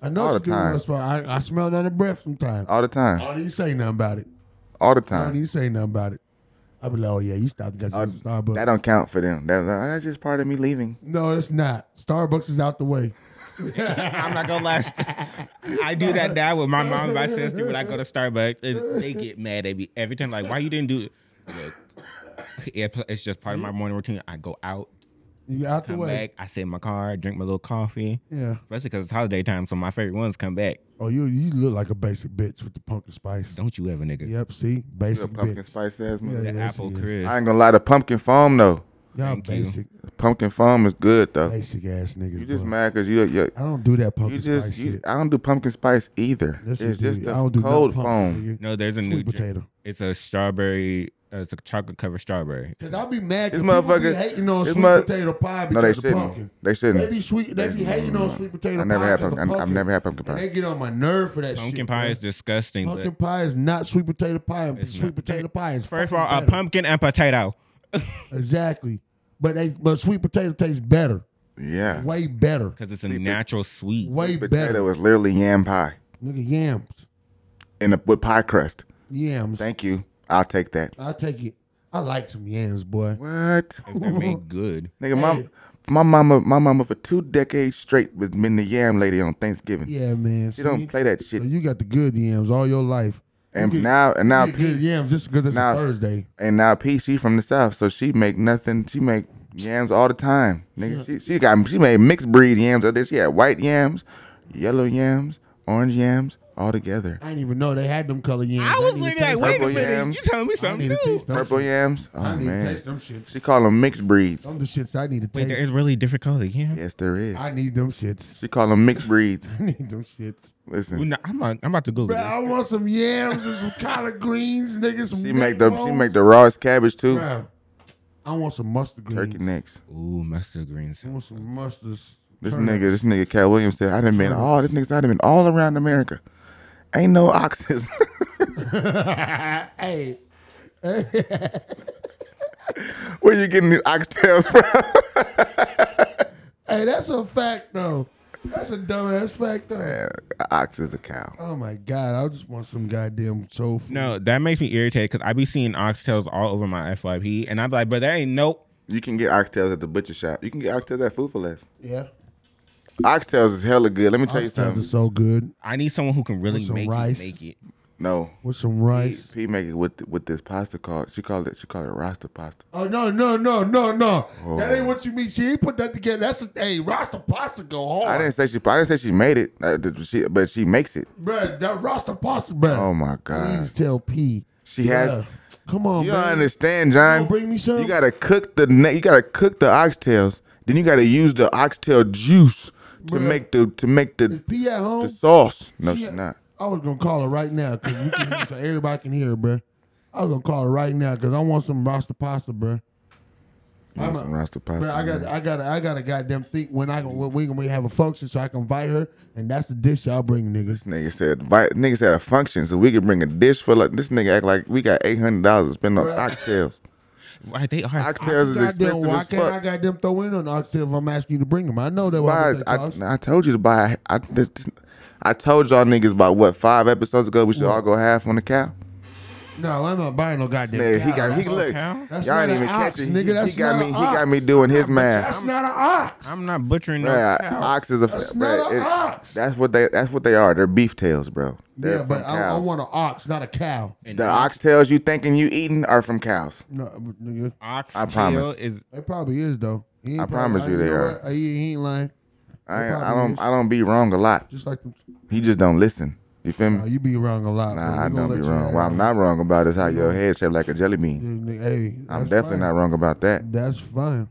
I know All she the do it time. with Starbucks. I, I smell it on her breath sometimes. all the I time, don't even say nothing about it. all the I don't time. even say nothing about it. I be like, oh yeah, you stopped and got you some Starbucks. Uh, That don't count for them. That, that's just part of me leaving. No, it's not. Starbucks is out the way. I'm not gonna lie. I do that now with my mom and my sister when I go to Starbucks. And they get mad at me every time. Like, why you didn't do it? Look, it- it's just part of my morning routine. I go out, You out the come way. back, I sit in my car, drink my little coffee. Yeah. Especially because it's holiday time, so my favorite ones come back. Oh, you you look like a basic bitch with the pumpkin spice. Don't you ever, nigga? Yep, see, The basic pumpkin bitch. spice ass Yeah, mother- yeah, The yes, apple he is. crisp. I ain't gonna lie. The pumpkin foam though. Y'all Thank you. basic, Pumpkin foam is good though. basic ass niggas. You just bro. mad because you, you I don't do that you pumpkin just spice you, shit. I don't do pumpkin spice either. That's it's what you just do. the I don't do no cold pumpkin, foam. nigga. No, there's a Sweet new drink. potato. It's a strawberry. Uh, it's a chocolate covered strawberry. Cause I be mad. This Cause people motherfucker- be hating on this sweet mo- potato pie No, because they of shouldn't. pumpkin. They shouldn't. They be sweet. They be hating on sweet potato I never pie. had 'cause of pumpkin. I've never had pumpkin And pie. they get on my nerve for that Pumpkin shit. pie bro. is disgusting. Pumpkin but pie is not sweet potato pie, and sweet potato pie is first of fucking all, a better. pumpkin and potato. Exactly, but they but sweet potato tastes better, Yeah, way better, Because it's a natural sweet. way potato better. is literally yam pie Nigga, yams, in a with pie crust. yams. Thank you. I'll take that. I'll take it. I like some yams, boy. What? If they're made good. Nigga, my my mama, my mama for two decades straight was been the yam lady on Thanksgiving. Yeah, man. She don't play that So shit. you got the good yams all your life. You And get- now, and now, you get good P, yams just because it's Now- a Thursday. and now, P, she from the south, so she make nothing. She make yams all the time, nigga. She she got she made mixed breed yams. Out there. She had white yams, yellow yams, orange yams, all together. I didn't even know they had them color yams. I was didn't even literally like, taste wait a purple minute, yams. you telling me them. I something need to new? taste them Purple shits. yams. I Oh need to man, taste them she shits. call them mixed breeds. Them the shits I need to Wait, there is taste. really different color. Yeah. Yes, there is. I need them shits. She call them mixed breeds. I need them shits. Ooh, Listen, no, I'm, about, I'm about to Google Bro, I this. want some yams and some collard greens, nigga. Some she neck make the she rolls. make the rawest cabbage too. Bruh, I want some mustard greens. Turkey necks. Ooh, mustard green I salad. want some mustards. This turnips. nigga, this nigga Cat Williams said, I done been all this niggas, I done been all around America. Ain't no oxes. Ah, hey, Where you getting the oxtails from? hey, that's a fact though. That's a dumbass fact though. Ox is a cow. Oh my god, I just want some goddamn soul food. No, that makes me irritated because I be seeing oxtails all over my FYP, and I'm like, but there ain't no. You can get oxtails at the butcher shop. You can get oxtails at Food for Less. Yeah. Oxtails is hella good. Let me tell you Oxtails are something. so good I need someone who can really Want some make rice? it. Make it. No. with some P, rice. P make it with with this pasta called. She called it. She called it Rasta pasta. Oh no no no no no! Oh. That ain't what you mean. She ain't put that together. That's a hey, Rasta pasta go I hard, didn't say she. I didn't say she made it. Uh, did she- but she makes it. bruh. That Rasta pasta, bruh. Oh my god. Please tell P. She has. Bruh, Come on, You don't man. understand, You John. gonna bring me some? You gotta cook the ne- you gotta cook the oxtails. Then you gotta use the oxtail juice to Bruh. make the to make Is the, P at home? the sauce. No, She- she's not. I was gonna call her right now because so everybody can hear, bruh. I was gonna call her right now because I want some Rasta pasta, bruh. You want some Rasta pasta, But I got, man? I got, I got to goddamn think when I when we when we have a function, so I can invite her, and that's the dish y'all bring, niggas. Nigga said vi- nigga said a function, so we could bring a dish full of this nigga act like we got eight hundred dollars to spend on Bruh. oxtails. Why they are Oxtails is Goddamn, expensive why as can't I fuck. goddamn throw in on oxtail if I'm asking you to bring them? I know that Why? what they I, cost. I told you to buy. I, this, this- I told y'all niggas about what five episodes ago. We should all go half on the cow. No, I'm not buying no goddamn. Man, he cow. got he That's- look. cow? That's y'all not didn't an even ox, catch it. He- nigga. he, That's got not me. an He got ox. me doing his math. That's not an ox. I'm not butchering no Bruh, cow. ox is a That's bruh, not a it- ox. That's what they that's what they are. They're beef tails, bro. They're yeah, from but I, I cows. want an ox, not a cow. An the ox tails you thinking you eating are from cows. No, nigga. ox I tail promise. is It probably is though. He ain't I promise you they know are. what? He, he ain't lying. I It ain't- I probably don't is. I don't be wrong a lot. Just like them- He just don't listen. You feel Oh, me? you be wrong a lot. Nah, I man. We gonna don't be let you wrong. have What I'm it. not wrong about is how your head shaped like a jelly bean. Hey, I'm that's definitely fine. not wrong about that. That's fine.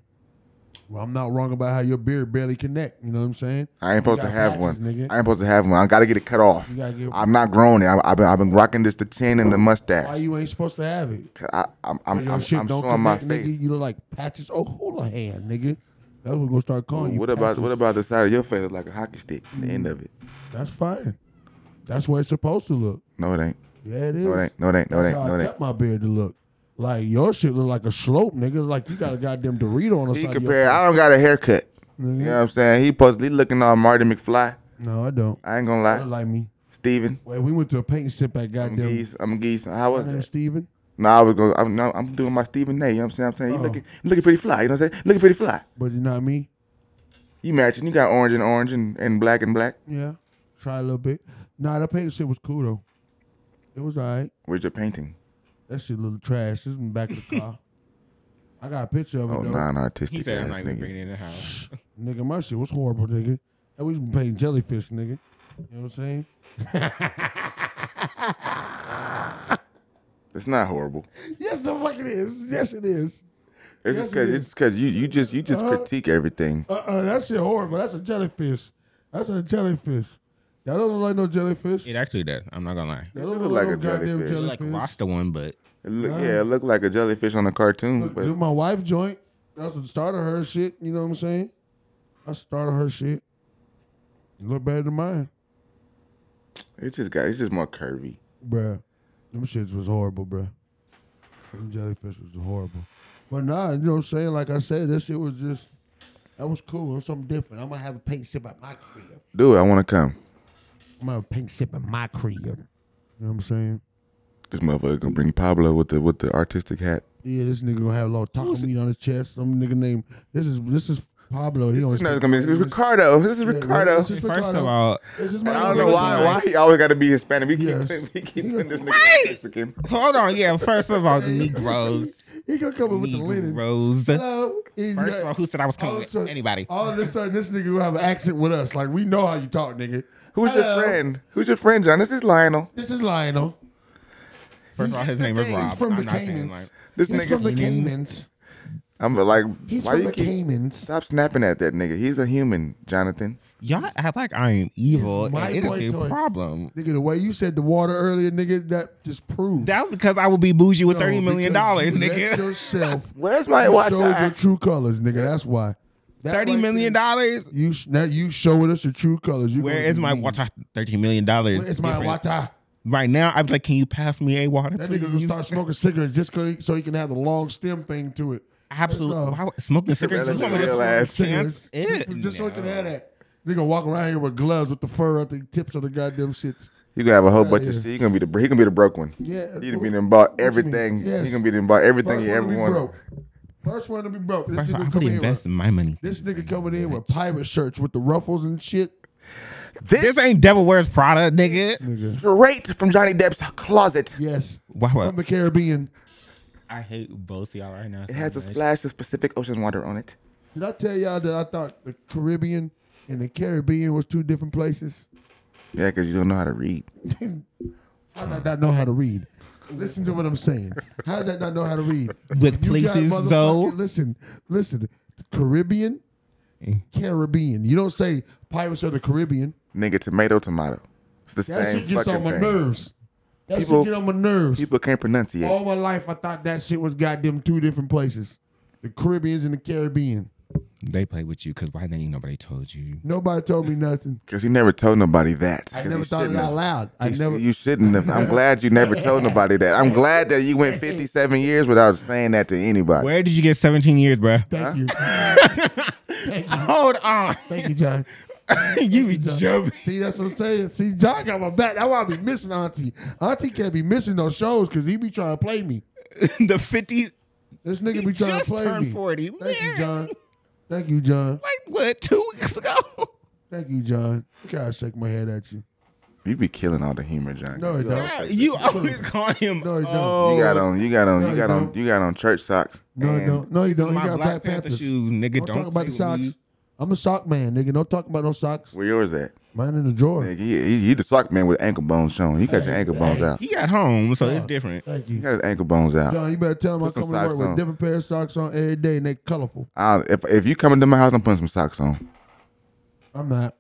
Well, I'm not wrong about how your beard barely connect. You know what I'm saying? I ain't You supposed got to have patches, one. Nigga. I ain't supposed to have one. I gotta get it cut off. You gotta get- I'm not grown. I, I've been I've been rocking this the chin and the Why mustache. you ain't supposed to have it? 'Cause I, I'm I'm, Your I'm, shit I'm don't showing my connect, nigga. face. You look like patches O'Houlihan, nigga. That's what we're gonna start calling you. What about Patches. Mm-hmm. what about the side of your face look like a hockey stick? The end of it. That's fine. That's where it's supposed to look. No, it ain't. Yeah, it is. No, it ain't. No, it ain't. No, it That's ain't. how No, I it ain't. kept my beard to look. Like your shit look like a slope, nigga. Like you got a goddamn Dorito on the He side. of your compare. I don't got a haircut. Nigga. You know what I'm saying? He supposed to be looking all Marty McFly. No, I don't. I ain't gonna lie. Look like me. Steven. Wait, we went to a paint sip at I'm goddamn. geese. I'm geese. How was My name's that? Steven. No, I was going. I'm, no, I'm doing my Stephen A. You know what I'm saying? I'm saying Oh. you looking, you looking pretty fly. You know what I'm saying? Looking pretty fly. But you not me. You matching. You got orange and orange and, and black and black. Yeah, try a little bit. Nah, that paint shit was cool though. It was alright. Where's your painting? That shit a little trash. This is in the back of the car. I got a picture of it Oh, though. non-artistic He said I'm ass not even nigga. bringing it in the house. Nigga, my shit was horrible, nigga. And we been painting jellyfish, nigga. You know what I'm saying? It's not horrible. yes, the fuck it is. Yes, it is. It's Yes, just because it it's because you you just you just Uh-huh. critique everything. Uh, uh that shit horrible. That's a jellyfish. That's a jellyfish. That don't look like no jellyfish. It actually does. I'm not gonna lie. That don't look like no goddamn It look jellyfish. like Rasta one, but It look, Huh? yeah, it looked like a jellyfish on a cartoon. uh, Look, but this my wife joint. That's the start of her shit. You know what I'm saying? I started her shit. Look better than mine, it just got it's just more curvy. bruh. Them shits was horrible, bruh. Them jellyfish was horrible. But nah, you know what I'm saying? Like I said, that shit was just that was cool. It was something different. I'm gonna have a paint sip at my crib. Dude, I want to come. I'm gonna have a paint sip at my crib. You know what I'm saying? This motherfucker gonna bring Pablo with the with the artistic hat. Yeah, this nigga gonna have a little taco meat on his chest. Some nigga named this is this is Pablo. He This is gonna be this is Ricardo. This is Yeah, Ricardo. this is First Ricardo. of all, This is my I don't know nigga. why why he always got to be Hispanic. We keep Yes. we keep putting this nigga Mexican. hold on. Yeah, first of all, the Negroes. He gonna come in with the linen. Negroes. Hello. He's First got- of all, who said I was coming all of a with sudden- anybody? All of a sudden, this nigga gonna have an accent with us. Like we know how you talk, nigga. Who's your Hello. friend? Who's your friend, John? This is Lionel. This is Lionel. First of all, his name is Rob. He's from I'm the not saying Caymans. like This He's nigga- from the Caymans. Caymans. I'm like, He's why from you the keep Caymans. stop snapping at that nigga? He's a human, Jonathan. y'all act like I am evil. It's my and boy It is a toy. problem. Nigga, the way you said the water earlier, nigga, that just proved. That was because I would be bougie with No, thirty million dollars, because you nigga. let yourself Where's my you watch? showed your I- true colors, nigga. That's why. That Thirty right million dollars. there, You sh- now you showing us your true colors. You Where gonna is my be- water? Thirty million dollars. Where is my water? Right now, I'm like, can you pass me a water, That nigga gonna please? start smoking cigarettes just 'cause he- so he can have the long stem thing to it. Absolutely. That's Why all. would- smoking cigarettes? That's You a want me to real smoke ass cigarettes? Cigarettes. Just, Ew, just so he can no. have that. Nigga walk around here with gloves with the fur at the tips of the goddamn shits. You gonna have a whole Outta bunch of here. shit. You gonna be the he gonna be the broke one. Yeah. He done been and bought everything. Yes. He gonna be done bought everything First he one ever to be wanted. broke. First one to be broke. This First of all, I nigga would coming in. invest With, my money. this nigga coming in with pirate shirts with the ruffles and shit. This, ain't Devil Wears Prada, nigga. Nigga. Straight from Johnny Depp's closet. Yes. Why From would the Caribbean. I hate both y'all right now? It has a so much. splash of Pacific Ocean water on it. Did I tell y'all that I thought the Caribbean and the Caribbean was two different places? Yeah, because you don't know how to read. How did I not know how to read? Listen to what I'm saying. How did I not know how to read? With You got places, motherfucking- though. Listen, listen. Caribbean, Caribbean. You don't say Pirates of the Caribbean. Nigga, tomato, tomato. It's the That same shit gets fucking on my thing. nerves. That People- shit get on my nerves. People can't pronunciate. All my life, I thought that shit was goddamn two different places. The Caribbeans and the Caribbean. They play with you because why didn't nobody told you? Nobody told me nothing. Because you never told nobody that. I 'Cause never you thought it shouldn't out have. loud. I You sh- never. You shouldn't have. I'm glad you never told nobody that. I'm glad that you went 57 years without saying that to anybody. Where did you get 17 years, bruh? Thank you. Hold on. Thank you, John. you be John. jumping. See, that's what I'm saying. See, John got my back. That's why I be missing Auntie. Auntie can't be missing those shows because he be trying to play me. the 50, This nigga He be trying just to play turned me. 40. Thank you, Man. John. Thank you, John. like, what, two weeks ago? Thank you, John. God, shake my head at you. You be killing all the humor, John. No, it you, don't. Yeah, you always call him. No, he don't. Oh, got on. You got on. No, You got you on. don't. You got on church socks. No, and no, no, you don't. He my got Black Panther, shoes, nigga. Don't Don't, talk about the play with socks. me. I'm a sock man, nigga. Don't talk about no socks. Where yours at? Mine in the drawer. Nigga, he, he, he the sock man with ankle bones showing. He got your ankle bones out. He got home, so it's different. Thank He got his ankle bones out. John, you better tell them I Put some come to work socks with on. different pair of socks on every day, and they colorful. I'll, if if you come into my house, I'm putting some socks on. I'm not.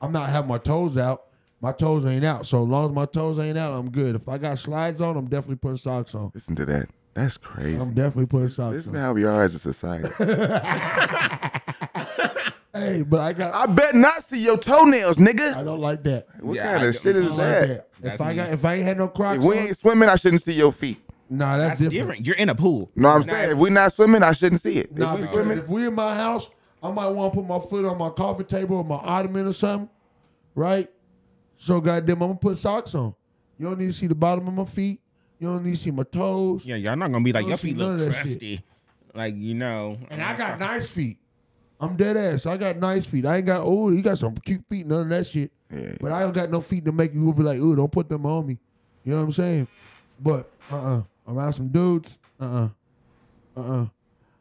I'm not having my toes out. My toes ain't out. So as long as my toes ain't out, I'm good. If I got slides on, I'm definitely putting socks on. Listen to that. That's crazy. I'm definitely putting socks This is on. how we are as a society. hey, but I got. I bet not see your toenails, nigga. I don't like that. What Yeah, kind I of don't- shit is that? I don't like that. If I got, if I ain't had no Crocs, If we on, ain't swimming, I shouldn't see your feet. nah, that's, different. You're in a pool. No, I'm saying if we not swimming, I shouldn't see it. if Nah, we because swimming, if we in my house, I might want to put my foot on my coffee table or my ottoman or something, right? So goddamn, I'm gonna put socks on. You don't need to see the bottom of my feet. You don't need to see my toes. Yeah, y'all not gonna be like I your don't see feet none look of that shit. crusty, like you know. And I got nice feet. I'm dead ass. I got nice feet. I ain't got oh, you got some cute feet, none of that shit. Yeah. But I don't got no feet to make you be like, ooh, don't put them on me. You know what I'm saying? But uh uh around some dudes, uh uh-uh. uh,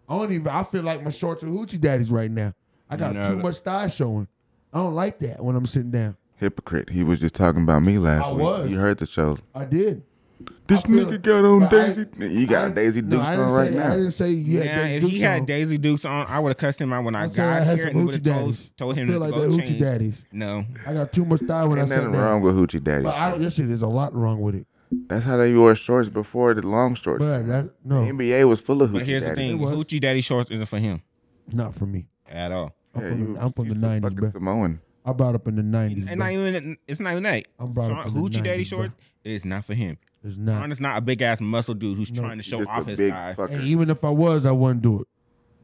I don't even. I feel like my shorts are hoochie daddies right now. I got No, too that- much thigh showing. I don't like that when I'm sitting down. hypocrite. He was just talking about me last I week. was. You heard the show. I did. This nigga got on but I- Daisy. you got a Daisy no, Dukes I on didn't right say- now. I didn't say you Nah, had Daisy if Dukes he on. had Daisy Dukes on, I would have cussed him out when I, I said I got had here some and would have hoochie daddies. told, told him I feel to like go they're hoochie change. daddies. No, I got too much thigh when I Ain't sat nothing down. wrong with hoochie daddy. But I don't. Yes, it is a lot wrong with it. That's how they wore shorts before the long shorts. But that no, The NBA was full of hoochie but here's the daddy. thing: hoochie daddy shorts isn't for him not for me. at all. I'm Yeah, from, you- I'm from the nineties, bro. Samoan. I brought up in the nineties. And not even it's not even that. I'm brought up Sean- in the hoochie daddy 90s, shorts is not for him. It's not. Sean is not a big ass muscle dude who's trying to show Just a off his big thigh. fucker. And even if I was, I wouldn't do it.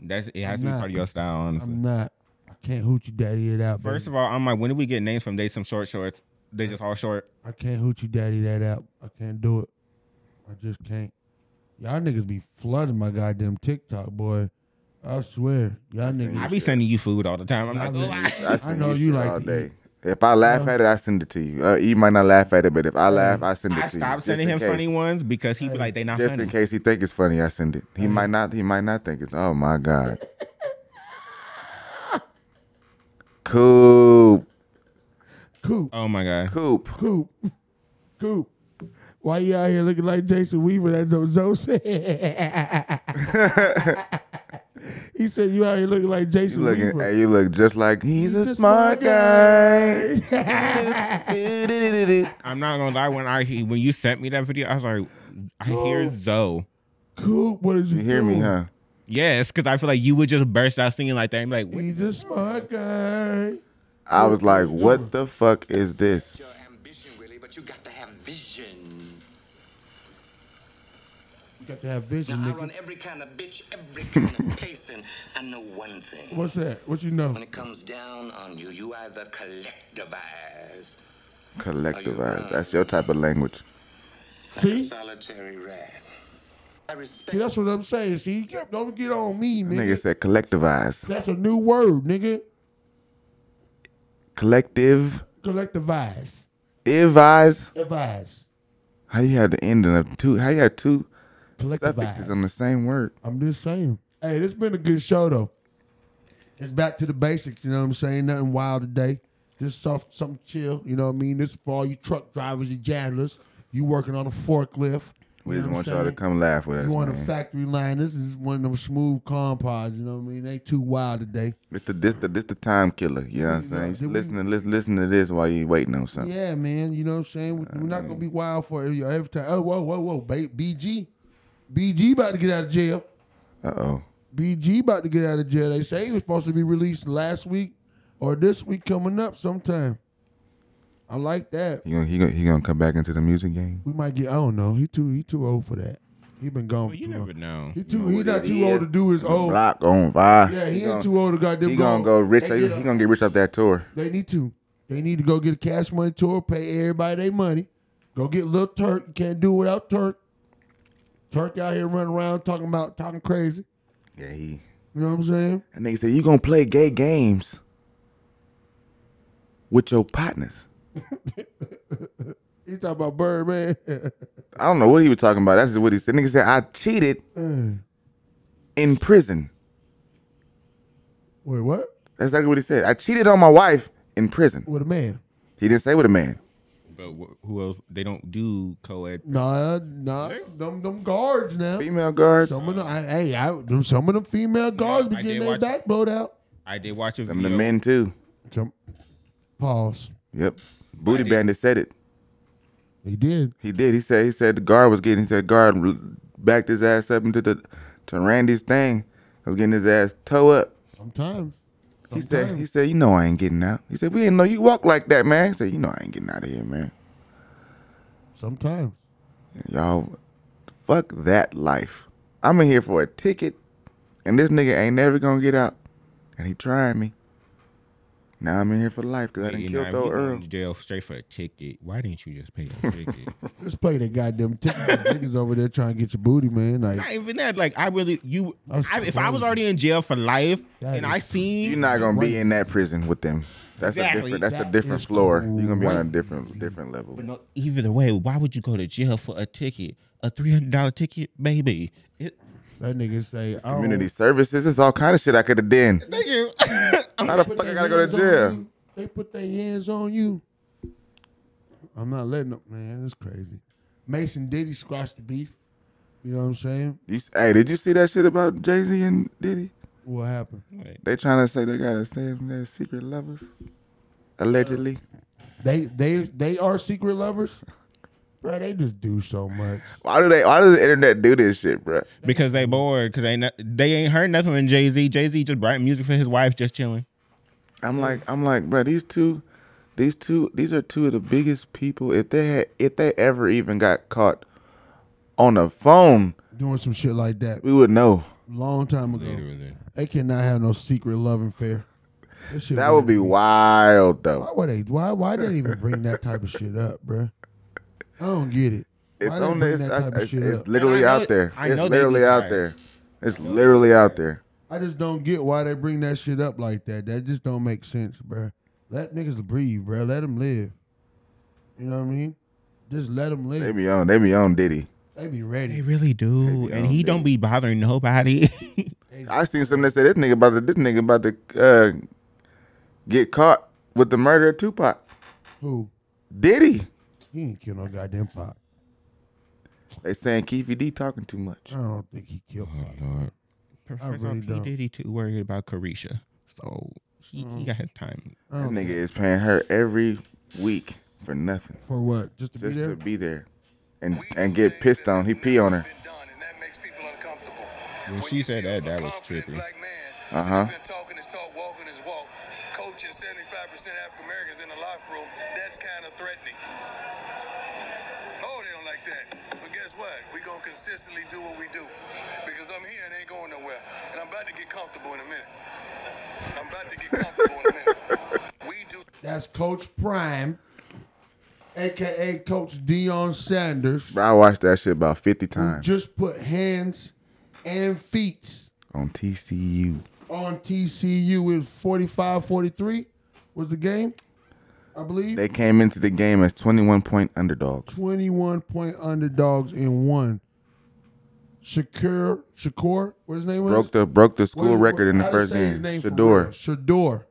That's it has to I'm be not. part of your style, honestly. I'm not. I can't hoochie daddy it out. First First, of all, I'm like, when did we get names from? They some short shorts. They just all short. I can't hoochie daddy that out. I can't do it. I just can't. Y'all niggas be flooding my goddamn TikTok, boy. I swear, y'all niggas. I be sending you food all the time. I'm not gonna lie. I, send know you shit like all to day. If I laugh at it, I send it to you. Uh, you might not laugh at it, but if I laugh, I send it to I you. stopped just sending in him case. funny ones because he be like, they not Just funny. in case he think it's funny, I send it. He might not. He might not think it's. Oh my god. Coop, Coop, Oh my god. Coop. Coop, Coop. Why you out here looking like Jason Weaver? That's what Zoe said. he said you out here looking like You Jason looking? Weaver. Hey, you look just like he's, a, smart, guy. I'm not gonna lie. When I he- when you sent me that video, I was like, I hear Zoe. Coop, what did you, you hear me, do? huh? Yes, because I feel like you would just burst out singing like that. I'm like, what? He's a smart guy. I was like, what the fuck is this? You got to have vision, Now, I nigga. run every kind of bitch, every kind of case, and I know one thing. What's that? What you know? When it comes down on you, you either collectivize Collectivize. That's your type of language. like a See? solitary rat. I respect See, that's what I'm saying. See, you get- don't get on me, Nigga nigga. said collectivize. That's a new word, nigga. Collective. Collectivize. Advise. Advise. How you had the ending of two? How you had two Collectivize. suffixes on the same word? I'm just saying. Hey, this been a good show though. It's back to the basics, you know what I'm saying? Nothing wild today. Just soft something chill, you know what I mean? This is for all you truck drivers, you jaddlers, you working on a forklift. We you just know want what I'm y'all to saying? come laugh with us, You on a man. factory line. This is one of them smooth compods, you know what I mean? They too wild today. This the this the this the time killer. You know what I'm saying? did we- listen to listen, listen to this while you waiting on something. Yeah, man. You know what I'm saying? We- We're not gonna be wild for every, every time. Oh, whoa, whoa, whoa, ba- BG, BG about to get out of jail. Uh oh. BG about to get out of jail. They say he was supposed to be released last week or this week coming up sometime. I like that. He gonna he gonna he gonna come back into the music game. We might get. I don't know. He too. He too old for that. He been gone. for You too never long. know. He too. He not too old to do his old. Rock on fire. Yeah, he, ain't gonna, too old to goddamn. He gonna go rich. He, he gonna get rich off that tour. They need to. They need to go get a cash money tour, pay everybody their money. Go get Lil Turk. You can't do it without Turk. Turk out here running around talking about talking crazy. Yeah, he. You know what I'm saying? And they say you gonna play gay games with your partners. He talking about Birdman. man. I don't know what he was talking about. That's just what he said. Nigga said I Mm. cheated in prison. Wait, what? That's exactly what he said. I cheated on my wife in prison. With a man. He didn't say with a man. But wh- who else? They don't do co-ed. Nah, nah, them, them guards now. Female guards. Some of them, I, hey, I, them- some of them female guards I be did getting their watch- back blowed out. I did watch a Some of the video. men too. Some pause. Yep. Booty Bandit said it. He did. He did. He said. He said the guard was getting. He said guard r- backed his ass up into the to Randy's thing. I was getting his ass toe up. Sometimes. He said. He said. You know I ain't getting out. He said we didn't know you walk like that, man. He said you know I ain't getting out of here, man. Sometimes. Y'all, fuck that life. I'm in here for a ticket, and this nigga ain't never gonna get out. And he trying me. Now I'm in here for life because I didn't You kill know, Tho if you Earl. going to jail straight for a ticket. Why didn't you just pay a ticket? Let's play that goddamn ticket. niggas over there trying to get your booty, man. Not Like, even that. Like I really, you. That was I, if I was crazy. already in jail for life, That and is I seen You're not gonna be in that prison with them. That's Exactly. a different. That's That a different is floor. You're gonna be on a different different level. But no, either way, why would you go to jail for a ticket? A three hundred dollar ticket, baby. It, that nigga say, oh, Community services. It's all kind of shit I could have done. Thank you. How the fuck I gotta go to jail? They put their hands on you. I'm not letting them, man. That's crazy. Mason Diddy squashed the beef. You know what I'm saying? You, s- hey, did you see that shit about Jay Z and Diddy? What happened? They trying to say they gotta save their secret lovers, allegedly. They they they are secret lovers. Bro, they just do so much. Why do they? Why does the internet do this shit, bruh? Because they bored. Because they not, they ain't heard nothing from Jay Z. Jay Z just writing music for his wife, just chilling. I'm like, I'm like, bruh, These two, these two, these are two of the biggest people. If they had, if they ever even got caught on the phone, Doing some shit like that. we would know. Long time ago. They cannot have no secret love affair. This shit That would be wild, though. Why would they? Why why they even bring that type of shit up, bruh? I don't get it. It's why they on bring this. that It's, type of it's- shit it's up? literally And I know- out there. I It's know they literally be out tired. there. It's literally out there. I just don't get why they bring that shit up like that. That just don't make sense, bruh. Let niggas breathe, bruh. Let them live. You know what I mean? Just let them live. They be on. They be on Diddy. They be ready. They really do, and he don't be bothering nobody. I seen something that said this nigga about to this nigga about to uh, get caught with the murder of Tupac. Who? Diddy. He ain't kill no goddamn Pac. They saying Keefy D talking too much. I don't think he killed oh Lord, Professor Professor really P. P don't. Diddy too worried about Carisha, so he, he got his time. I That don't nigga is paying her every week for nothing. For what? Just to be Just there? to be there, and and get pissed on. He pee on her. When she said that, that was trippy. Uh huh. That's Coach Prime, aka Coach Dion Sanders. Bro, I watched that shit about fifty times Just put hands and feet on TCU. on TCU. Is 45 43 was the game, I believe. They came into the game as twenty-one point underdogs. 21 point underdogs in one. Shakur, Shakur, what his name was? Broke the broke the school What- record in the how to first say his game. name for Shador. real? Shador.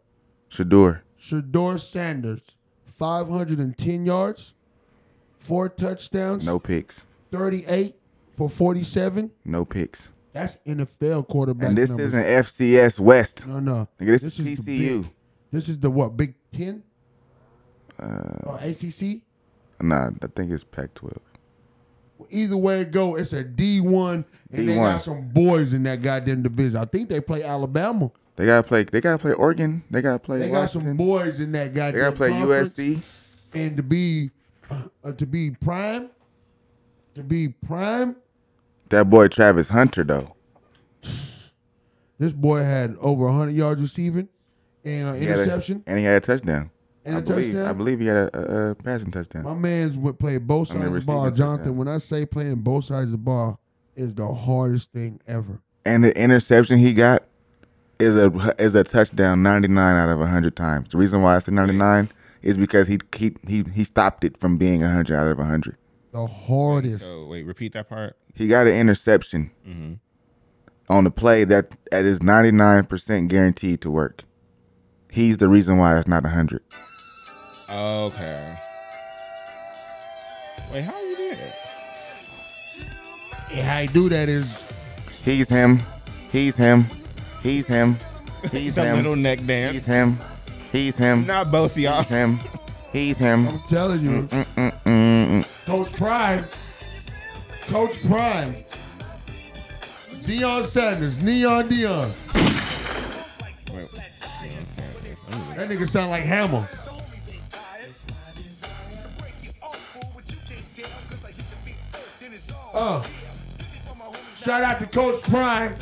Shador. Shador Sanders, 510 yards, four touchdowns, No picks. 38 for 47. No picks. That's NFL quarterback. And this numbers. isn't FCS West. No, no. Nigga, this, is the TCU. big- this is the what? Big Uh, 10? Uh, or ACC? Nah, I think it's Pac-12. Either way it go, it's a D1, and they D1. got some boys in that goddamn division. I think they play Alabama. They gotta play. They gotta play Oregon. They gotta play. They got Washington. some boys in that goddamn They gotta play conference. USC. And to be uh, to be prime, to be prime, That boy Travis Hunter though. This boy had over 100 yards receiving and an He had a- interception. and he had a touchdown. And I a believe, touchdown? I believe he had a, a, a passing touchdown. My man's would play both I mean, sides of the receiving ball. touchdown. Jonathan, when I say playing both sides of the ball, is the hardest thing ever. And the interception he got is a is a touchdown 99 out of 100 times. The reason why I said 99 is because he he he, he stopped it from being 100 out of 100. The hardest. So Oh, wait, repeat that part. He got an interception on the play that that is 99% guaranteed to work. He's the reason why it's not a hundred. Okay. Wait, how you did? Yeah, I do that is He's him. He's him. He's him. He's The him. little neck dance. He's him. He's him. Not both of y'all. He's him. He's him. I'm telling you. Coach Prime. Coach Prime. Dion Sanders. Neon Dion. That nigga sound like Hammer. Oh. Shout out to Coach Prime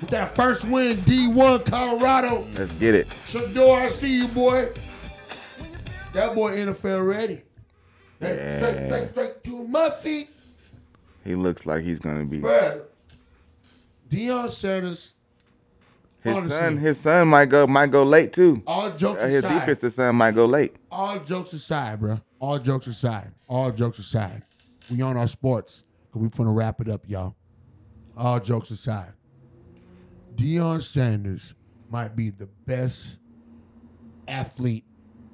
with that first win, D1 Colorado. Let's get it. Shador, I see you, boy. That boy NFL ready. That straight, straight, straight to my feet. He looks like he's gonna be. Bruh. Deion Sanders, His honestly. son. His son might go. Might go late too. Oh, All jokes Uh, His aside. defensive son might go late. all jokes aside, bro. all jokes aside. All jokes aside. We on our sports. We finna wrap it up, y'all. All jokes aside. Deion Sanders might be the best athlete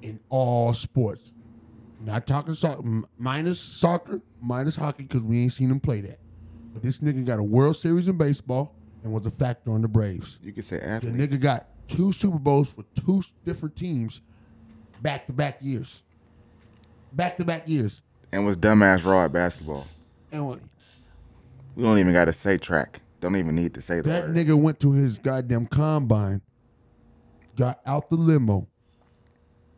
in all sports. Not talking soccer, minus soccer, minus hockey, because we ain't seen him play that. But this nigga got a World Series in baseball and was a factor on the Braves. You could say The athlete. nigga got two Super Bowls for two s- different teams back to back years. Back to back years. and was dumbass raw at basketball. And what- We don't even gotta say track. Don't even need to say the That word. nigga went to his goddamn combine, got out the limo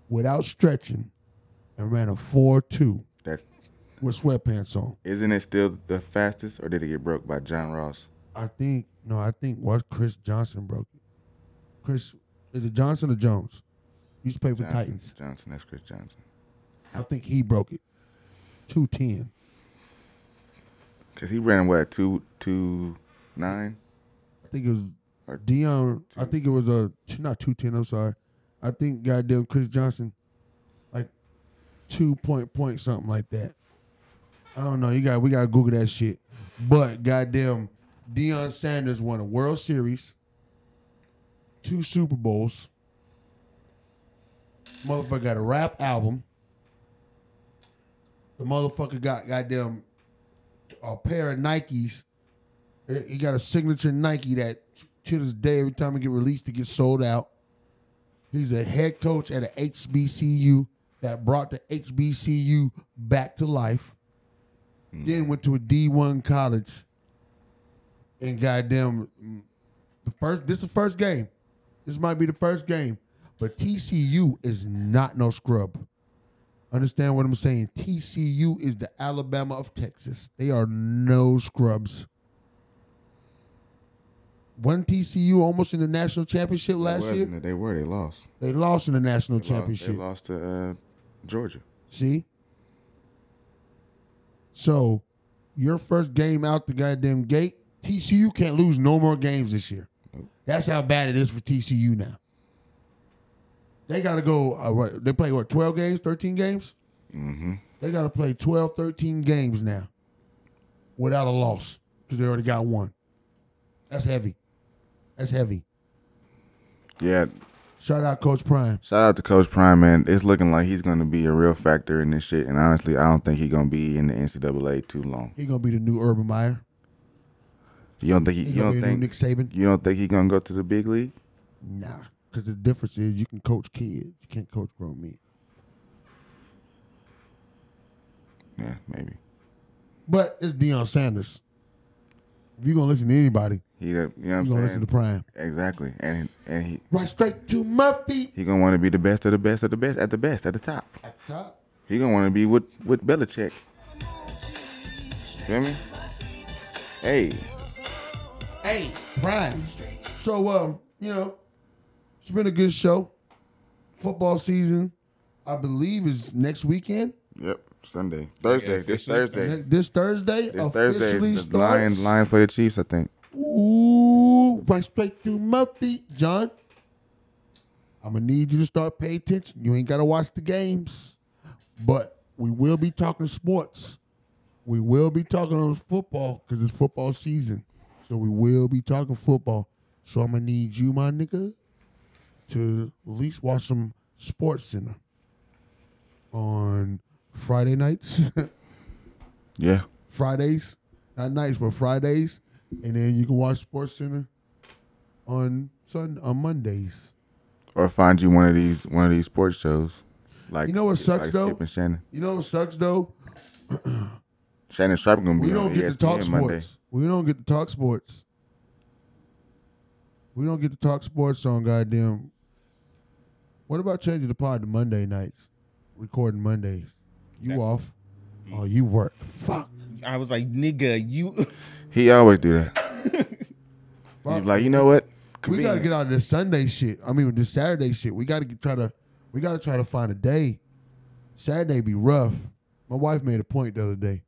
without stretching, and ran a 4 2 That's with sweatpants on. isn't it still the fastest, or did it get broke by John Ross? I think, no, I think what Chris Johnson broke it. Chris, is it Johnson or Jones? He used to play for Johnson, Titans. Johnson. That's Chris Johnson. I think he broke it. 210. Cause he ran what two two nine. I think it was Dion. I think it was a not two ten. I'm sorry. I think goddamn Chris Johnson, like two point point something like that. I don't know. You got we gotta Google that shit. But goddamn, Deion Sanders won a World Series, two Super Bowls. Motherfucker got a rap album. The motherfucker got goddamn a pair of Nikes. He- He got a signature Nike that to this day, every time it get released, it gets sold out. He's a head coach at a HBCU that brought the HBCU back to life. Mm. Then went to a D1 college and goddamn mm, the first this is the first game. This might be the first game. But TCU is not no scrub. Understand what I'm saying? TCU is the Alabama of Texas. They are no scrubs. One TCU almost in the national championship last Wasn't year. it? They were. They lost. They lost in the national They lost- championship. They lost to uh, Georgia. See? So, your first game out the goddamn gate, TCU can't lose no more games this year. That's how bad it is for TCU now. They got to go, uh, what, they play what, 12 games, 13 games? Mm-hmm. They got to play 12, 13 games now without a loss because they already got one. That's heavy. That's heavy. Yeah. Shout out Coach Prime. Shout out to Coach Prime, man. It's looking like he's gonna be a real factor in this shit. And honestly, I don't think he's gonna be in the NCAA too long. He going to be the new Urban Meyer. You don't think he? He you gonna don't be the new think Nick Saban? You don't think he's gonna go to the big league? Nah, because the difference is you can coach kids, you can't coach grown men. Yeah, maybe. But it's Deion Sanders. If you're gonna listen to anybody, He, the- you know what I'm You gonna saying? listen to Prime. Exactly, and and he right straight to my feet. he gonna want to be the best of the best of the best at the best at the top. At the top. He gonna want to be with with Belichick. Feel me? Hey, Hey, Prime. So um, you know, it's been a good show. Football season, I believe, is next weekend. yep. Sunday, Thursday, this Thursday, Ne- This Thursday this Thursday. officially The starts. Lions Lions play the Chiefs, I think. Ooh, right straight to my feet, John. I'm gonna need you to start paying attention. You ain't gotta watch the games, but we will be talking sports. We will be talking on football because it's football season. So we will be talking football. So I'm gonna need you, my nigga, to at least watch some Sports Center on Friday nights. Yeah. Fridays, not nights, but Fridays, and then you can watch Sports Center on Sun on Mondays. Or find you one of these one of these sports shows. Like You know what sucks, like though? Skip and Shannon. You know what sucks though? Shannon Sharp gonna be We on E don't get to ESPN talk Monday. sports. We don't get to talk sports. We don't get to talk sports on goddamn. What about changing the pod to Monday nights? Recording Mondays. You off? Oh, you work. Fuck. I was like, nigga, you. He always do that. He's like, you know what? We got to Convenient. get out of this Sunday shit. I mean, this Saturday shit. We got to try to. We got to try to find a day. Saturday be rough. My wife made a point the other day.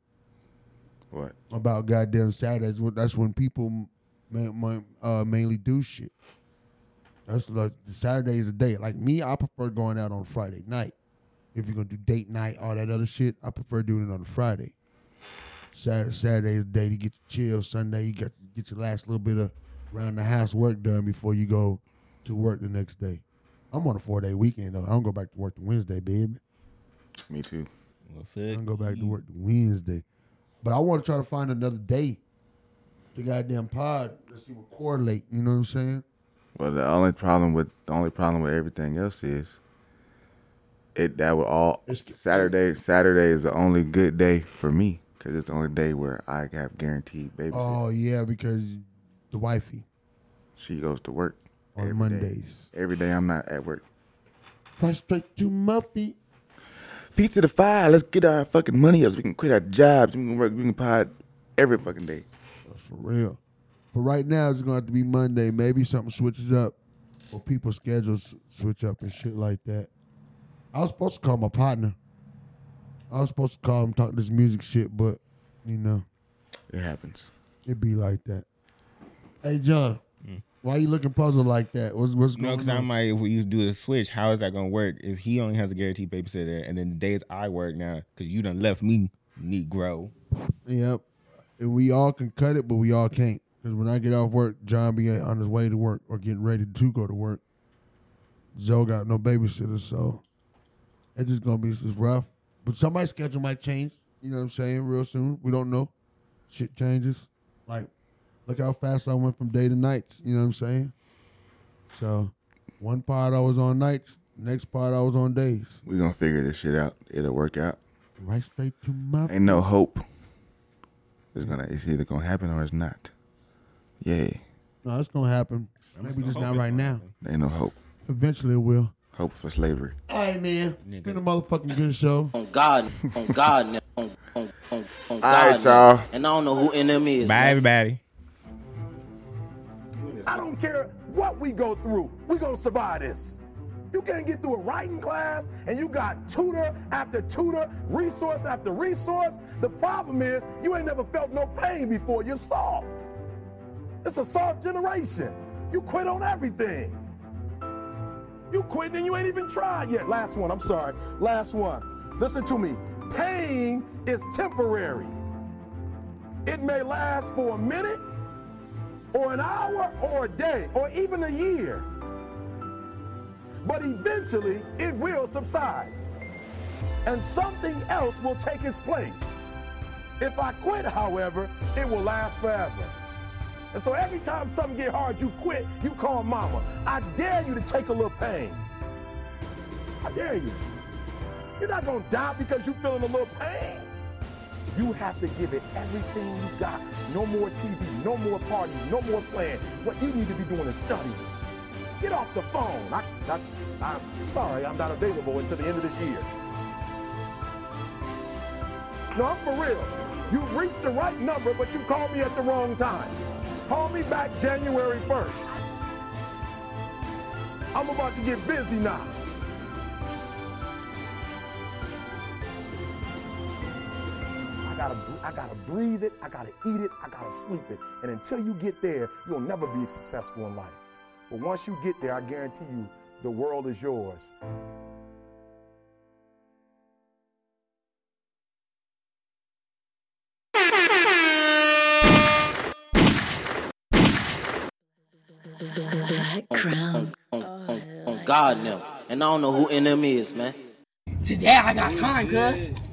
What? About goddamn Saturdays. Wh- That's when people ma- ma- uh, mainly do shit. That's like Saturday is a day. Like me, I prefer going out on Friday night. If you're gonna do date night, all that other shit, I prefer doing it on a Friday. Saturday, Saturday is the day to get your chill. Sunday, you got get your last little bit of round the house work done before you go to work the next day. I'm on a four day weekend though. I don't go back to work to Wednesday, baby. Me too. I don't go back Mm-hmm. to work to Wednesday. But I want to try to find another day. The goddamn pod. Let's see what correlate. You know what I'm saying? Well, the only problem with the only problem with everything else is it that would all Saturday. Saturday is the only good day for me because it's the only day where I have guaranteed babysit. Oh yeah, because the wifey. she goes to work On every day. Mondays. Every day I'm not at work. Right straight to my feet. Feet to the fire. Let's get our fucking money up. so We can quit our jobs. We can work. We can pod every fucking day. For real. For right now, it's gonna have to be Monday. Maybe something switches up, or people's schedules switch up and shit like that. I was supposed to call my partner. I was supposed to call him talk this music shit, but you know, It happens. it be like that. Hey John, why you looking puzzled like that? What's what's No, going because I'm on? like, if we do the switch, how is that gonna work? If he only has a guaranteed babysitter, and then the days I work now, because you done left me, Negro. Yep. And we all can cut it, but we all can't. Because when I get off work, John be on his way to work or getting ready to go to work. Zoe got no babysitter, so it's just gonna be it's just rough. But somebody's schedule might change. You know what I'm saying? Real soon, we don't know. Shit changes. Like, look how fast I went from day to nights. You know what I'm saying? So, one part I was on nights, next part I was on days. We gonna figure this shit out. It'll work out. Right straight to my. Ain't no hope. It's gonna. It's either gonna happen or it's not. Yay. No, it's gonna happen. Maybe just not right now. Ain't no hope. Eventually, it will. Hope for slavery. All right, man. It's been a motherfucking good show. On God, on God, now, oh, on, on, on, on oh God. All right, now. y'all. And I don't know who NM is. Bye, everybody. I don't care what we go through, we gonna survive this. You can't get through a writing class and you got tutor after tutor, resource after resource. The problem is you ain't never felt no pain before. You're soft. It's a soft generation. You quit on everything. You quit and you ain't even tried yet. Last one, I'm sorry. Last one. Listen to me. Pain is temporary. It may last for a minute, or an hour or a day or even a year. But eventually it will subside and something else will take its place. If I quit, however, it will last forever. And so every time something get hard, you quit, you call mama. I dare you to take a little pain. I dare you. You're not gonna die because you feeling a little pain. You have to give it everything you got. No more TV, no more parties, no more playing. What you need to be doing is studying. Get off the phone. I, I, I'm sorry, I'm not available until the end of this year. No, I'm for real. You reached the right number, but you called me at the wrong time. Call me back January 1st. I'm about to get busy now. I gotta, br- I gotta breathe it, I gotta eat it, I gotta sleep it. And until you get there, you'll never be successful in life. But once you get there, I guarantee you, the world is yours. Black crown. On, on, on, Oh God now. And I don't know who NM is, man. Today I got time, cuz.